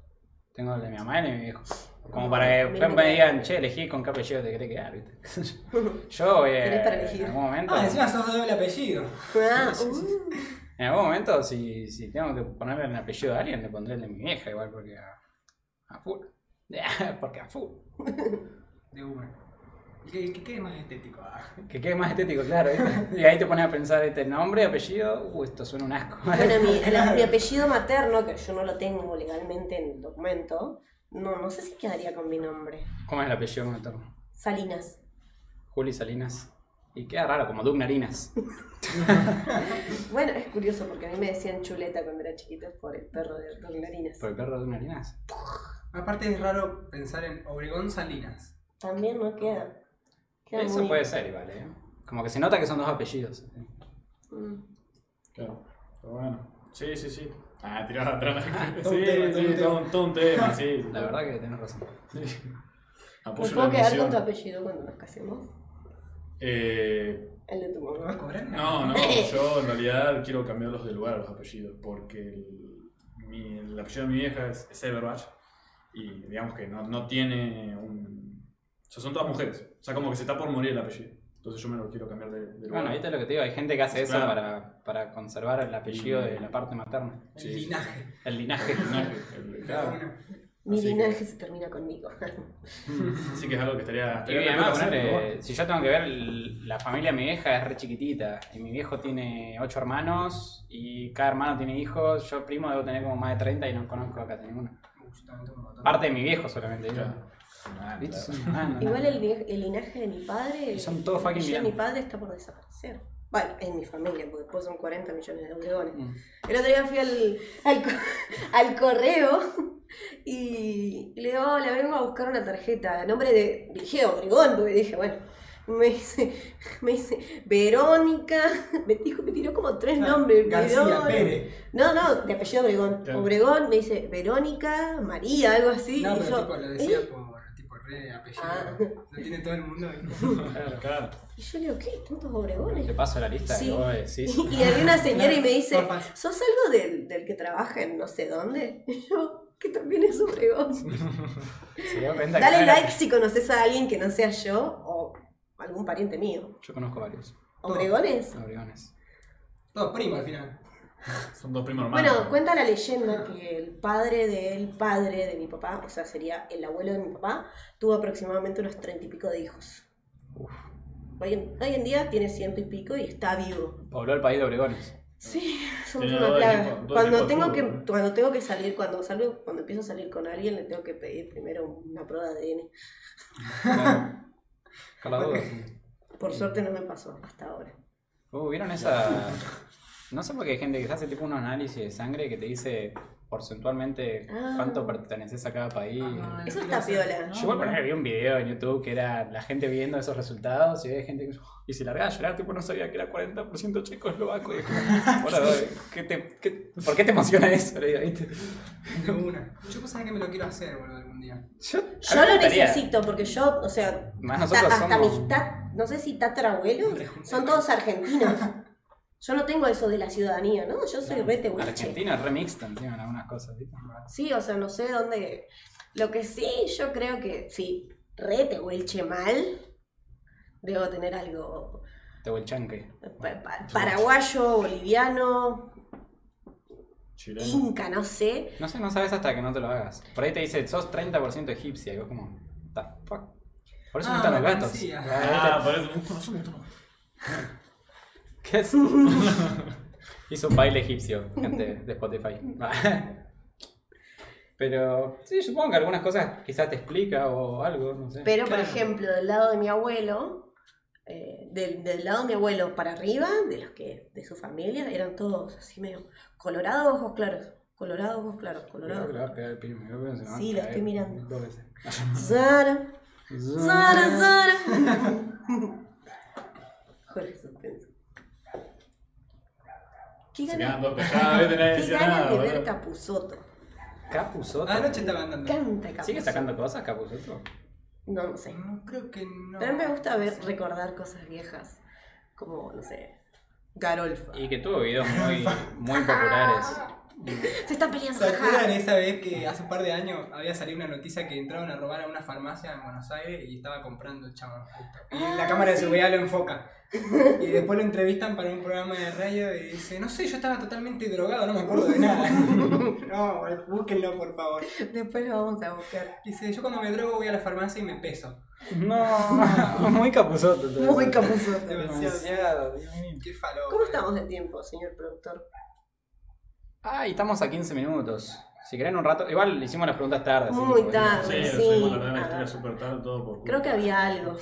[SPEAKER 3] Tengo el de mi mamá y el de mi viejo. Como para que después me digan, che, elegí con qué apellido te querés quedar, viste. <laughs> Yo,
[SPEAKER 1] <laughs>
[SPEAKER 3] eh,
[SPEAKER 1] Tenés para elegir.
[SPEAKER 3] en algún momento.
[SPEAKER 4] Ah, encima sos de doble apellido.
[SPEAKER 1] Ah, uh,
[SPEAKER 3] En algún momento, si, si tengo que ponerle el apellido a alguien, le pondré el de mi vieja igual, porque a, a full. <laughs> porque a full.
[SPEAKER 4] De una. ¿Qué, qué, qué es más estético? Ah,
[SPEAKER 3] Que quede más estético, claro.
[SPEAKER 1] <laughs>
[SPEAKER 3] ¿viste? Y ahí te pones a pensar este nombre, apellido. Uh, esto suena un asco. <laughs>
[SPEAKER 1] Bueno, mi, la- mi apellido materno, que yo no lo tengo legalmente en el documento, no, no sé si quedaría con mi nombre.
[SPEAKER 3] ¿Cómo es el apellido materno?
[SPEAKER 1] Salinas.
[SPEAKER 3] Juli Salinas. Y queda raro, como
[SPEAKER 1] <laughs>
[SPEAKER 3] Doug Narinas.
[SPEAKER 1] Bueno, es curioso porque a mí me decían chuleta cuando era chiquito por el perro de Bernarinas.
[SPEAKER 3] ¿Por el perro Doug Narinas?
[SPEAKER 4] Aparte es raro pensar en Obregón Salinas.
[SPEAKER 1] También no queda. Queda
[SPEAKER 3] Eso
[SPEAKER 1] muy-
[SPEAKER 3] puede ser igual, ¿eh? Como que se nota que son dos apellidos. ¿eh?
[SPEAKER 1] Mm.
[SPEAKER 2] Claro. Pero bueno. Sí, sí, sí. Ah, tiraba atrás.
[SPEAKER 4] Todo un
[SPEAKER 2] <laughs> sí,
[SPEAKER 4] tema, todo
[SPEAKER 2] sí,
[SPEAKER 4] un tema.
[SPEAKER 2] todo un, todo un tema, sí.
[SPEAKER 3] La verdad que tenés razón.
[SPEAKER 2] Sí.
[SPEAKER 1] ¿Me
[SPEAKER 3] Pues
[SPEAKER 2] Apoyo
[SPEAKER 1] puedo
[SPEAKER 2] la
[SPEAKER 1] quedar con tu
[SPEAKER 2] emoción.
[SPEAKER 1] apellido cuando nos casemos?
[SPEAKER 2] Eh,
[SPEAKER 1] El de tu
[SPEAKER 4] ¿Me vas a
[SPEAKER 1] mamá.
[SPEAKER 4] cobrar?
[SPEAKER 1] <laughs>
[SPEAKER 2] no, no, yo en realidad quiero cambiarlos de lugar los apellidos, porque el, mi- el apellido de mi vieja es, es Everbach, y digamos que no, no tiene un... O sea, son todas mujeres, o sea, como que se está por morir el apellido. Entonces yo me lo quiero cambiar de, de lugar.
[SPEAKER 3] Bueno, viste lo que te digo, hay gente que hace eso
[SPEAKER 2] Claro.
[SPEAKER 3] para, para conservar el apellido de la parte materna.
[SPEAKER 4] El
[SPEAKER 2] Sí, sí.
[SPEAKER 4] linaje.
[SPEAKER 3] El <laughs> linaje.
[SPEAKER 2] El linaje, el-
[SPEAKER 4] De
[SPEAKER 2] claro.
[SPEAKER 4] una.
[SPEAKER 1] Mi
[SPEAKER 2] Así que-
[SPEAKER 1] linaje se termina
[SPEAKER 3] <laughs>
[SPEAKER 1] conmigo.
[SPEAKER 2] Así que es algo que estaría...
[SPEAKER 3] Y
[SPEAKER 2] estaría
[SPEAKER 3] además,
[SPEAKER 2] bueno hacerlo,
[SPEAKER 3] ponele, eh,
[SPEAKER 2] bueno.
[SPEAKER 3] si yo tengo que ver, el- la familia de mi vieja es re chiquitita. Y mi viejo tiene ocho hermanos y cada hermano tiene hijos. Yo primo debo tener como más de 30 y no conozco a casi ninguno.
[SPEAKER 4] Uy, yo también tengo un montón.
[SPEAKER 3] Parte de mi viejo solamente. digo.
[SPEAKER 2] Claro. Ah,
[SPEAKER 3] ¿Viste?
[SPEAKER 2] claro.
[SPEAKER 3] Son una banda,
[SPEAKER 1] Igual
[SPEAKER 3] ¿no?
[SPEAKER 1] el, vie- el linaje de mi padre.
[SPEAKER 3] Son todos fucking
[SPEAKER 1] el apellido de mi
[SPEAKER 3] villanos.
[SPEAKER 1] padre está por desaparecer. Bueno, en mi familia, porque después son 40 millones de obregones.
[SPEAKER 3] Mm.
[SPEAKER 1] El otro día fui al, al, co- <laughs> al correo y le digo, hola, vengo a buscar una tarjeta. Nombre de. Dije Obregón, porque dije, bueno. Me dice, <laughs> me dice Verónica, <laughs> me dijo, me tiró como tres
[SPEAKER 3] Ah,
[SPEAKER 1] nombres.
[SPEAKER 4] García
[SPEAKER 1] Verón-
[SPEAKER 4] Pérez.
[SPEAKER 1] No, no, de apellido Obregón.
[SPEAKER 2] Claro.
[SPEAKER 1] Obregón me dice Verónica, María, algo así.
[SPEAKER 4] No,
[SPEAKER 1] y
[SPEAKER 4] pero
[SPEAKER 1] yo,
[SPEAKER 4] tipo, lo
[SPEAKER 1] "¿Eh?".
[SPEAKER 4] decía por tipo re apellido.
[SPEAKER 1] Ah.
[SPEAKER 4] Lo tiene todo el mundo.
[SPEAKER 1] <laughs>
[SPEAKER 3] Claro.
[SPEAKER 2] Claro.
[SPEAKER 1] Y yo le digo, ¿qué? ¿Tantos Obregones?
[SPEAKER 3] Te paso la lista
[SPEAKER 1] Sí.
[SPEAKER 3] y vos decís.
[SPEAKER 1] <laughs> Y había
[SPEAKER 4] <laughs>
[SPEAKER 1] una señora y me dice,
[SPEAKER 4] Claro, papá.
[SPEAKER 1] ¿sos algo del, del que trabaja en no sé dónde? <laughs> Y yo, que también es Obregón.
[SPEAKER 3] se dio cuenta que no
[SPEAKER 1] Dale
[SPEAKER 3] era-
[SPEAKER 1] like si conoces a alguien que no sea yo o algún pariente mío.
[SPEAKER 3] Yo conozco varios.
[SPEAKER 1] ¿Obregones?
[SPEAKER 3] Obregones.
[SPEAKER 4] Todos primos al final.
[SPEAKER 2] Son dos primos hermanos.
[SPEAKER 1] Bueno, cuenta la leyenda que el padre del padre de mi papá, o sea, sería el abuelo de mi papá, tuvo aproximadamente unos treinta y pico de hijos. Hoy en, hoy en día tiene ciento y pico y está vivo.
[SPEAKER 3] Pobló el país de Obregones.
[SPEAKER 1] Sí, somos
[SPEAKER 2] Tiene
[SPEAKER 1] una
[SPEAKER 2] dos
[SPEAKER 1] plaga.
[SPEAKER 2] equipos- dos
[SPEAKER 1] cuando
[SPEAKER 2] equipos de
[SPEAKER 1] tengo que
[SPEAKER 2] fútbol, ¿eh?
[SPEAKER 1] cuando tengo que salir, cuando salgo, cuando empiezo a salir con alguien, le tengo que pedir primero una prueba de ADN.
[SPEAKER 3] <laughs> Por la duda.
[SPEAKER 4] <laughs>
[SPEAKER 1] Por suerte no me pasó hasta ahora.
[SPEAKER 3] Uh, ¿Vieron esa.? No sé por qué hay gente que se hace tipo unos análisis de sangre que te dice porcentualmente
[SPEAKER 1] Ah.
[SPEAKER 3] cuánto perteneces a cada país.
[SPEAKER 4] Ah,
[SPEAKER 1] Eso
[SPEAKER 4] no
[SPEAKER 1] está
[SPEAKER 4] quiero
[SPEAKER 1] piola.
[SPEAKER 4] hacer-
[SPEAKER 3] Yo igual por ejemplo, vi un video en YouTube que era la gente viendo esos resultados y había gente que y se largaba a llorar, tipo no sabía que era 40% checo eslovaco. Y es
[SPEAKER 1] <laughs>
[SPEAKER 3] como, "Hola, ¿qué te- qué- ¿por qué te emociona eso? Le digo, ¿viste?
[SPEAKER 4] De una. Yo pues sabés que me lo quiero hacer, boludo, algún día.
[SPEAKER 3] Yo, a mí
[SPEAKER 1] Yo
[SPEAKER 3] me
[SPEAKER 1] lo
[SPEAKER 3] gustaría.
[SPEAKER 1] necesito porque yo, o sea,
[SPEAKER 3] Más
[SPEAKER 1] hasta,
[SPEAKER 3] nosotros
[SPEAKER 1] hasta
[SPEAKER 3] somos-
[SPEAKER 1] mis tat- no sé si tatarabuelos,
[SPEAKER 4] Rejunte.
[SPEAKER 1] son todos
[SPEAKER 3] <laughs>
[SPEAKER 1] argentinos. Yo no tengo eso de la ciudadanía, ¿no? Yo soy rete huiche.
[SPEAKER 3] Argentina es remixta encima en algunas cosas, ¿viste?
[SPEAKER 1] Sí, o sea, no sé dónde. Lo que sí, yo creo que sí, rete huelche mal, debo tener algo
[SPEAKER 3] Tehuelchanque.
[SPEAKER 1] pa- pa- paraguayo, boliviano,
[SPEAKER 2] Chileno.
[SPEAKER 1] inca, no sé.
[SPEAKER 3] No sé, no sabes hasta que no te lo hagas. Por ahí te dice, sos 30% egipcia. Y vos como, the fuck. Por eso
[SPEAKER 4] Ah,
[SPEAKER 3] no están los
[SPEAKER 4] me
[SPEAKER 3] gatos.
[SPEAKER 4] parecía.
[SPEAKER 2] Ah, por eso. Mucho más, mucho más.
[SPEAKER 3] <laughs>
[SPEAKER 1] <laughs>
[SPEAKER 3] ¿Qué es? Hizo un baile egipcio, gente de Spotify. <laughs> Pero sí, supongo que algunas cosas quizás te explica o algo, no sé.
[SPEAKER 1] Pero,
[SPEAKER 4] Claro.
[SPEAKER 1] por ejemplo, del lado de mi abuelo, eh, del, del lado de mi abuelo para arriba, de los que, de su familia, eran todos así medio colorados, ojos claros, colorados, ojos claros,
[SPEAKER 3] Cuidado que le
[SPEAKER 1] colorados.
[SPEAKER 3] vas a pegar el pibe, creo que se le va a
[SPEAKER 1] Sí, lo
[SPEAKER 3] caer
[SPEAKER 1] estoy mirando. <laughs>
[SPEAKER 3] dos veces.
[SPEAKER 1] Zara, Zara, Zara. Jorge suspenso. ¿Qué
[SPEAKER 2] Se
[SPEAKER 1] ganas,
[SPEAKER 2] quedan dos calladas, ¿viste? Nadie
[SPEAKER 1] qué
[SPEAKER 2] decía
[SPEAKER 1] ganas
[SPEAKER 2] nada,
[SPEAKER 1] de ver
[SPEAKER 2] boludo.
[SPEAKER 1] Capuzoto?
[SPEAKER 3] Capuzotto.
[SPEAKER 4] Anoche estaba andando.
[SPEAKER 1] Canta Capuzoto.
[SPEAKER 3] ¿Sigue sacando cosas, Capuzotto?
[SPEAKER 1] No, no sé.
[SPEAKER 4] No creo que no.
[SPEAKER 1] Pero me gusta ver, recordar cosas viejas. Como, no sé, Garolfa.
[SPEAKER 3] Y que tuvo videos muy, muy populares.
[SPEAKER 1] Se están peleando.
[SPEAKER 4] ¿Se acuerdan
[SPEAKER 1] jaja.
[SPEAKER 4] esa vez que hace un par de años había salido una noticia que entraron a robar a una farmacia en Buenos Aires y estaba comprando el chabón justo? Y
[SPEAKER 1] Ah,
[SPEAKER 4] la cámara de
[SPEAKER 1] sí.
[SPEAKER 4] seguridad
[SPEAKER 1] <laughs>
[SPEAKER 4] lo enfoca. Y después lo entrevistan para un programa de radio y dice, no sé, yo estaba totalmente drogado, no me acuerdo
[SPEAKER 1] <laughs>
[SPEAKER 4] de nada. <laughs> no, búsquenlo por favor.
[SPEAKER 1] Después lo vamos a buscar.
[SPEAKER 4] Dice, yo cuando me drogo voy a la farmacia y me peso.
[SPEAKER 3] No, <laughs> muy capuzoto. todo
[SPEAKER 1] Muy
[SPEAKER 3] eso.
[SPEAKER 1] capuzoso.
[SPEAKER 3] Demasiado, Dios mío.
[SPEAKER 4] Qué falopa.
[SPEAKER 1] ¿Cómo estamos de tiempo, señor productor?
[SPEAKER 3] Ah, y estamos a 15 minutos. Si querés en un rato, igual le hicimos las preguntas tarde. así que
[SPEAKER 1] Muy
[SPEAKER 3] podemos-
[SPEAKER 1] tarde.
[SPEAKER 2] Sí,
[SPEAKER 1] Sí,
[SPEAKER 2] fuimos a la verdad la
[SPEAKER 1] ah.
[SPEAKER 2] historia súper tarde, todo por culpa.
[SPEAKER 1] Creo que había algo.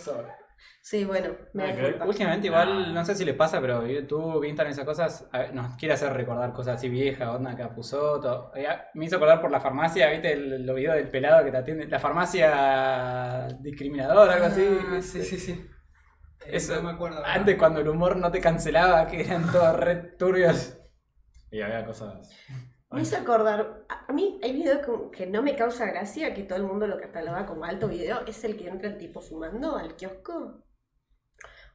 [SPEAKER 1] Sí, bueno, me
[SPEAKER 2] Ok.
[SPEAKER 1] disculpa.
[SPEAKER 3] Últimamente igual, no sé si les pasa, pero YouTube, Instagram, esas cosas, a- nos quiere hacer recordar cosas así viejas, onda capuzoto. Eh, ah, Me hizo acordar por la farmacia, viste el, el video del pelado que te atiende, la farmacia discriminadora, algo así.
[SPEAKER 4] Ah, sí, sí, sí. Eh,
[SPEAKER 3] Eso,
[SPEAKER 4] no me acuerdo. ¿verdad?
[SPEAKER 3] Antes cuando el humor no te cancelaba, que eran todos re
[SPEAKER 1] <laughs>
[SPEAKER 3] turbios.
[SPEAKER 2] Y había cosas.
[SPEAKER 1] Me hizo acordar, a a mí hay video que, que no me causa gracia, que todo el mundo lo cataloga como alto video, es el que entra el tipo fumando al kiosco.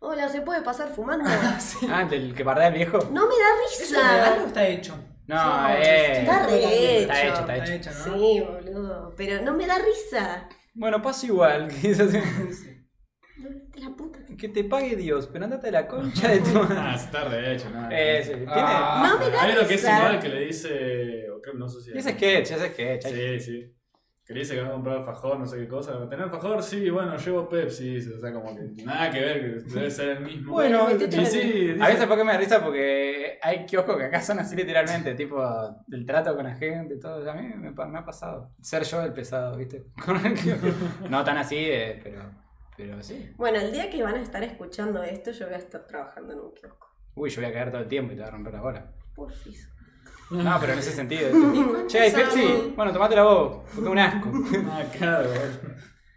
[SPEAKER 1] Hola, ¿se puede pasar fumando?
[SPEAKER 4] <laughs> Sí.
[SPEAKER 3] Ah, del que bardea el viejo.
[SPEAKER 1] No me da
[SPEAKER 4] ¿Eso es legal
[SPEAKER 1] risa.
[SPEAKER 4] o está hecho?
[SPEAKER 3] No,
[SPEAKER 1] Sí,
[SPEAKER 3] eh.
[SPEAKER 1] está re
[SPEAKER 3] Está
[SPEAKER 1] hecho.
[SPEAKER 3] hecho, está hecho.
[SPEAKER 4] hecho, ¿no?
[SPEAKER 1] Sí, boludo, pero no me da risa.
[SPEAKER 3] Bueno, pasa igual. <laughs> que es así,
[SPEAKER 4] <laughs> Sí.
[SPEAKER 1] No, viste la puta.
[SPEAKER 3] Que te pague Dios, pero andate a la concha de tu
[SPEAKER 2] <laughs> Ah,
[SPEAKER 3] madre.
[SPEAKER 2] es tarde, de hecho, nada.
[SPEAKER 3] Eh, sí, tiene-
[SPEAKER 4] Ah,
[SPEAKER 1] No me da
[SPEAKER 2] Hay uno que es
[SPEAKER 1] risa.
[SPEAKER 2] igual que le dice. o creo- No sé si.
[SPEAKER 3] Es sketch, es sketch.
[SPEAKER 2] Sí,
[SPEAKER 3] hay-
[SPEAKER 2] sí. Que le dice que va a comprar alfajor, no sé qué cosa. ¿Tener alfajor? Sí, bueno, llevo Pepsi. dice, O sea, como que nada que ver, que debe ser el mismo.
[SPEAKER 3] Bueno,
[SPEAKER 2] y
[SPEAKER 1] metete
[SPEAKER 2] sí,
[SPEAKER 1] la-
[SPEAKER 2] dice- ah,
[SPEAKER 3] A veces porque me da risa porque hay kioscos que acá son así literalmente, tipo del trato con la gente y todo. y A mí me, pa- me ha pasado. Ser yo el pesado, ¿viste? <laughs> Con el kiosco. No tan así, eh, pero, pero sí.
[SPEAKER 1] Bueno, el día que van a estar escuchando esto, yo voy a estar trabajando en un kiosco.
[SPEAKER 3] Uy, yo voy a caer todo el tiempo y te voy a romper la bola.
[SPEAKER 1] Porfis.
[SPEAKER 3] No, pero en
[SPEAKER 1] <laughs>
[SPEAKER 3] ese sentido. tipo, Che, ¿hay Pepsi? Bueno, tomátela vos, porque es un asco. <laughs>
[SPEAKER 2] Ah, claro.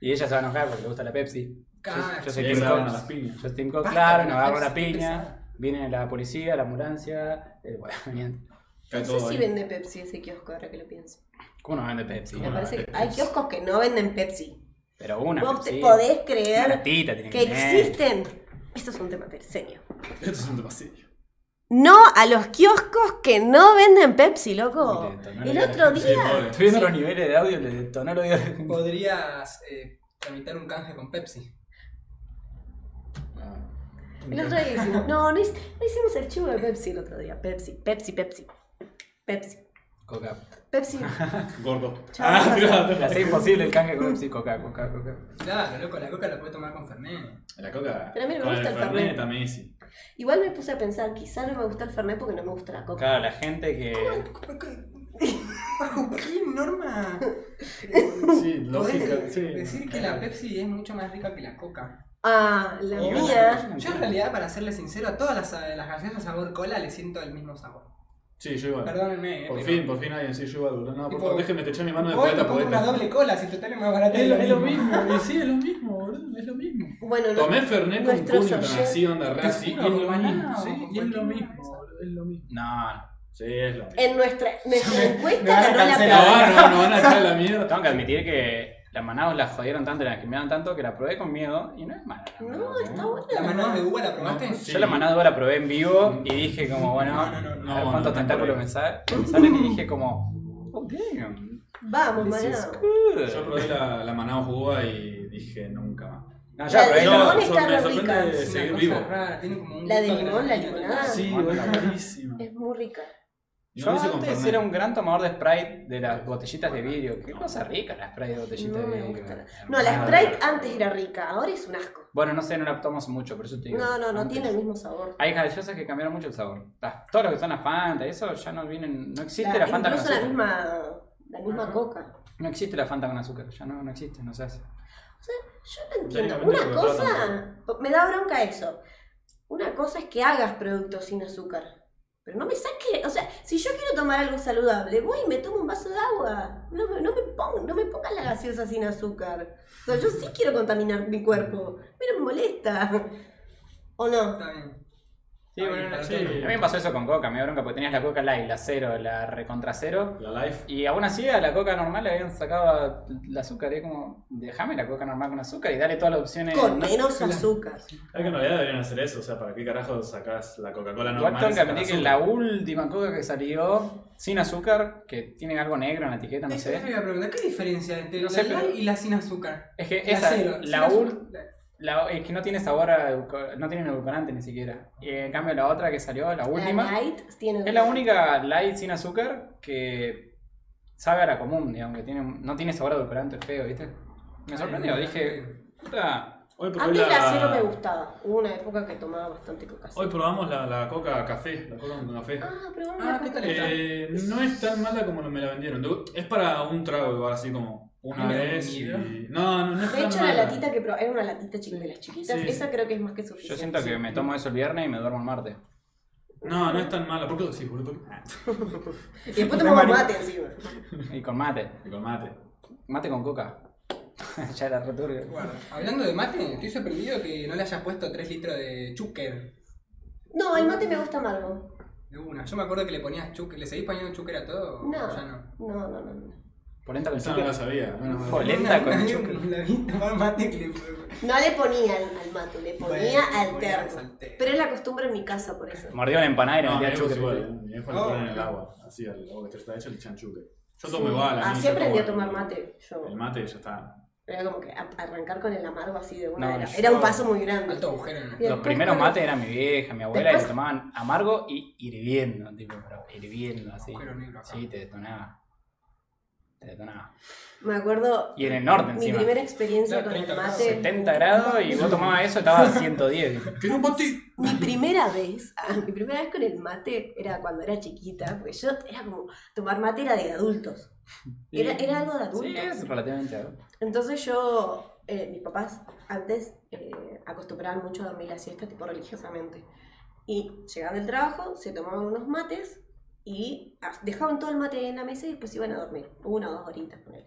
[SPEAKER 3] Y ella se va a enojar porque le gusta la Pepsi.
[SPEAKER 4] Ah,
[SPEAKER 3] Yo soy
[SPEAKER 2] Se
[SPEAKER 3] Tim
[SPEAKER 2] quedaban a las
[SPEAKER 3] Cox.
[SPEAKER 2] piñas.
[SPEAKER 3] Yo soy Tim Cox,
[SPEAKER 4] Basta,
[SPEAKER 3] claro,
[SPEAKER 4] no
[SPEAKER 3] nos agarro
[SPEAKER 4] estás
[SPEAKER 3] la piña.
[SPEAKER 4] pesado.
[SPEAKER 3] Viene la policía, la ambulancia. eh, bueno, <laughs> venían-
[SPEAKER 2] Cae
[SPEAKER 1] No
[SPEAKER 2] todo
[SPEAKER 1] sé si
[SPEAKER 2] ahí.
[SPEAKER 1] vende Pepsi ese kiosco, ahora que lo pienso.
[SPEAKER 3] ¿Cómo no vende Pepsi?
[SPEAKER 1] Me
[SPEAKER 2] Bueno,
[SPEAKER 1] parece que
[SPEAKER 2] Pepsi.
[SPEAKER 1] hay kioscos que no venden Pepsi.
[SPEAKER 3] Pero Ah, eh, una.
[SPEAKER 1] Vos te
[SPEAKER 3] Pepsi. eh.
[SPEAKER 1] podés
[SPEAKER 3] Una
[SPEAKER 1] creer
[SPEAKER 3] latita tiene que,
[SPEAKER 1] que
[SPEAKER 3] tener.
[SPEAKER 1] existen. Esto es un tema terceño.
[SPEAKER 2] Esto es un pasillo.
[SPEAKER 1] No a los kioscos que no venden Pepsi, loco.
[SPEAKER 3] Uy, te detonó
[SPEAKER 1] El
[SPEAKER 3] la
[SPEAKER 1] otro
[SPEAKER 3] cara.
[SPEAKER 2] Sí,
[SPEAKER 1] día.
[SPEAKER 2] pobre.
[SPEAKER 3] Estoy viendo los niveles de audio, le detonó el audio.
[SPEAKER 4] Podrías eh, tramitar un canje con Pepsi.
[SPEAKER 1] El otro día hicimos. No, no, hic- no hicimos el chivo de Pepsi el otro día. Pepsi, Pepsi, Pepsi. Pepsi.
[SPEAKER 3] Coca. <laughs>
[SPEAKER 1] Pepsi.
[SPEAKER 2] Gordo.
[SPEAKER 1] Chao,
[SPEAKER 2] Ah,
[SPEAKER 1] pasa.
[SPEAKER 2] claro.
[SPEAKER 3] La sé imposible el canje con Pepsi, Coca, Coca, Coca.
[SPEAKER 4] Claro, loco, la coca la puedes tomar con Fernet.
[SPEAKER 2] La coca.
[SPEAKER 1] Pero a mí no me
[SPEAKER 2] con
[SPEAKER 1] gusta el
[SPEAKER 2] el Fernet
[SPEAKER 1] Fernet.
[SPEAKER 2] está Messi.
[SPEAKER 1] Igual me puse a pensar, quizá no me gusta el Fernet porque no me gusta la coca.
[SPEAKER 3] Claro, la gente que.
[SPEAKER 4] ¿Bajo qué
[SPEAKER 3] <laughs>
[SPEAKER 4] norma?
[SPEAKER 2] Sí, lógica.
[SPEAKER 4] Podés
[SPEAKER 2] Sí. Eh,
[SPEAKER 4] decir que la Pepsi es mucho más rica que la coca.
[SPEAKER 1] Ah, la
[SPEAKER 3] Y bueno,
[SPEAKER 1] mía.
[SPEAKER 3] no,
[SPEAKER 4] Yo en realidad, para serle sincero, a todas las, las gaseosas sabor cola le siento el mismo sabor.
[SPEAKER 2] Sí, yo igual.
[SPEAKER 4] Perdónenme, eh,
[SPEAKER 2] Por
[SPEAKER 4] pero-
[SPEAKER 2] fin, por fin alguien sí yo igual. boludo. No, por
[SPEAKER 4] Tipo,
[SPEAKER 2] favor, déjeme echar mi mano de
[SPEAKER 4] Voy y me
[SPEAKER 2] poeta
[SPEAKER 4] compro una
[SPEAKER 2] poeta.
[SPEAKER 4] doble cola, si total es más barata.
[SPEAKER 2] Es lo, es lo mismo, y sí, es lo mismo, boludo, es lo mismo.
[SPEAKER 1] Bueno, no.
[SPEAKER 2] Tomé Fernet con
[SPEAKER 1] Nuestros
[SPEAKER 2] Cuny,
[SPEAKER 1] oyentes-
[SPEAKER 2] así onda, re así, y es
[SPEAKER 4] Con
[SPEAKER 2] lo mismo.
[SPEAKER 4] banana o
[SPEAKER 2] Sí,
[SPEAKER 4] con
[SPEAKER 2] y es lo
[SPEAKER 4] cualquier
[SPEAKER 2] mismo,
[SPEAKER 4] cosa.
[SPEAKER 2] boludo, es lo mismo.
[SPEAKER 3] No,
[SPEAKER 2] Sí, es lo mismo.
[SPEAKER 1] En nuestra, nuestra
[SPEAKER 4] me van a
[SPEAKER 1] encuesta ganó la
[SPEAKER 4] cancelar.
[SPEAKER 1] peor.
[SPEAKER 2] No, no, no van a echar la mierda.
[SPEAKER 3] tengo que admitir que la Manaus la jodieron tanto, la discriminaron tanto que la probé con miedo y no es mala. la
[SPEAKER 1] No,
[SPEAKER 3] Manaus,
[SPEAKER 1] está
[SPEAKER 4] ¿La
[SPEAKER 1] buena.
[SPEAKER 4] maná de uva la probaste?
[SPEAKER 2] No, sí.
[SPEAKER 3] Yo la manada la probé en vivo y dije como, bueno,
[SPEAKER 4] No, no, no,
[SPEAKER 2] no,
[SPEAKER 3] a ver cuántos
[SPEAKER 2] no,
[SPEAKER 3] tentáculos
[SPEAKER 2] no.
[SPEAKER 3] me, sal- me salen y dije como, oh damn,
[SPEAKER 1] Vamos,
[SPEAKER 3] this is
[SPEAKER 1] maná.
[SPEAKER 3] good.
[SPEAKER 2] Yo probé la, la Manao Cuba y dije nunca más.
[SPEAKER 3] No, yo
[SPEAKER 1] La
[SPEAKER 3] la
[SPEAKER 1] de
[SPEAKER 3] probé
[SPEAKER 1] limón
[SPEAKER 3] la-
[SPEAKER 1] está
[SPEAKER 2] No, so- me
[SPEAKER 1] re rica.
[SPEAKER 2] sorprende de
[SPEAKER 4] Es una
[SPEAKER 2] seguir
[SPEAKER 4] cosa
[SPEAKER 2] vivo.
[SPEAKER 4] rara, tiene como un
[SPEAKER 1] La de
[SPEAKER 4] gusto a
[SPEAKER 1] limón, la
[SPEAKER 4] granadina.
[SPEAKER 1] limonada.
[SPEAKER 2] Sí,
[SPEAKER 3] Bueno,
[SPEAKER 2] boludo,
[SPEAKER 3] la-
[SPEAKER 2] buenísimo.
[SPEAKER 1] Es muy rica.
[SPEAKER 2] Yo
[SPEAKER 3] Eh, Yo
[SPEAKER 2] lo hice con
[SPEAKER 3] antes
[SPEAKER 2] Fernet.
[SPEAKER 3] era un gran tomador de Sprite de las botellitas de vidrio. Qué cosa rica las Sprite de botellitas
[SPEAKER 1] No
[SPEAKER 3] de
[SPEAKER 1] me
[SPEAKER 3] vidrio.
[SPEAKER 1] gusta la-
[SPEAKER 3] Hermano.
[SPEAKER 1] No, la Sprite antes era rica, ahora es un asco.
[SPEAKER 3] Bueno, no sé, no la tomamos mucho, por eso te digo.
[SPEAKER 1] No, no, no
[SPEAKER 3] antes.
[SPEAKER 1] tiene el mismo sabor.
[SPEAKER 3] Hay gaseosas que cambiaron mucho el sabor. Las- Todo lo que son las Fanta, eso ya no vienen. No existe la, Fanta con
[SPEAKER 1] incluso
[SPEAKER 3] azúcar.
[SPEAKER 1] la misma, la misma
[SPEAKER 4] Ajá.
[SPEAKER 1] coca.
[SPEAKER 3] No existe la Fanta con azúcar, ya no, no existe, no se hace.
[SPEAKER 1] Yo no entiendo.
[SPEAKER 2] Técnicamente
[SPEAKER 1] Una
[SPEAKER 2] porque
[SPEAKER 1] cosa, me da bronca eso. Una cosa es que hagas productos sin azúcar. Pero no me saque, o sea, si yo quiero tomar algo saludable, voy y me tomo un vaso de agua. No, me- no me, pon- no me pongas la gaseosa sin azúcar. O sea, yo sí quiero contaminar mi cuerpo, pero me molesta. ¿O no?
[SPEAKER 4] Está bien.
[SPEAKER 3] Sí,
[SPEAKER 4] Ay,
[SPEAKER 3] bueno,
[SPEAKER 4] para
[SPEAKER 3] sí.
[SPEAKER 4] todo.
[SPEAKER 3] A mí me pasó eso con Coca, me dio bronca porque tenías la Coca Light, la cero, la recontra cero.
[SPEAKER 2] La life.
[SPEAKER 3] Y aún así a la Coca normal le habían sacado el azúcar. Y es como, déjame la Coca normal con azúcar y dale todas las opciones.
[SPEAKER 1] Con
[SPEAKER 3] no-
[SPEAKER 1] menos azúcar.
[SPEAKER 2] Es que en realidad deberían hacer eso, o sea, ¿para qué carajo sacás la Coca-Cola normal? y
[SPEAKER 3] Igual tengo que
[SPEAKER 2] sacás
[SPEAKER 3] admitir que
[SPEAKER 2] azúcar?
[SPEAKER 3] la última coca que salió sin azúcar, que tiene algo negro en la etiqueta, no
[SPEAKER 4] Eso yo le
[SPEAKER 3] sé.
[SPEAKER 4] iba a preguntar, ¿qué diferencia entre
[SPEAKER 3] No
[SPEAKER 4] la
[SPEAKER 3] sé,
[SPEAKER 4] light
[SPEAKER 3] pero-
[SPEAKER 4] y la sin azúcar?
[SPEAKER 3] Es que esa,
[SPEAKER 4] cero, sin
[SPEAKER 3] la,
[SPEAKER 4] azúcar.
[SPEAKER 3] ul- la- es que no tiene sabor a edulco- no tiene edulcorante ni siquiera. Y en cambio la otra que salió, la última,
[SPEAKER 1] La light tiene.
[SPEAKER 3] es la única light sin azúcar que sabe a la común, digamos, que tiene, no tiene sabor a edulcorante, es feo, ¿viste? Me sorprendió, dije, puta,
[SPEAKER 2] Hoy probé
[SPEAKER 1] A mí la cero me gustaba. Hubo una época que tomaba bastante coca.
[SPEAKER 2] Hoy probamos la, la Coca café, la Coca con café.
[SPEAKER 1] Ah, probamos
[SPEAKER 4] Ah,
[SPEAKER 1] la
[SPEAKER 4] ¿qué
[SPEAKER 1] coca.
[SPEAKER 4] tal está?
[SPEAKER 2] Eh, no es tan mala como me la vendieron. Es para un trago igual, así como una
[SPEAKER 4] Ah, mira,
[SPEAKER 2] vez. y-
[SPEAKER 4] mira.
[SPEAKER 2] No, no, no es
[SPEAKER 1] De
[SPEAKER 2] tan
[SPEAKER 1] hecho, la
[SPEAKER 2] mala.
[SPEAKER 1] latita que probé, era una latita chiquita de las chiquitas,
[SPEAKER 2] Sí.
[SPEAKER 1] esa creo que es más que
[SPEAKER 3] yo
[SPEAKER 1] suficiente.
[SPEAKER 3] siento que me tomo eso el viernes y me duermo el martes.
[SPEAKER 2] No, no es tan mala. ¿Por qué lo decís, boludo? <laughs>
[SPEAKER 1] Y después tomamos
[SPEAKER 3] Mari-
[SPEAKER 1] mate encima.
[SPEAKER 3] Y con mate,
[SPEAKER 2] Y con mate.
[SPEAKER 3] mate con coca. <laughs> ya era returbio.
[SPEAKER 4] Bueno, hablando de mate, estoy sorprendido que no le hayas puesto 3 litros de chúquer
[SPEAKER 1] No, el mate me gusta amargo.
[SPEAKER 4] de una. Yo me acuerdo que le ponías chúquer, ¿le seguís poniendo chúquer a todo?
[SPEAKER 1] No.
[SPEAKER 4] O ya no.
[SPEAKER 1] No, no, no. no.
[SPEAKER 3] Polenta con
[SPEAKER 2] Esa no
[SPEAKER 3] azúcar.
[SPEAKER 2] la sabía. no, no, no.
[SPEAKER 3] Joder. Polenta
[SPEAKER 4] Una-
[SPEAKER 3] con
[SPEAKER 4] una- <laughs>
[SPEAKER 3] chúquer.
[SPEAKER 4] La vi tomar mate que le
[SPEAKER 1] No le ponía al, al mate, le ponía
[SPEAKER 4] Bueno,
[SPEAKER 1] al
[SPEAKER 4] le ponías
[SPEAKER 1] termo.
[SPEAKER 4] al termo.
[SPEAKER 1] Pero es la costumbre en mi casa, por eso.
[SPEAKER 3] Mordió la empanada y le
[SPEAKER 2] No, mi
[SPEAKER 3] metía
[SPEAKER 2] viejo es
[SPEAKER 3] chúcar.
[SPEAKER 2] igual. Mi viejo le
[SPEAKER 4] Oh.
[SPEAKER 2] pone en el agua. Así, al agua que está hecho le echan chuque. Yo tomo
[SPEAKER 1] Sí.
[SPEAKER 2] igual. a mí,
[SPEAKER 1] Así
[SPEAKER 2] yo
[SPEAKER 1] aprendí a
[SPEAKER 2] tomo
[SPEAKER 1] tomar
[SPEAKER 2] el-
[SPEAKER 1] mate. Yo
[SPEAKER 2] El mate ya está.
[SPEAKER 1] era como que a- arrancar con el amargo así de una
[SPEAKER 3] No,
[SPEAKER 1] era.
[SPEAKER 3] yo-
[SPEAKER 1] Era un paso muy grande.
[SPEAKER 4] Alto agujero en el
[SPEAKER 1] Bien.
[SPEAKER 3] Los primeros
[SPEAKER 1] Después,
[SPEAKER 3] mates eran mi vieja, mi abuela, y
[SPEAKER 1] después-
[SPEAKER 3] lo tomaban amargo y hirviendo, tipo, pero hirviendo así.
[SPEAKER 4] Agujero negro acá.
[SPEAKER 3] Sí, te detonaba. Te detonaba.
[SPEAKER 1] Me acuerdo
[SPEAKER 3] Y en el
[SPEAKER 1] mi
[SPEAKER 3] norte encima.
[SPEAKER 1] primera experiencia
[SPEAKER 4] Claro,
[SPEAKER 1] con el
[SPEAKER 4] 30 grados.
[SPEAKER 1] mate.
[SPEAKER 3] 70 grados y vos tomabas eso, estaba a 110.
[SPEAKER 2] ¡Quiero un mate!
[SPEAKER 1] Mi primera vez, ah, mi primera vez con el mate era cuando era chiquita, porque yo era como, tomar mate era de adultos. <laughs> Era, era algo de adultos.
[SPEAKER 3] Sí, es relativamente algo.
[SPEAKER 1] Entonces yo, eh, mis papás antes eh, acostumbraban mucho a dormir la siesta, tipo religiosamente. Y llegaban del trabajo, se tomaban unos mates y ah, dejaban todo el mate en la mesa y después iban a dormir, una o dos horitas con él.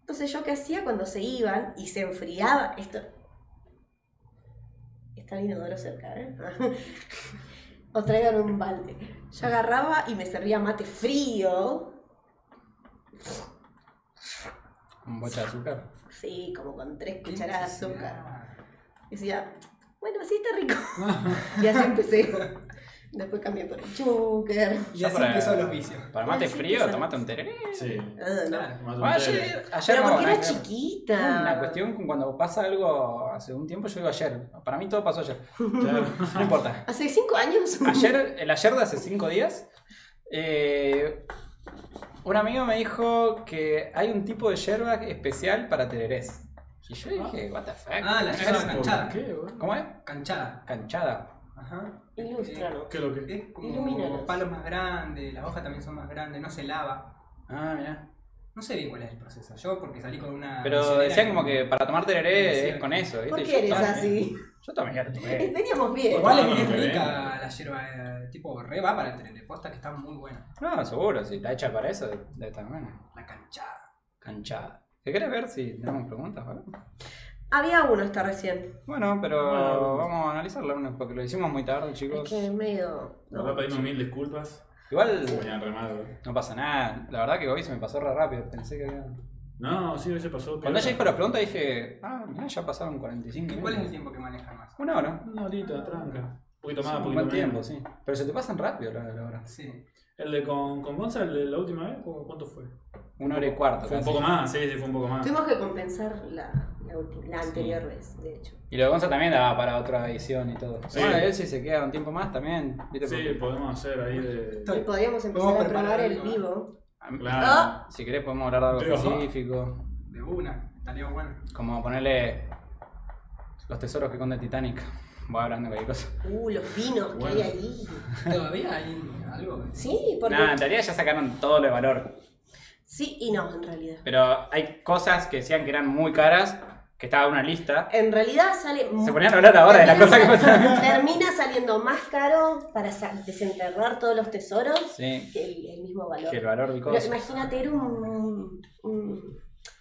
[SPEAKER 1] Entonces yo qué hacía cuando se iban y se enfriaba esto. Está el inodoro cerca, ¿eh? <laughs> o traigan un balde. Yo agarraba y me servía mate frío,
[SPEAKER 3] Un bocha de azúcar.
[SPEAKER 1] Sí, como con tres
[SPEAKER 4] Qué
[SPEAKER 1] cucharadas de azúcar.
[SPEAKER 4] necesidad.
[SPEAKER 1] Y decía, bueno, así está rico. <laughs> y así empecé. Después cambié por el chúcar.
[SPEAKER 4] Y así
[SPEAKER 3] para-
[SPEAKER 4] empezó los vicios.
[SPEAKER 3] Para mate
[SPEAKER 1] Sí,
[SPEAKER 3] frío,
[SPEAKER 1] sí,
[SPEAKER 3] tomate un tereré.
[SPEAKER 2] Sí.
[SPEAKER 1] Ah, no.
[SPEAKER 4] Claro.
[SPEAKER 2] tomate un
[SPEAKER 3] Ah,
[SPEAKER 2] té.
[SPEAKER 3] ayer- ayer
[SPEAKER 1] Pero
[SPEAKER 3] no,
[SPEAKER 1] porque era
[SPEAKER 3] nada que ver.
[SPEAKER 1] chiquita.
[SPEAKER 3] Una cuestión con cuando pasa algo hace un tiempo, yo digo ayer. Para mí todo pasó ayer.
[SPEAKER 1] <laughs>
[SPEAKER 2] Claro.
[SPEAKER 3] No importa.
[SPEAKER 1] Hace cinco años.
[SPEAKER 3] Ayer, el ayer de hace cinco días, eh, un amigo me dijo que hay un tipo de yerba especial para tererés. Y yo dije, what the fuck.
[SPEAKER 4] Ah, la
[SPEAKER 3] ¿Es-
[SPEAKER 4] yerba canchada.
[SPEAKER 2] ¿Qué, boludo?
[SPEAKER 3] ¿Cómo es?
[SPEAKER 4] Canchada.
[SPEAKER 3] Canchada.
[SPEAKER 4] Ajá.
[SPEAKER 1] Ilústranos.
[SPEAKER 2] ¿Qué es lo que?
[SPEAKER 4] Es
[SPEAKER 1] Ilumínanos.
[SPEAKER 4] como palos más grandes, las hojas también son más grandes, no se lava.
[SPEAKER 3] Ah, mira.
[SPEAKER 4] No sé bien cuál es el proceso. Yo porque salí con una.
[SPEAKER 3] Pero
[SPEAKER 4] misionera
[SPEAKER 3] decían como que para tomar tereré
[SPEAKER 4] Decían
[SPEAKER 3] es con
[SPEAKER 4] que-
[SPEAKER 3] eso. ¿viste?
[SPEAKER 1] ¿Por
[SPEAKER 3] Y
[SPEAKER 1] qué
[SPEAKER 3] yo Eh,
[SPEAKER 1] eres
[SPEAKER 3] tomé.
[SPEAKER 1] así?
[SPEAKER 3] Yo también ya
[SPEAKER 1] <laughs>
[SPEAKER 3] lo tomé.
[SPEAKER 1] Veníamos bien.
[SPEAKER 4] Igual
[SPEAKER 3] Ah,
[SPEAKER 2] No,
[SPEAKER 4] es bien
[SPEAKER 2] no,
[SPEAKER 4] rica la yerba, eh, tipo re va para el tereré, posta que está muy buena.
[SPEAKER 3] No, seguro, si está hecha para eso, debe estar buena.
[SPEAKER 4] La canchada.
[SPEAKER 3] Canchada. ¿Te querés ver si tenemos preguntas? o algo?
[SPEAKER 1] Había uno hasta recién.
[SPEAKER 3] Bueno, pero
[SPEAKER 2] Bueno.
[SPEAKER 3] vamos a analizarla una, porque lo hicimos muy tarde,
[SPEAKER 1] Es
[SPEAKER 3] chicos.
[SPEAKER 1] que medio.
[SPEAKER 2] Nos va a pedirnos mil disculpas.
[SPEAKER 3] Igual
[SPEAKER 2] Se vayan remando.
[SPEAKER 3] No pasa nada. La verdad que hoy se me pasó re rápido. Pensé que había...
[SPEAKER 2] No, sí, ese pasó.
[SPEAKER 3] Cuando ella
[SPEAKER 2] pero-
[SPEAKER 3] dijo la pregunta dije, ah, mirá, ya pasaron 45
[SPEAKER 4] ¿Qué-
[SPEAKER 3] minutos.
[SPEAKER 4] ¿Cuál es el tiempo que manejan más?
[SPEAKER 3] Una hora.
[SPEAKER 2] Una horita, tranca. Un poquito más, un
[SPEAKER 3] Sí,
[SPEAKER 2] poquito
[SPEAKER 3] un buen
[SPEAKER 2] menos.
[SPEAKER 3] tiempo, sí. Pero se te pasan rápido la, la hora.
[SPEAKER 4] Sí.
[SPEAKER 2] ¿El de con, con Gonza, el de la última vez? ¿cu- ¿Cuánto fue?
[SPEAKER 3] Una hora y cuarto.
[SPEAKER 2] Fue un
[SPEAKER 3] casi.
[SPEAKER 2] poco más, Ah, sí, sí, fue un poco más.
[SPEAKER 1] Tuvimos que compensar la, la, ulti- la anterior vez, de hecho.
[SPEAKER 3] Y lo de Gonza también daba para otra edición y todo.
[SPEAKER 2] Sí.
[SPEAKER 3] Bueno, él si se queda un tiempo más también. ¿viste?
[SPEAKER 2] Sí, podemos hacer ahí de.
[SPEAKER 1] Y podríamos empezar
[SPEAKER 4] Podemos
[SPEAKER 1] a probar
[SPEAKER 4] preparar
[SPEAKER 1] el
[SPEAKER 4] algo.
[SPEAKER 1] vivo.
[SPEAKER 3] Ah, m-
[SPEAKER 2] Claro.
[SPEAKER 1] Ah.
[SPEAKER 3] Si querés podemos hablar de algo
[SPEAKER 2] Pero, ajá.
[SPEAKER 3] específico.
[SPEAKER 4] De una. Estaría bueno.
[SPEAKER 3] Como ponerle los tesoros que conde Titanic. <laughs> Voy hablando de cualquier cosa.
[SPEAKER 1] Uh, los vinos que hay
[SPEAKER 2] Bueno.
[SPEAKER 1] ahí.
[SPEAKER 4] Todavía hay algo.
[SPEAKER 1] Sí, porque.
[SPEAKER 3] Nada, en teoría ya sacaron todo lo de valor.
[SPEAKER 1] Sí y no, en realidad.
[SPEAKER 3] Pero hay cosas que decían que eran muy caras, que estaba en una lista.
[SPEAKER 1] En realidad sale. mu-
[SPEAKER 3] Se ponían a hablar ahora de las cosas que <laughs> costaban.
[SPEAKER 1] Termina saliendo más caro para sa- desenterrar todos los tesoros
[SPEAKER 3] Sí,
[SPEAKER 1] que el, el mismo valor.
[SPEAKER 3] que el valor de
[SPEAKER 1] Pero
[SPEAKER 3] cosas.
[SPEAKER 1] imagínate, era un, un,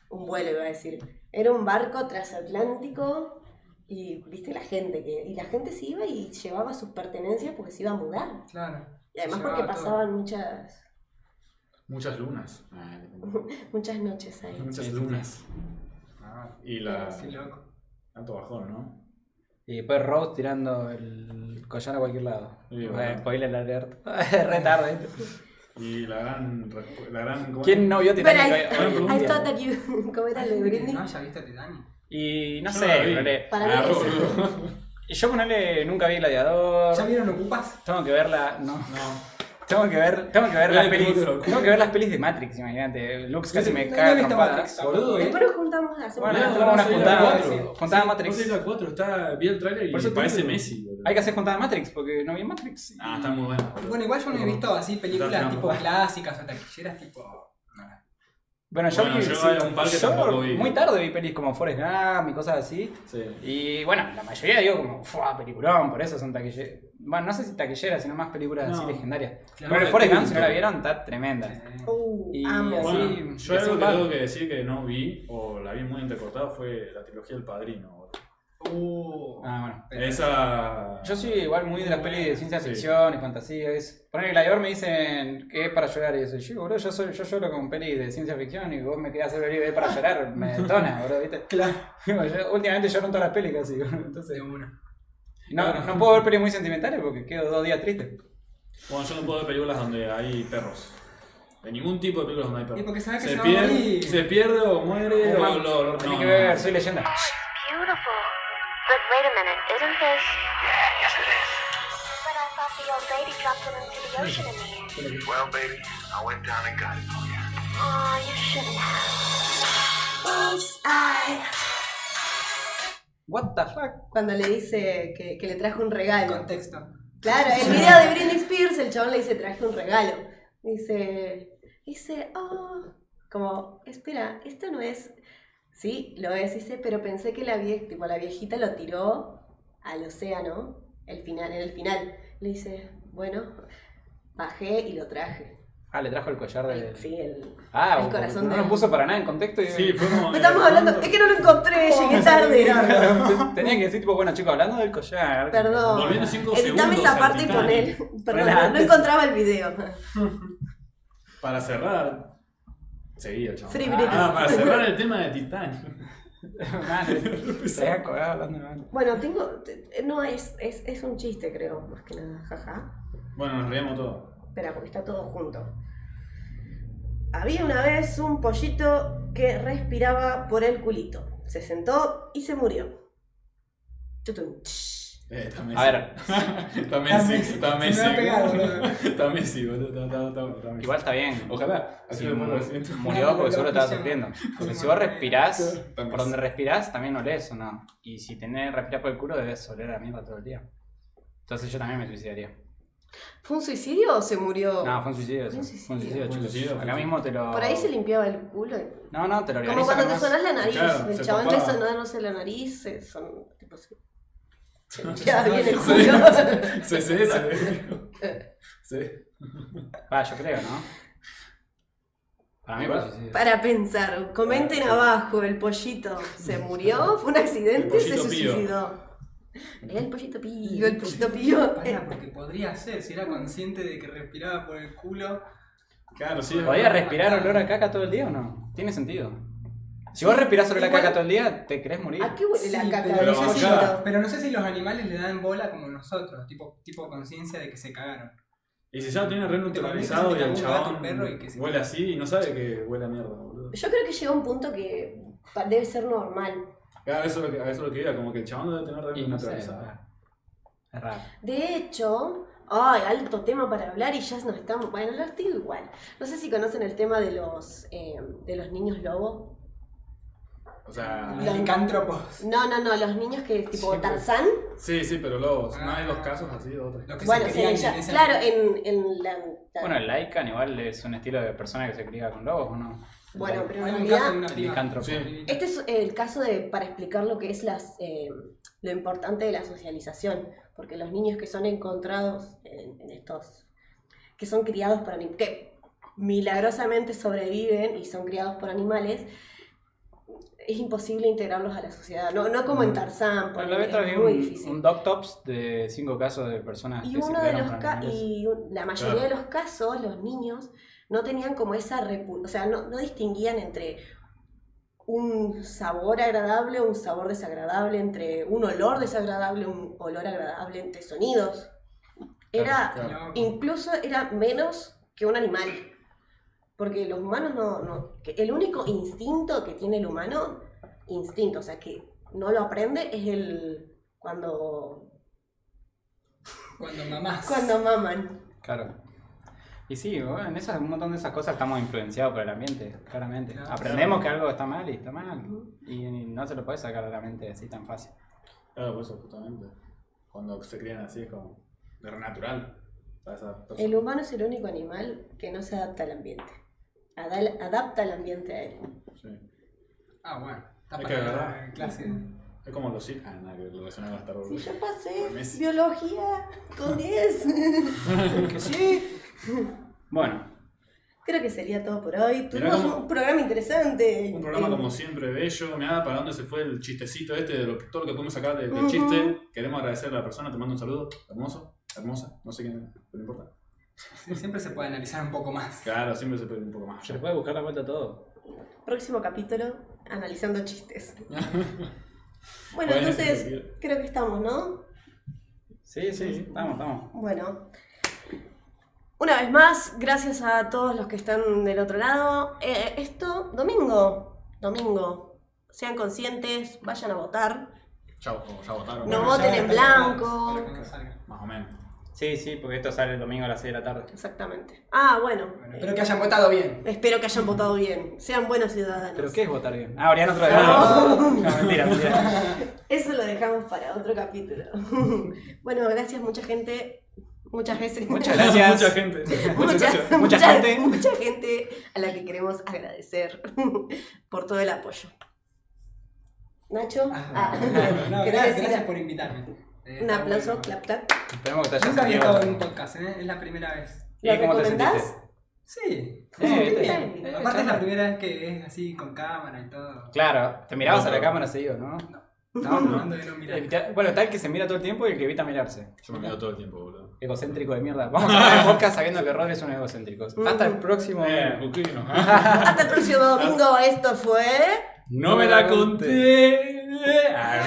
[SPEAKER 1] un vuelo, iba a decir. Era un barco transatlántico. Y viste la gente que. Y la gente se iba y llevaba sus pertenencias porque se iba a mudar.
[SPEAKER 4] Claro.
[SPEAKER 1] Y además
[SPEAKER 4] Se
[SPEAKER 1] porque
[SPEAKER 4] llevaba todo.
[SPEAKER 1] pasaban muchas,
[SPEAKER 2] Muchas lunas.
[SPEAKER 1] muchas noches ahí.
[SPEAKER 2] Muchas
[SPEAKER 3] Sí, sí,
[SPEAKER 2] lunas.
[SPEAKER 4] Ah,
[SPEAKER 2] Y la.
[SPEAKER 4] sí, loco.
[SPEAKER 2] Alto bajón, ¿no?
[SPEAKER 3] Y después Rose tirando el collar a cualquier lado.
[SPEAKER 2] Sí,
[SPEAKER 3] Eh,
[SPEAKER 2] bueno.
[SPEAKER 3] Spoiler alert. <laughs> Re tarde.
[SPEAKER 2] Y la gran. respu- La gran ¿cómo
[SPEAKER 3] ¿Quién
[SPEAKER 2] es?
[SPEAKER 3] no vio
[SPEAKER 1] But
[SPEAKER 3] Titanic hoy- hoy en
[SPEAKER 1] I, I
[SPEAKER 3] día?
[SPEAKER 1] thought that you. <laughs> ¿Cómo era lo de Britney?
[SPEAKER 4] No haya visto Titanic.
[SPEAKER 3] Y no
[SPEAKER 2] Yo
[SPEAKER 3] sé,
[SPEAKER 2] no la vi.
[SPEAKER 3] ponele-
[SPEAKER 1] Para
[SPEAKER 2] Ah,
[SPEAKER 3] <laughs>
[SPEAKER 1] mí es-
[SPEAKER 2] boludo.
[SPEAKER 3] yo ponele, nunca vi Gladiador.
[SPEAKER 4] ¿Ya vieron Ocupas?
[SPEAKER 3] Tengo que verla, no.
[SPEAKER 2] No.
[SPEAKER 3] Tengo que ver, tengo que ver
[SPEAKER 2] Ve
[SPEAKER 3] las
[SPEAKER 2] el
[SPEAKER 3] pelis.
[SPEAKER 2] película.
[SPEAKER 3] Tengo que ver las pelis de Matrix, imagínate. Lux casi
[SPEAKER 4] Sí,
[SPEAKER 3] me
[SPEAKER 4] no
[SPEAKER 3] caga
[SPEAKER 4] he visto
[SPEAKER 3] trompadas.
[SPEAKER 4] Matrix.
[SPEAKER 2] Boludo, ¿eh?
[SPEAKER 1] Después nos juntamos a hacer
[SPEAKER 3] Bueno,
[SPEAKER 1] una-
[SPEAKER 3] no, tengo una
[SPEAKER 2] sí, la
[SPEAKER 3] juntada,
[SPEAKER 2] cuatro.
[SPEAKER 3] sí, juntada Matrix.
[SPEAKER 2] No sé, la 4 está. Vi el trailer y
[SPEAKER 3] Por eso te
[SPEAKER 2] parece
[SPEAKER 3] digo.
[SPEAKER 2] Messi, boludo.
[SPEAKER 3] Hay que hacer juntada Matrix porque no vi Matrix.
[SPEAKER 2] Ah, está muy buena. boludo.
[SPEAKER 4] Bueno, igual yo no he visto así películas
[SPEAKER 2] Claro,
[SPEAKER 4] tipo
[SPEAKER 2] no.
[SPEAKER 4] clásicas o taquilleras tipo. nada.
[SPEAKER 3] Bueno, yo
[SPEAKER 2] Bueno,
[SPEAKER 3] vi
[SPEAKER 2] yo a un par que
[SPEAKER 3] yo
[SPEAKER 2] tampoco vi.
[SPEAKER 3] muy tarde vi pelis como Forrest Gump y cosas así.
[SPEAKER 2] Sí.
[SPEAKER 3] Y bueno, la mayoría digo como, ¡fua! Peliculón, por eso son taquilleras. Bueno, no sé si taquilleras, sino más películas
[SPEAKER 2] No.
[SPEAKER 3] así legendarias.
[SPEAKER 4] Claro,
[SPEAKER 3] Pero el Forrest Gump, si no la
[SPEAKER 2] culto.
[SPEAKER 3] vieron, está tremenda.
[SPEAKER 4] Sí.
[SPEAKER 1] Uh,
[SPEAKER 3] Y-
[SPEAKER 1] amo.
[SPEAKER 3] Bueno,
[SPEAKER 1] Sí.
[SPEAKER 2] Yo
[SPEAKER 3] que
[SPEAKER 2] algo
[SPEAKER 3] son
[SPEAKER 2] que
[SPEAKER 3] par-
[SPEAKER 2] tengo que decir que no vi, o la vi muy entrecortada, fue la trilogía El Padrino. boludo.
[SPEAKER 4] Uh,
[SPEAKER 3] Ah, bueno.
[SPEAKER 4] pero-
[SPEAKER 2] Esa.
[SPEAKER 3] Yo soy igual muy de las pelis de ciencia
[SPEAKER 2] Sí.
[SPEAKER 3] ficción y fantasía. Es... Poner el gladiador me dicen que es para llorar. Y yo soy yo, boludo, yo, soy, yo lloro con pelis de ciencia ficción y vos me querés hacer ver y ver para llorar. Me detona, boludo, ¿viste? <laughs>
[SPEAKER 4] Claro.
[SPEAKER 3] Yo últimamente lloro en todas las pelis casi. boludo, Entonces,
[SPEAKER 4] De una.
[SPEAKER 3] no, no puedo ver pelis muy sentimentales porque quedo dos días triste.
[SPEAKER 2] Bueno, yo no puedo ver películas donde hay perros. De ningún tipo de películas donde hay perros.
[SPEAKER 4] Y porque sabes que se va a
[SPEAKER 2] pierde,
[SPEAKER 4] morir.
[SPEAKER 2] se pierde o muere o lo. lo-
[SPEAKER 3] Tenés
[SPEAKER 2] no,
[SPEAKER 3] que
[SPEAKER 2] no.
[SPEAKER 3] ver, soy leyenda.
[SPEAKER 5] Oh, Beautiful. But wait a minute, isn't this? Yeah, yes it is. But I thought the old lady dropped them into the ocean in the end.
[SPEAKER 6] Well, baby, I went down and got it for you.
[SPEAKER 5] Aw, you shouldn't have.
[SPEAKER 3] What the fuck?
[SPEAKER 1] Cuando le dice que, que le trajo un regalo.
[SPEAKER 4] Contexto.
[SPEAKER 1] Claro, el video de Britney Spears, el chabón le dice, traje un regalo. Dice, dice, oh, como, espera, esto no es, sí, lo es, dice, pero pensé que la, vie tipo, la viejita lo tiró al océano, el final, en el final. Le dice, bueno, bajé y lo traje.
[SPEAKER 3] Ah, le trajo el collar del.
[SPEAKER 1] Sí, el,
[SPEAKER 3] Ah,
[SPEAKER 1] el corazón
[SPEAKER 3] no
[SPEAKER 1] de...
[SPEAKER 3] lo puso para nada en contexto. Y...
[SPEAKER 2] Sí, fue como.
[SPEAKER 1] No estamos hablando, es que no lo encontré, llegué
[SPEAKER 2] <laughs>
[SPEAKER 1] tarde.
[SPEAKER 3] <laughs> Claro, Tenía que decir, tipo, bueno, chicos, hablando del collar.
[SPEAKER 1] Perdón.
[SPEAKER 2] Volviendo 5
[SPEAKER 1] Editame
[SPEAKER 2] segundos.
[SPEAKER 1] esa
[SPEAKER 2] al
[SPEAKER 1] parte y
[SPEAKER 2] Titanic
[SPEAKER 1] poner, perdón,
[SPEAKER 3] Ponela
[SPEAKER 1] no
[SPEAKER 3] antes.
[SPEAKER 1] encontraba el video.
[SPEAKER 2] Para cerrar. Seguía, chaval.
[SPEAKER 1] Free Britney.
[SPEAKER 2] Ah, para cerrar el tema de Titanic.
[SPEAKER 3] <laughs> Madre, se había cagado hablando de madre.
[SPEAKER 1] Bueno, tengo. te- No, es, es, es un chiste, creo, más que nada, jaja.
[SPEAKER 2] Bueno, nos reíamos todos.
[SPEAKER 1] Espera, porque está todo junto. Había una vez un pollito que respiraba por el culito. Se sentó y se murió. Tutum, tsh.
[SPEAKER 2] Eh, está Messi.
[SPEAKER 3] A ver,
[SPEAKER 2] está Messi, está
[SPEAKER 4] Se me
[SPEAKER 2] Messi.
[SPEAKER 4] va a
[SPEAKER 2] <laughs>
[SPEAKER 4] pegar, boludo.
[SPEAKER 2] Está Messi, boludo. Está, está, está, está Messi.
[SPEAKER 3] igual está bien.
[SPEAKER 2] Ojalá. Así
[SPEAKER 3] Sí,
[SPEAKER 2] lo
[SPEAKER 3] mu-
[SPEAKER 2] lo siento.
[SPEAKER 3] murió <laughs> porque seguro estaba sufriendo.
[SPEAKER 2] <laughs>
[SPEAKER 3] Porque si vos respirás,
[SPEAKER 2] También.
[SPEAKER 3] por donde respirás también olés o no. Y si tenés respirar por el culo, debes oler a mierda todo el día. Entonces yo también me suicidaría.
[SPEAKER 1] ¿Fue un suicidio o se murió?
[SPEAKER 3] No, fue un suicidio
[SPEAKER 1] Fue
[SPEAKER 3] eso.
[SPEAKER 1] un
[SPEAKER 3] Fue
[SPEAKER 1] suicidio.
[SPEAKER 3] un
[SPEAKER 2] Fue
[SPEAKER 3] suicidio,
[SPEAKER 2] un
[SPEAKER 3] chicos.
[SPEAKER 2] suicidio, fue
[SPEAKER 3] Acá
[SPEAKER 2] un
[SPEAKER 3] mismo te lo.
[SPEAKER 1] Por ahí se limpiaba el culo. y-
[SPEAKER 3] No, no, te lo
[SPEAKER 1] Como
[SPEAKER 3] organiza
[SPEAKER 1] cuando te
[SPEAKER 3] nomás.
[SPEAKER 1] sonás la nariz.
[SPEAKER 2] Claro,
[SPEAKER 1] el
[SPEAKER 2] se
[SPEAKER 1] chabón le
[SPEAKER 2] tapaba.
[SPEAKER 1] sonándose la nariz. Se son... tipo, se... se limpiaba bien el culo.
[SPEAKER 2] Sí, sí, sí. Sí.
[SPEAKER 3] Va, Ah, yo creo, ¿no? Para mí fue un suicidio.
[SPEAKER 1] Para pensar, comenten abajo, el pollito
[SPEAKER 4] <laughs>
[SPEAKER 1] se murió, fue un accidente,
[SPEAKER 2] El
[SPEAKER 1] se
[SPEAKER 2] pollito pío.
[SPEAKER 1] suicidó. Era el pollito pío, el pollito pío.
[SPEAKER 4] Pará, porque podría ser, si era consciente de que respiraba por el culo.
[SPEAKER 2] Claro, sí. es
[SPEAKER 3] ¿Podías
[SPEAKER 2] verdad.
[SPEAKER 3] respirar olor a caca todo el día o no? Tiene sentido. Si vos respirás olor a
[SPEAKER 1] Igual-
[SPEAKER 3] caca todo el día, te querés morir.
[SPEAKER 1] Eh, ¿A qué huele la
[SPEAKER 4] Sí,
[SPEAKER 1] caca
[SPEAKER 4] pero,
[SPEAKER 1] del
[SPEAKER 4] no sé si
[SPEAKER 2] acá-
[SPEAKER 1] pollito?
[SPEAKER 4] lo- pero no sé si los animales le dan bola como nosotros, tipo, tipo conciencia de que se cagaron.
[SPEAKER 2] Y si ya lo tiene re
[SPEAKER 4] Te
[SPEAKER 2] neutralizado y
[SPEAKER 4] comiste
[SPEAKER 2] el
[SPEAKER 4] un gato,
[SPEAKER 2] chabón
[SPEAKER 4] un perro y que se-
[SPEAKER 2] huele así y no sabe que huele a mierda, boludo.
[SPEAKER 1] Yo creo que llega un punto que pa- debe ser normal.
[SPEAKER 2] Claro, eso es lo que, eso es lo que era, como que el chabón lo debe tener re
[SPEAKER 3] Y no sé, es
[SPEAKER 2] neutralizado.
[SPEAKER 3] raro. Es raro.
[SPEAKER 1] De hecho, ay, alto tema para hablar y ya nos estamos. Bueno, lo estoy igual. No sé si conocen el tema de los eh, de los niños lobo.
[SPEAKER 2] o sea,
[SPEAKER 4] Los licántropos.
[SPEAKER 1] No, no, no, los niños que tipo
[SPEAKER 3] Sí,
[SPEAKER 1] Tarzán.
[SPEAKER 2] sí, sí, pero lobos. No hay dos casos así de otros.
[SPEAKER 4] Los que
[SPEAKER 1] Bueno,
[SPEAKER 4] se
[SPEAKER 1] se
[SPEAKER 4] crían
[SPEAKER 1] le llama-
[SPEAKER 4] en esa-
[SPEAKER 1] claro, en, en la.
[SPEAKER 3] Bueno, el Lycan igual es un estilo de persona que se cría con lobos, ¿o no?
[SPEAKER 1] Bueno, pero
[SPEAKER 4] Hay
[SPEAKER 1] en
[SPEAKER 4] un
[SPEAKER 1] realidad.
[SPEAKER 4] caso de una
[SPEAKER 3] El
[SPEAKER 4] piba.
[SPEAKER 3] licántropo.
[SPEAKER 2] Sí.
[SPEAKER 1] Este es el caso de, para explicar lo que es las, eh, lo importante de la socialización, porque los niños que son encontrados en, en estos, que son criados por animales, que milagrosamente sobreviven y son criados por animales, es imposible integrarlos a la sociedad. No, no como en Tarzán,
[SPEAKER 3] Bueno, Mm. la vez
[SPEAKER 1] porque
[SPEAKER 3] traje
[SPEAKER 1] es muy
[SPEAKER 3] un,
[SPEAKER 1] difícil.
[SPEAKER 3] un doc tops de cinco casos de personas
[SPEAKER 1] Y
[SPEAKER 3] Ah, que
[SPEAKER 1] uno de
[SPEAKER 3] circularon
[SPEAKER 1] los
[SPEAKER 3] para
[SPEAKER 1] ca-
[SPEAKER 3] animales.
[SPEAKER 1] y un- la mayoría
[SPEAKER 2] Claro.
[SPEAKER 1] de los casos, los niños no tenían como esa repu- o sea, no, no distinguían entre un sabor agradable, un sabor desagradable, entre un olor desagradable, un olor agradable, entre sonidos. Era,
[SPEAKER 2] Claro, claro.
[SPEAKER 1] incluso era menos que un animal. Porque los humanos no, no- que El único instinto que tiene el humano, instinto, o sea, que no lo aprende, es el. cuando.
[SPEAKER 4] Cuando mamás.
[SPEAKER 1] cuando maman.
[SPEAKER 3] Claro. Y sí, bueno, en esas- un montón de esas cosas estamos influenciados por el ambiente, claramente.
[SPEAKER 4] Claro.
[SPEAKER 3] Aprendemos que algo está mal y está mal.
[SPEAKER 1] Ujú.
[SPEAKER 3] Y no se lo puede sacar de la mente así tan fácil.
[SPEAKER 2] Claro, por eso justamente. Cuando se crían así es como de re natural. para esa persona.
[SPEAKER 1] El humano es el único animal que no se adapta al ambiente. Adal- adapta al ambiente a él.
[SPEAKER 2] Sí.
[SPEAKER 4] Ah, bueno. Está
[SPEAKER 2] Es
[SPEAKER 4] para
[SPEAKER 2] que verdad.
[SPEAKER 4] la clase.
[SPEAKER 2] Es como los hijos. Ah, nada, que lo relacionaba a Star Wars.
[SPEAKER 1] Si yo pasé
[SPEAKER 2] Messi.
[SPEAKER 1] biología
[SPEAKER 2] <laughs>
[SPEAKER 1] con 10.
[SPEAKER 3] Bueno,
[SPEAKER 1] Creo que sería todo por hoy.
[SPEAKER 2] Mirá
[SPEAKER 1] Tuvimos
[SPEAKER 2] cómo-
[SPEAKER 1] un programa interesante.
[SPEAKER 2] Un programa
[SPEAKER 1] Eh,
[SPEAKER 2] como siempre bello. Me para dónde se fue el chistecito este de lo, todo lo que pudimos sacar de- del
[SPEAKER 1] Ujú.
[SPEAKER 2] chiste. Queremos agradecer a la persona, te mando un saludo. Hermoso, hermosa, no sé quién, pero no importa.
[SPEAKER 4] Sí, Siempre se puede analizar un poco más.
[SPEAKER 2] Claro, siempre se puede ir un poco más.
[SPEAKER 3] se
[SPEAKER 2] <laughs>
[SPEAKER 3] le puede buscar la vuelta a todo.
[SPEAKER 1] Próximo capítulo, analizando chistes. Bueno,
[SPEAKER 2] Bueno,
[SPEAKER 1] entonces
[SPEAKER 2] sí, sí.
[SPEAKER 1] creo que estamos, ¿no?
[SPEAKER 3] Sí, sí, sí, estamos, estamos.
[SPEAKER 1] Bueno. Una vez más, gracias a todos los que están del otro lado. Eh, esto, domingo, domingo. Sean conscientes, vayan a votar.
[SPEAKER 2] Chao, o ya votaron.
[SPEAKER 1] No
[SPEAKER 2] Bueno,
[SPEAKER 1] voten
[SPEAKER 2] ya,
[SPEAKER 1] en
[SPEAKER 4] está para
[SPEAKER 1] blanco.
[SPEAKER 4] que no salga.
[SPEAKER 2] Más o menos.
[SPEAKER 3] Sí, sí, porque esto sale el domingo a las 6 de la tarde.
[SPEAKER 1] Exactamente. Ah, bueno.
[SPEAKER 4] Bueno, espero que hayan votado bien.
[SPEAKER 1] Espero que hayan votado bien. Sean buenos ciudadanos.
[SPEAKER 3] ¿Pero qué es votar bien? Ah, Oriana otra vez.
[SPEAKER 1] No.
[SPEAKER 3] No, <laughs> mentira, mentira.
[SPEAKER 1] Eso lo dejamos para otro capítulo. <laughs> bueno, gracias mucha gente. Muchas veces.
[SPEAKER 3] Muchas
[SPEAKER 1] <laughs>
[SPEAKER 3] gracias.
[SPEAKER 2] Mucha gente.
[SPEAKER 1] Mucha,
[SPEAKER 3] gracias.
[SPEAKER 1] mucha-
[SPEAKER 3] Mucha gente.
[SPEAKER 1] mucha gente a la que queremos agradecer <laughs> por todo el apoyo. Nacho,
[SPEAKER 4] Ah,
[SPEAKER 1] ah, <laughs>
[SPEAKER 4] no,
[SPEAKER 1] ¿querés
[SPEAKER 4] gracias,
[SPEAKER 1] decir
[SPEAKER 4] gracias por invitarme. Eh,
[SPEAKER 1] un
[SPEAKER 4] está
[SPEAKER 1] aplauso,
[SPEAKER 4] bueno.
[SPEAKER 1] clap, clap.
[SPEAKER 3] Esperemos que te hayas
[SPEAKER 4] Nunca había
[SPEAKER 3] sentido.
[SPEAKER 4] estado en un podcast, ¿eh? es la primera vez.
[SPEAKER 1] ¿Lo
[SPEAKER 3] ¿Y cómo te
[SPEAKER 1] recomendás?
[SPEAKER 3] sentiste?
[SPEAKER 4] Sí.
[SPEAKER 3] Eh,
[SPEAKER 1] Sí,
[SPEAKER 3] eh,
[SPEAKER 1] bien.
[SPEAKER 3] eh,
[SPEAKER 4] Aparte es la
[SPEAKER 3] charla.
[SPEAKER 4] primera vez que es así con cámara y todo.
[SPEAKER 3] Claro, te mirabas a la
[SPEAKER 2] No.
[SPEAKER 3] cámara seguido, ¿no?
[SPEAKER 4] Estaba tratando de no mirar.
[SPEAKER 3] Evita- Bueno, está el que se mira todo el tiempo y el que evita mirarse.
[SPEAKER 2] Yo me miro todo el tiempo, boludo.
[SPEAKER 3] Egocéntrico de mierda. Vamos a acabar el podcast sabiendo que Rod es un egocéntrico. Hasta el próximo.
[SPEAKER 2] Eh, <laughs> Cuclino.
[SPEAKER 1] Hasta el próximo domingo. Esto fue.
[SPEAKER 2] No me la conté. Ah.